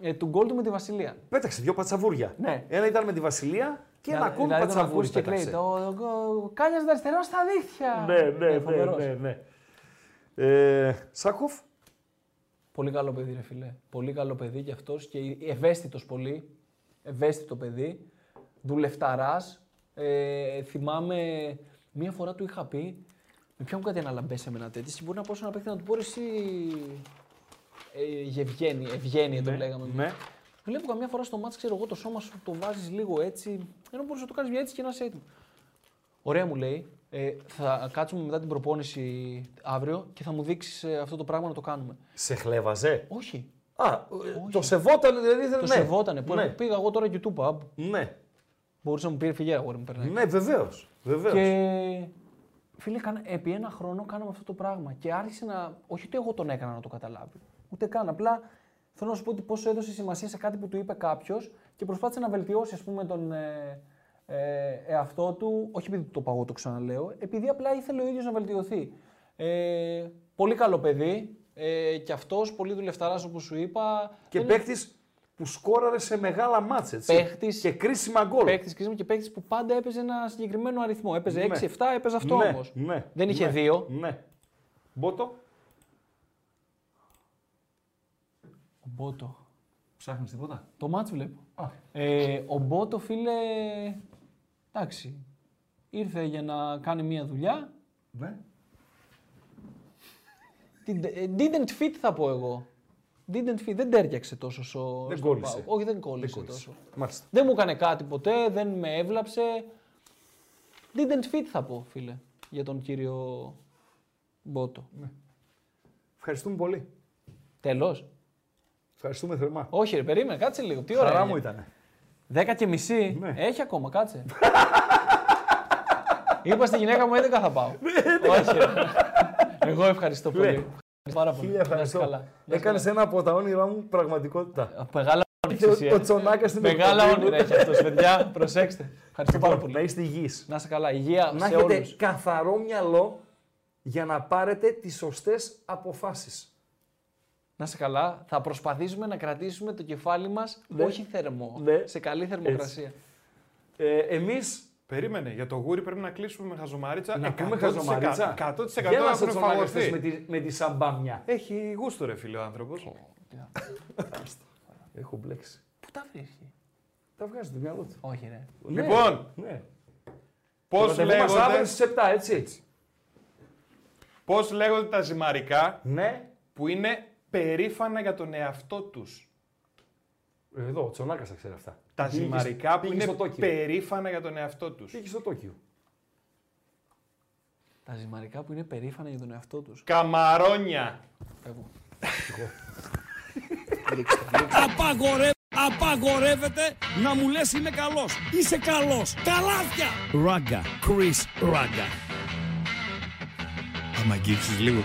ε, του γκολ του με τη Βασιλεία. Πέταξε δύο πατσαβούρια. Ναι. Ένα ήταν με τη Βασιλεία και ένα Να- ακόμη δηλαδή τον πατσαβούρι ακούς και λέει, πέταξε. το, ο- ο Κάνιας με τα αριστερό στα δίχτυα. Ε, φοβερός. ναι. Ε, Σάκοφ. Πολύ καλό παιδί, ρε φιλέ. Πολύ καλό παιδί κι αυτός και ευαίσθητος πολύ. Ευαίσθητο παιδί. Δουλευταράς. Ε, θυμάμαι, μία φορά του είχα πει, με πιάνουν κάτι αναλαμπέ σε μένα τέτοιο. και Μπορεί να πω σε ένα παίκτη να του πω «Ρε εσύ. Ε, Γευγένη, Ευγένεια το λέγαμε. ναι. Βλέπω καμιά φορά στο μάτς, ξέρω εγώ, το σώμα σου το βάζεις λίγο έτσι. Ενώ μπορείς να το κάνεις μια έτσι και να είσαι έτοιμος. Ωραία μου λέει, ε, θα κάτσουμε μετά την ε, προπόνηση αύριο και θα μου δείξεις αυτό το πράγμα να το κάνουμε. Σε χλέβαζε. Όχι. Α, ε, το σεβόταν, δηλαδή. Το ναι. σεβότανε. Που ναι. Πήγα εγώ τώρα YouTube Pub. ναι, Μπορούσε να μου πει φυγέρα, αγόρι μου περνάει. ναι, βεβαίως. Βεβαίως. Και φίλε, κάνα, επί ένα χρόνο κάναμε αυτό το πράγμα και άρχισε να. Όχι ότι εγώ τον έκανα να το καταλάβει. Ούτε καν. Απλά θέλω να σου πω ότι πόσο έδωσε σημασία σε κάτι που του είπε κάποιος και προσπάθησε να βελτιώσει, ας πούμε, τον ε, ε, εαυτό του. Όχι επειδή του το παγώ, το ξαναλέω. Επειδή απλά ήθελε ο ίδιος να βελτιωθεί. Ε, πολύ καλό παιδί. Ε, και αυτός πολύ δουλευταράς, όπως σου είπα. Και παίκτης που σκόραρε σε μεγάλα μάτσε. Παίκτης- Και κρίσιμα γκολ. Παίκτη κρίσιμο και παίκτη που πάντα έπαιζε ένα συγκεκριμένο αριθμό. Έπαιζε Ναι. 6-7, έπαιζε αυτό ναι, όμως. ναι, Δεν είχε ναι, δύο. Ναι. Μπότο. Ο Μπότο. Ψάχνεις τίποτα. Το μάτς βλέπω. Ε, ο Μπότο, φίλε, εντάξει, ήρθε για να κάνει μία δουλειά. Ναι. Την- ε, Didn't fit θα πω εγώ. Didn't fit. Δεν τέριαξε τόσο στο Δεν στο κόλλησε. ΠΑΟΚ. Όχι, δεν κόλλησε, τόσο. Μάλιστα. Δεν μου έκανε κάτι ποτέ, δεν με έβλαψε. Didn't fit θα πω, φίλε, για τον κύριο Μπότο. Ναι. Ευχαριστούμε πολύ. Τέλος. Ευχαριστούμε θερμά. Όχι ρε, περίμενε, κάτσε λίγο. Τι ώρα Χαρά είναι. μου ήταν. Δέκα και μισή. Ναι. Έχει ακόμα, κάτσε. Είπα στη γυναίκα μου 11 θα πάω. Όχι. ρε. Εγώ ευχαριστώ πολύ. Ναι. Ευχαριστώ πάρα πολύ. Χίλια Να είσαι ευχαριστώ. καλά. Να είσαι Έκανες ένα από τα όνειρά μου πραγματικότητα. καλά. Μεγάλα όνειρα Και έχεις εσύ, ε. ο- ο Τσονάκας στην Μεγάλα εκπομπή μου. όνειρα έχει αυτός, παιδιά. Προσέξτε. Ευχαριστώ πάρα Να πολύ. είστε υγιείς. Να είσαι καλά. Υγεία Λοιπόν, Να σε έχετε όλους. καθαρό μυαλό για να πάρετε τις σωστές αποφάσεις. Να είσαι καλά. Θα προσπαθήσουμε να κρατήσουμε το κεφάλι μας όχι θερμό. Ναι. Σε καλή θερμοκρασία. Ε, Εμείς. Περίμενε, για το γούρι πρέπει να κλείσουμε με χαζομαρίτσα. Ε, Να πούμε χαζομαρίτσα. 100% Γέλασε ο έχουν Τσονάκας φαγωθεί. χθες με τη, με τη σαμπάμια. Έχει γούστο ρε φίλε ο άνθρωπος. Έχω μπλέξει. Πού τα βρίσκει. Τα βγάζει του μυαλό του. Όχι ρε. Λοιπόν, Ναι. πώς Θα λέγονται... αύριο λέγονται, στις 7, έτσι. πώς λέγονται τα ζυμαρικά Ναι. που είναι περήφανα για τον εαυτό τους. Εδώ, ο Τσονάκας τα ξέρει αυτά. Τα Πήγε- ζυμαρικά που πήγες στο είναι Τόκιο. περήφανα για τον εαυτό τους. Πήγες στο Τόκιο. Τα ζυμαρικά που είναι περήφανα για τον εαυτό τους. Καμαρόνια. Φεύγω. Απαγορε... Απαγορεύεται να μου λες είμαι καλός. Είσαι καλός. Τα λάθια. Ράγκα. Κρίς Ράγκα. Άμα αγγίξεις λίγο.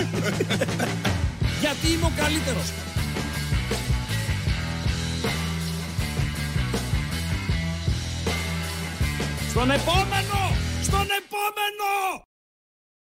Γιατί είμαι ο καλύτερος. Στον επόμενο! Στον επόμενο!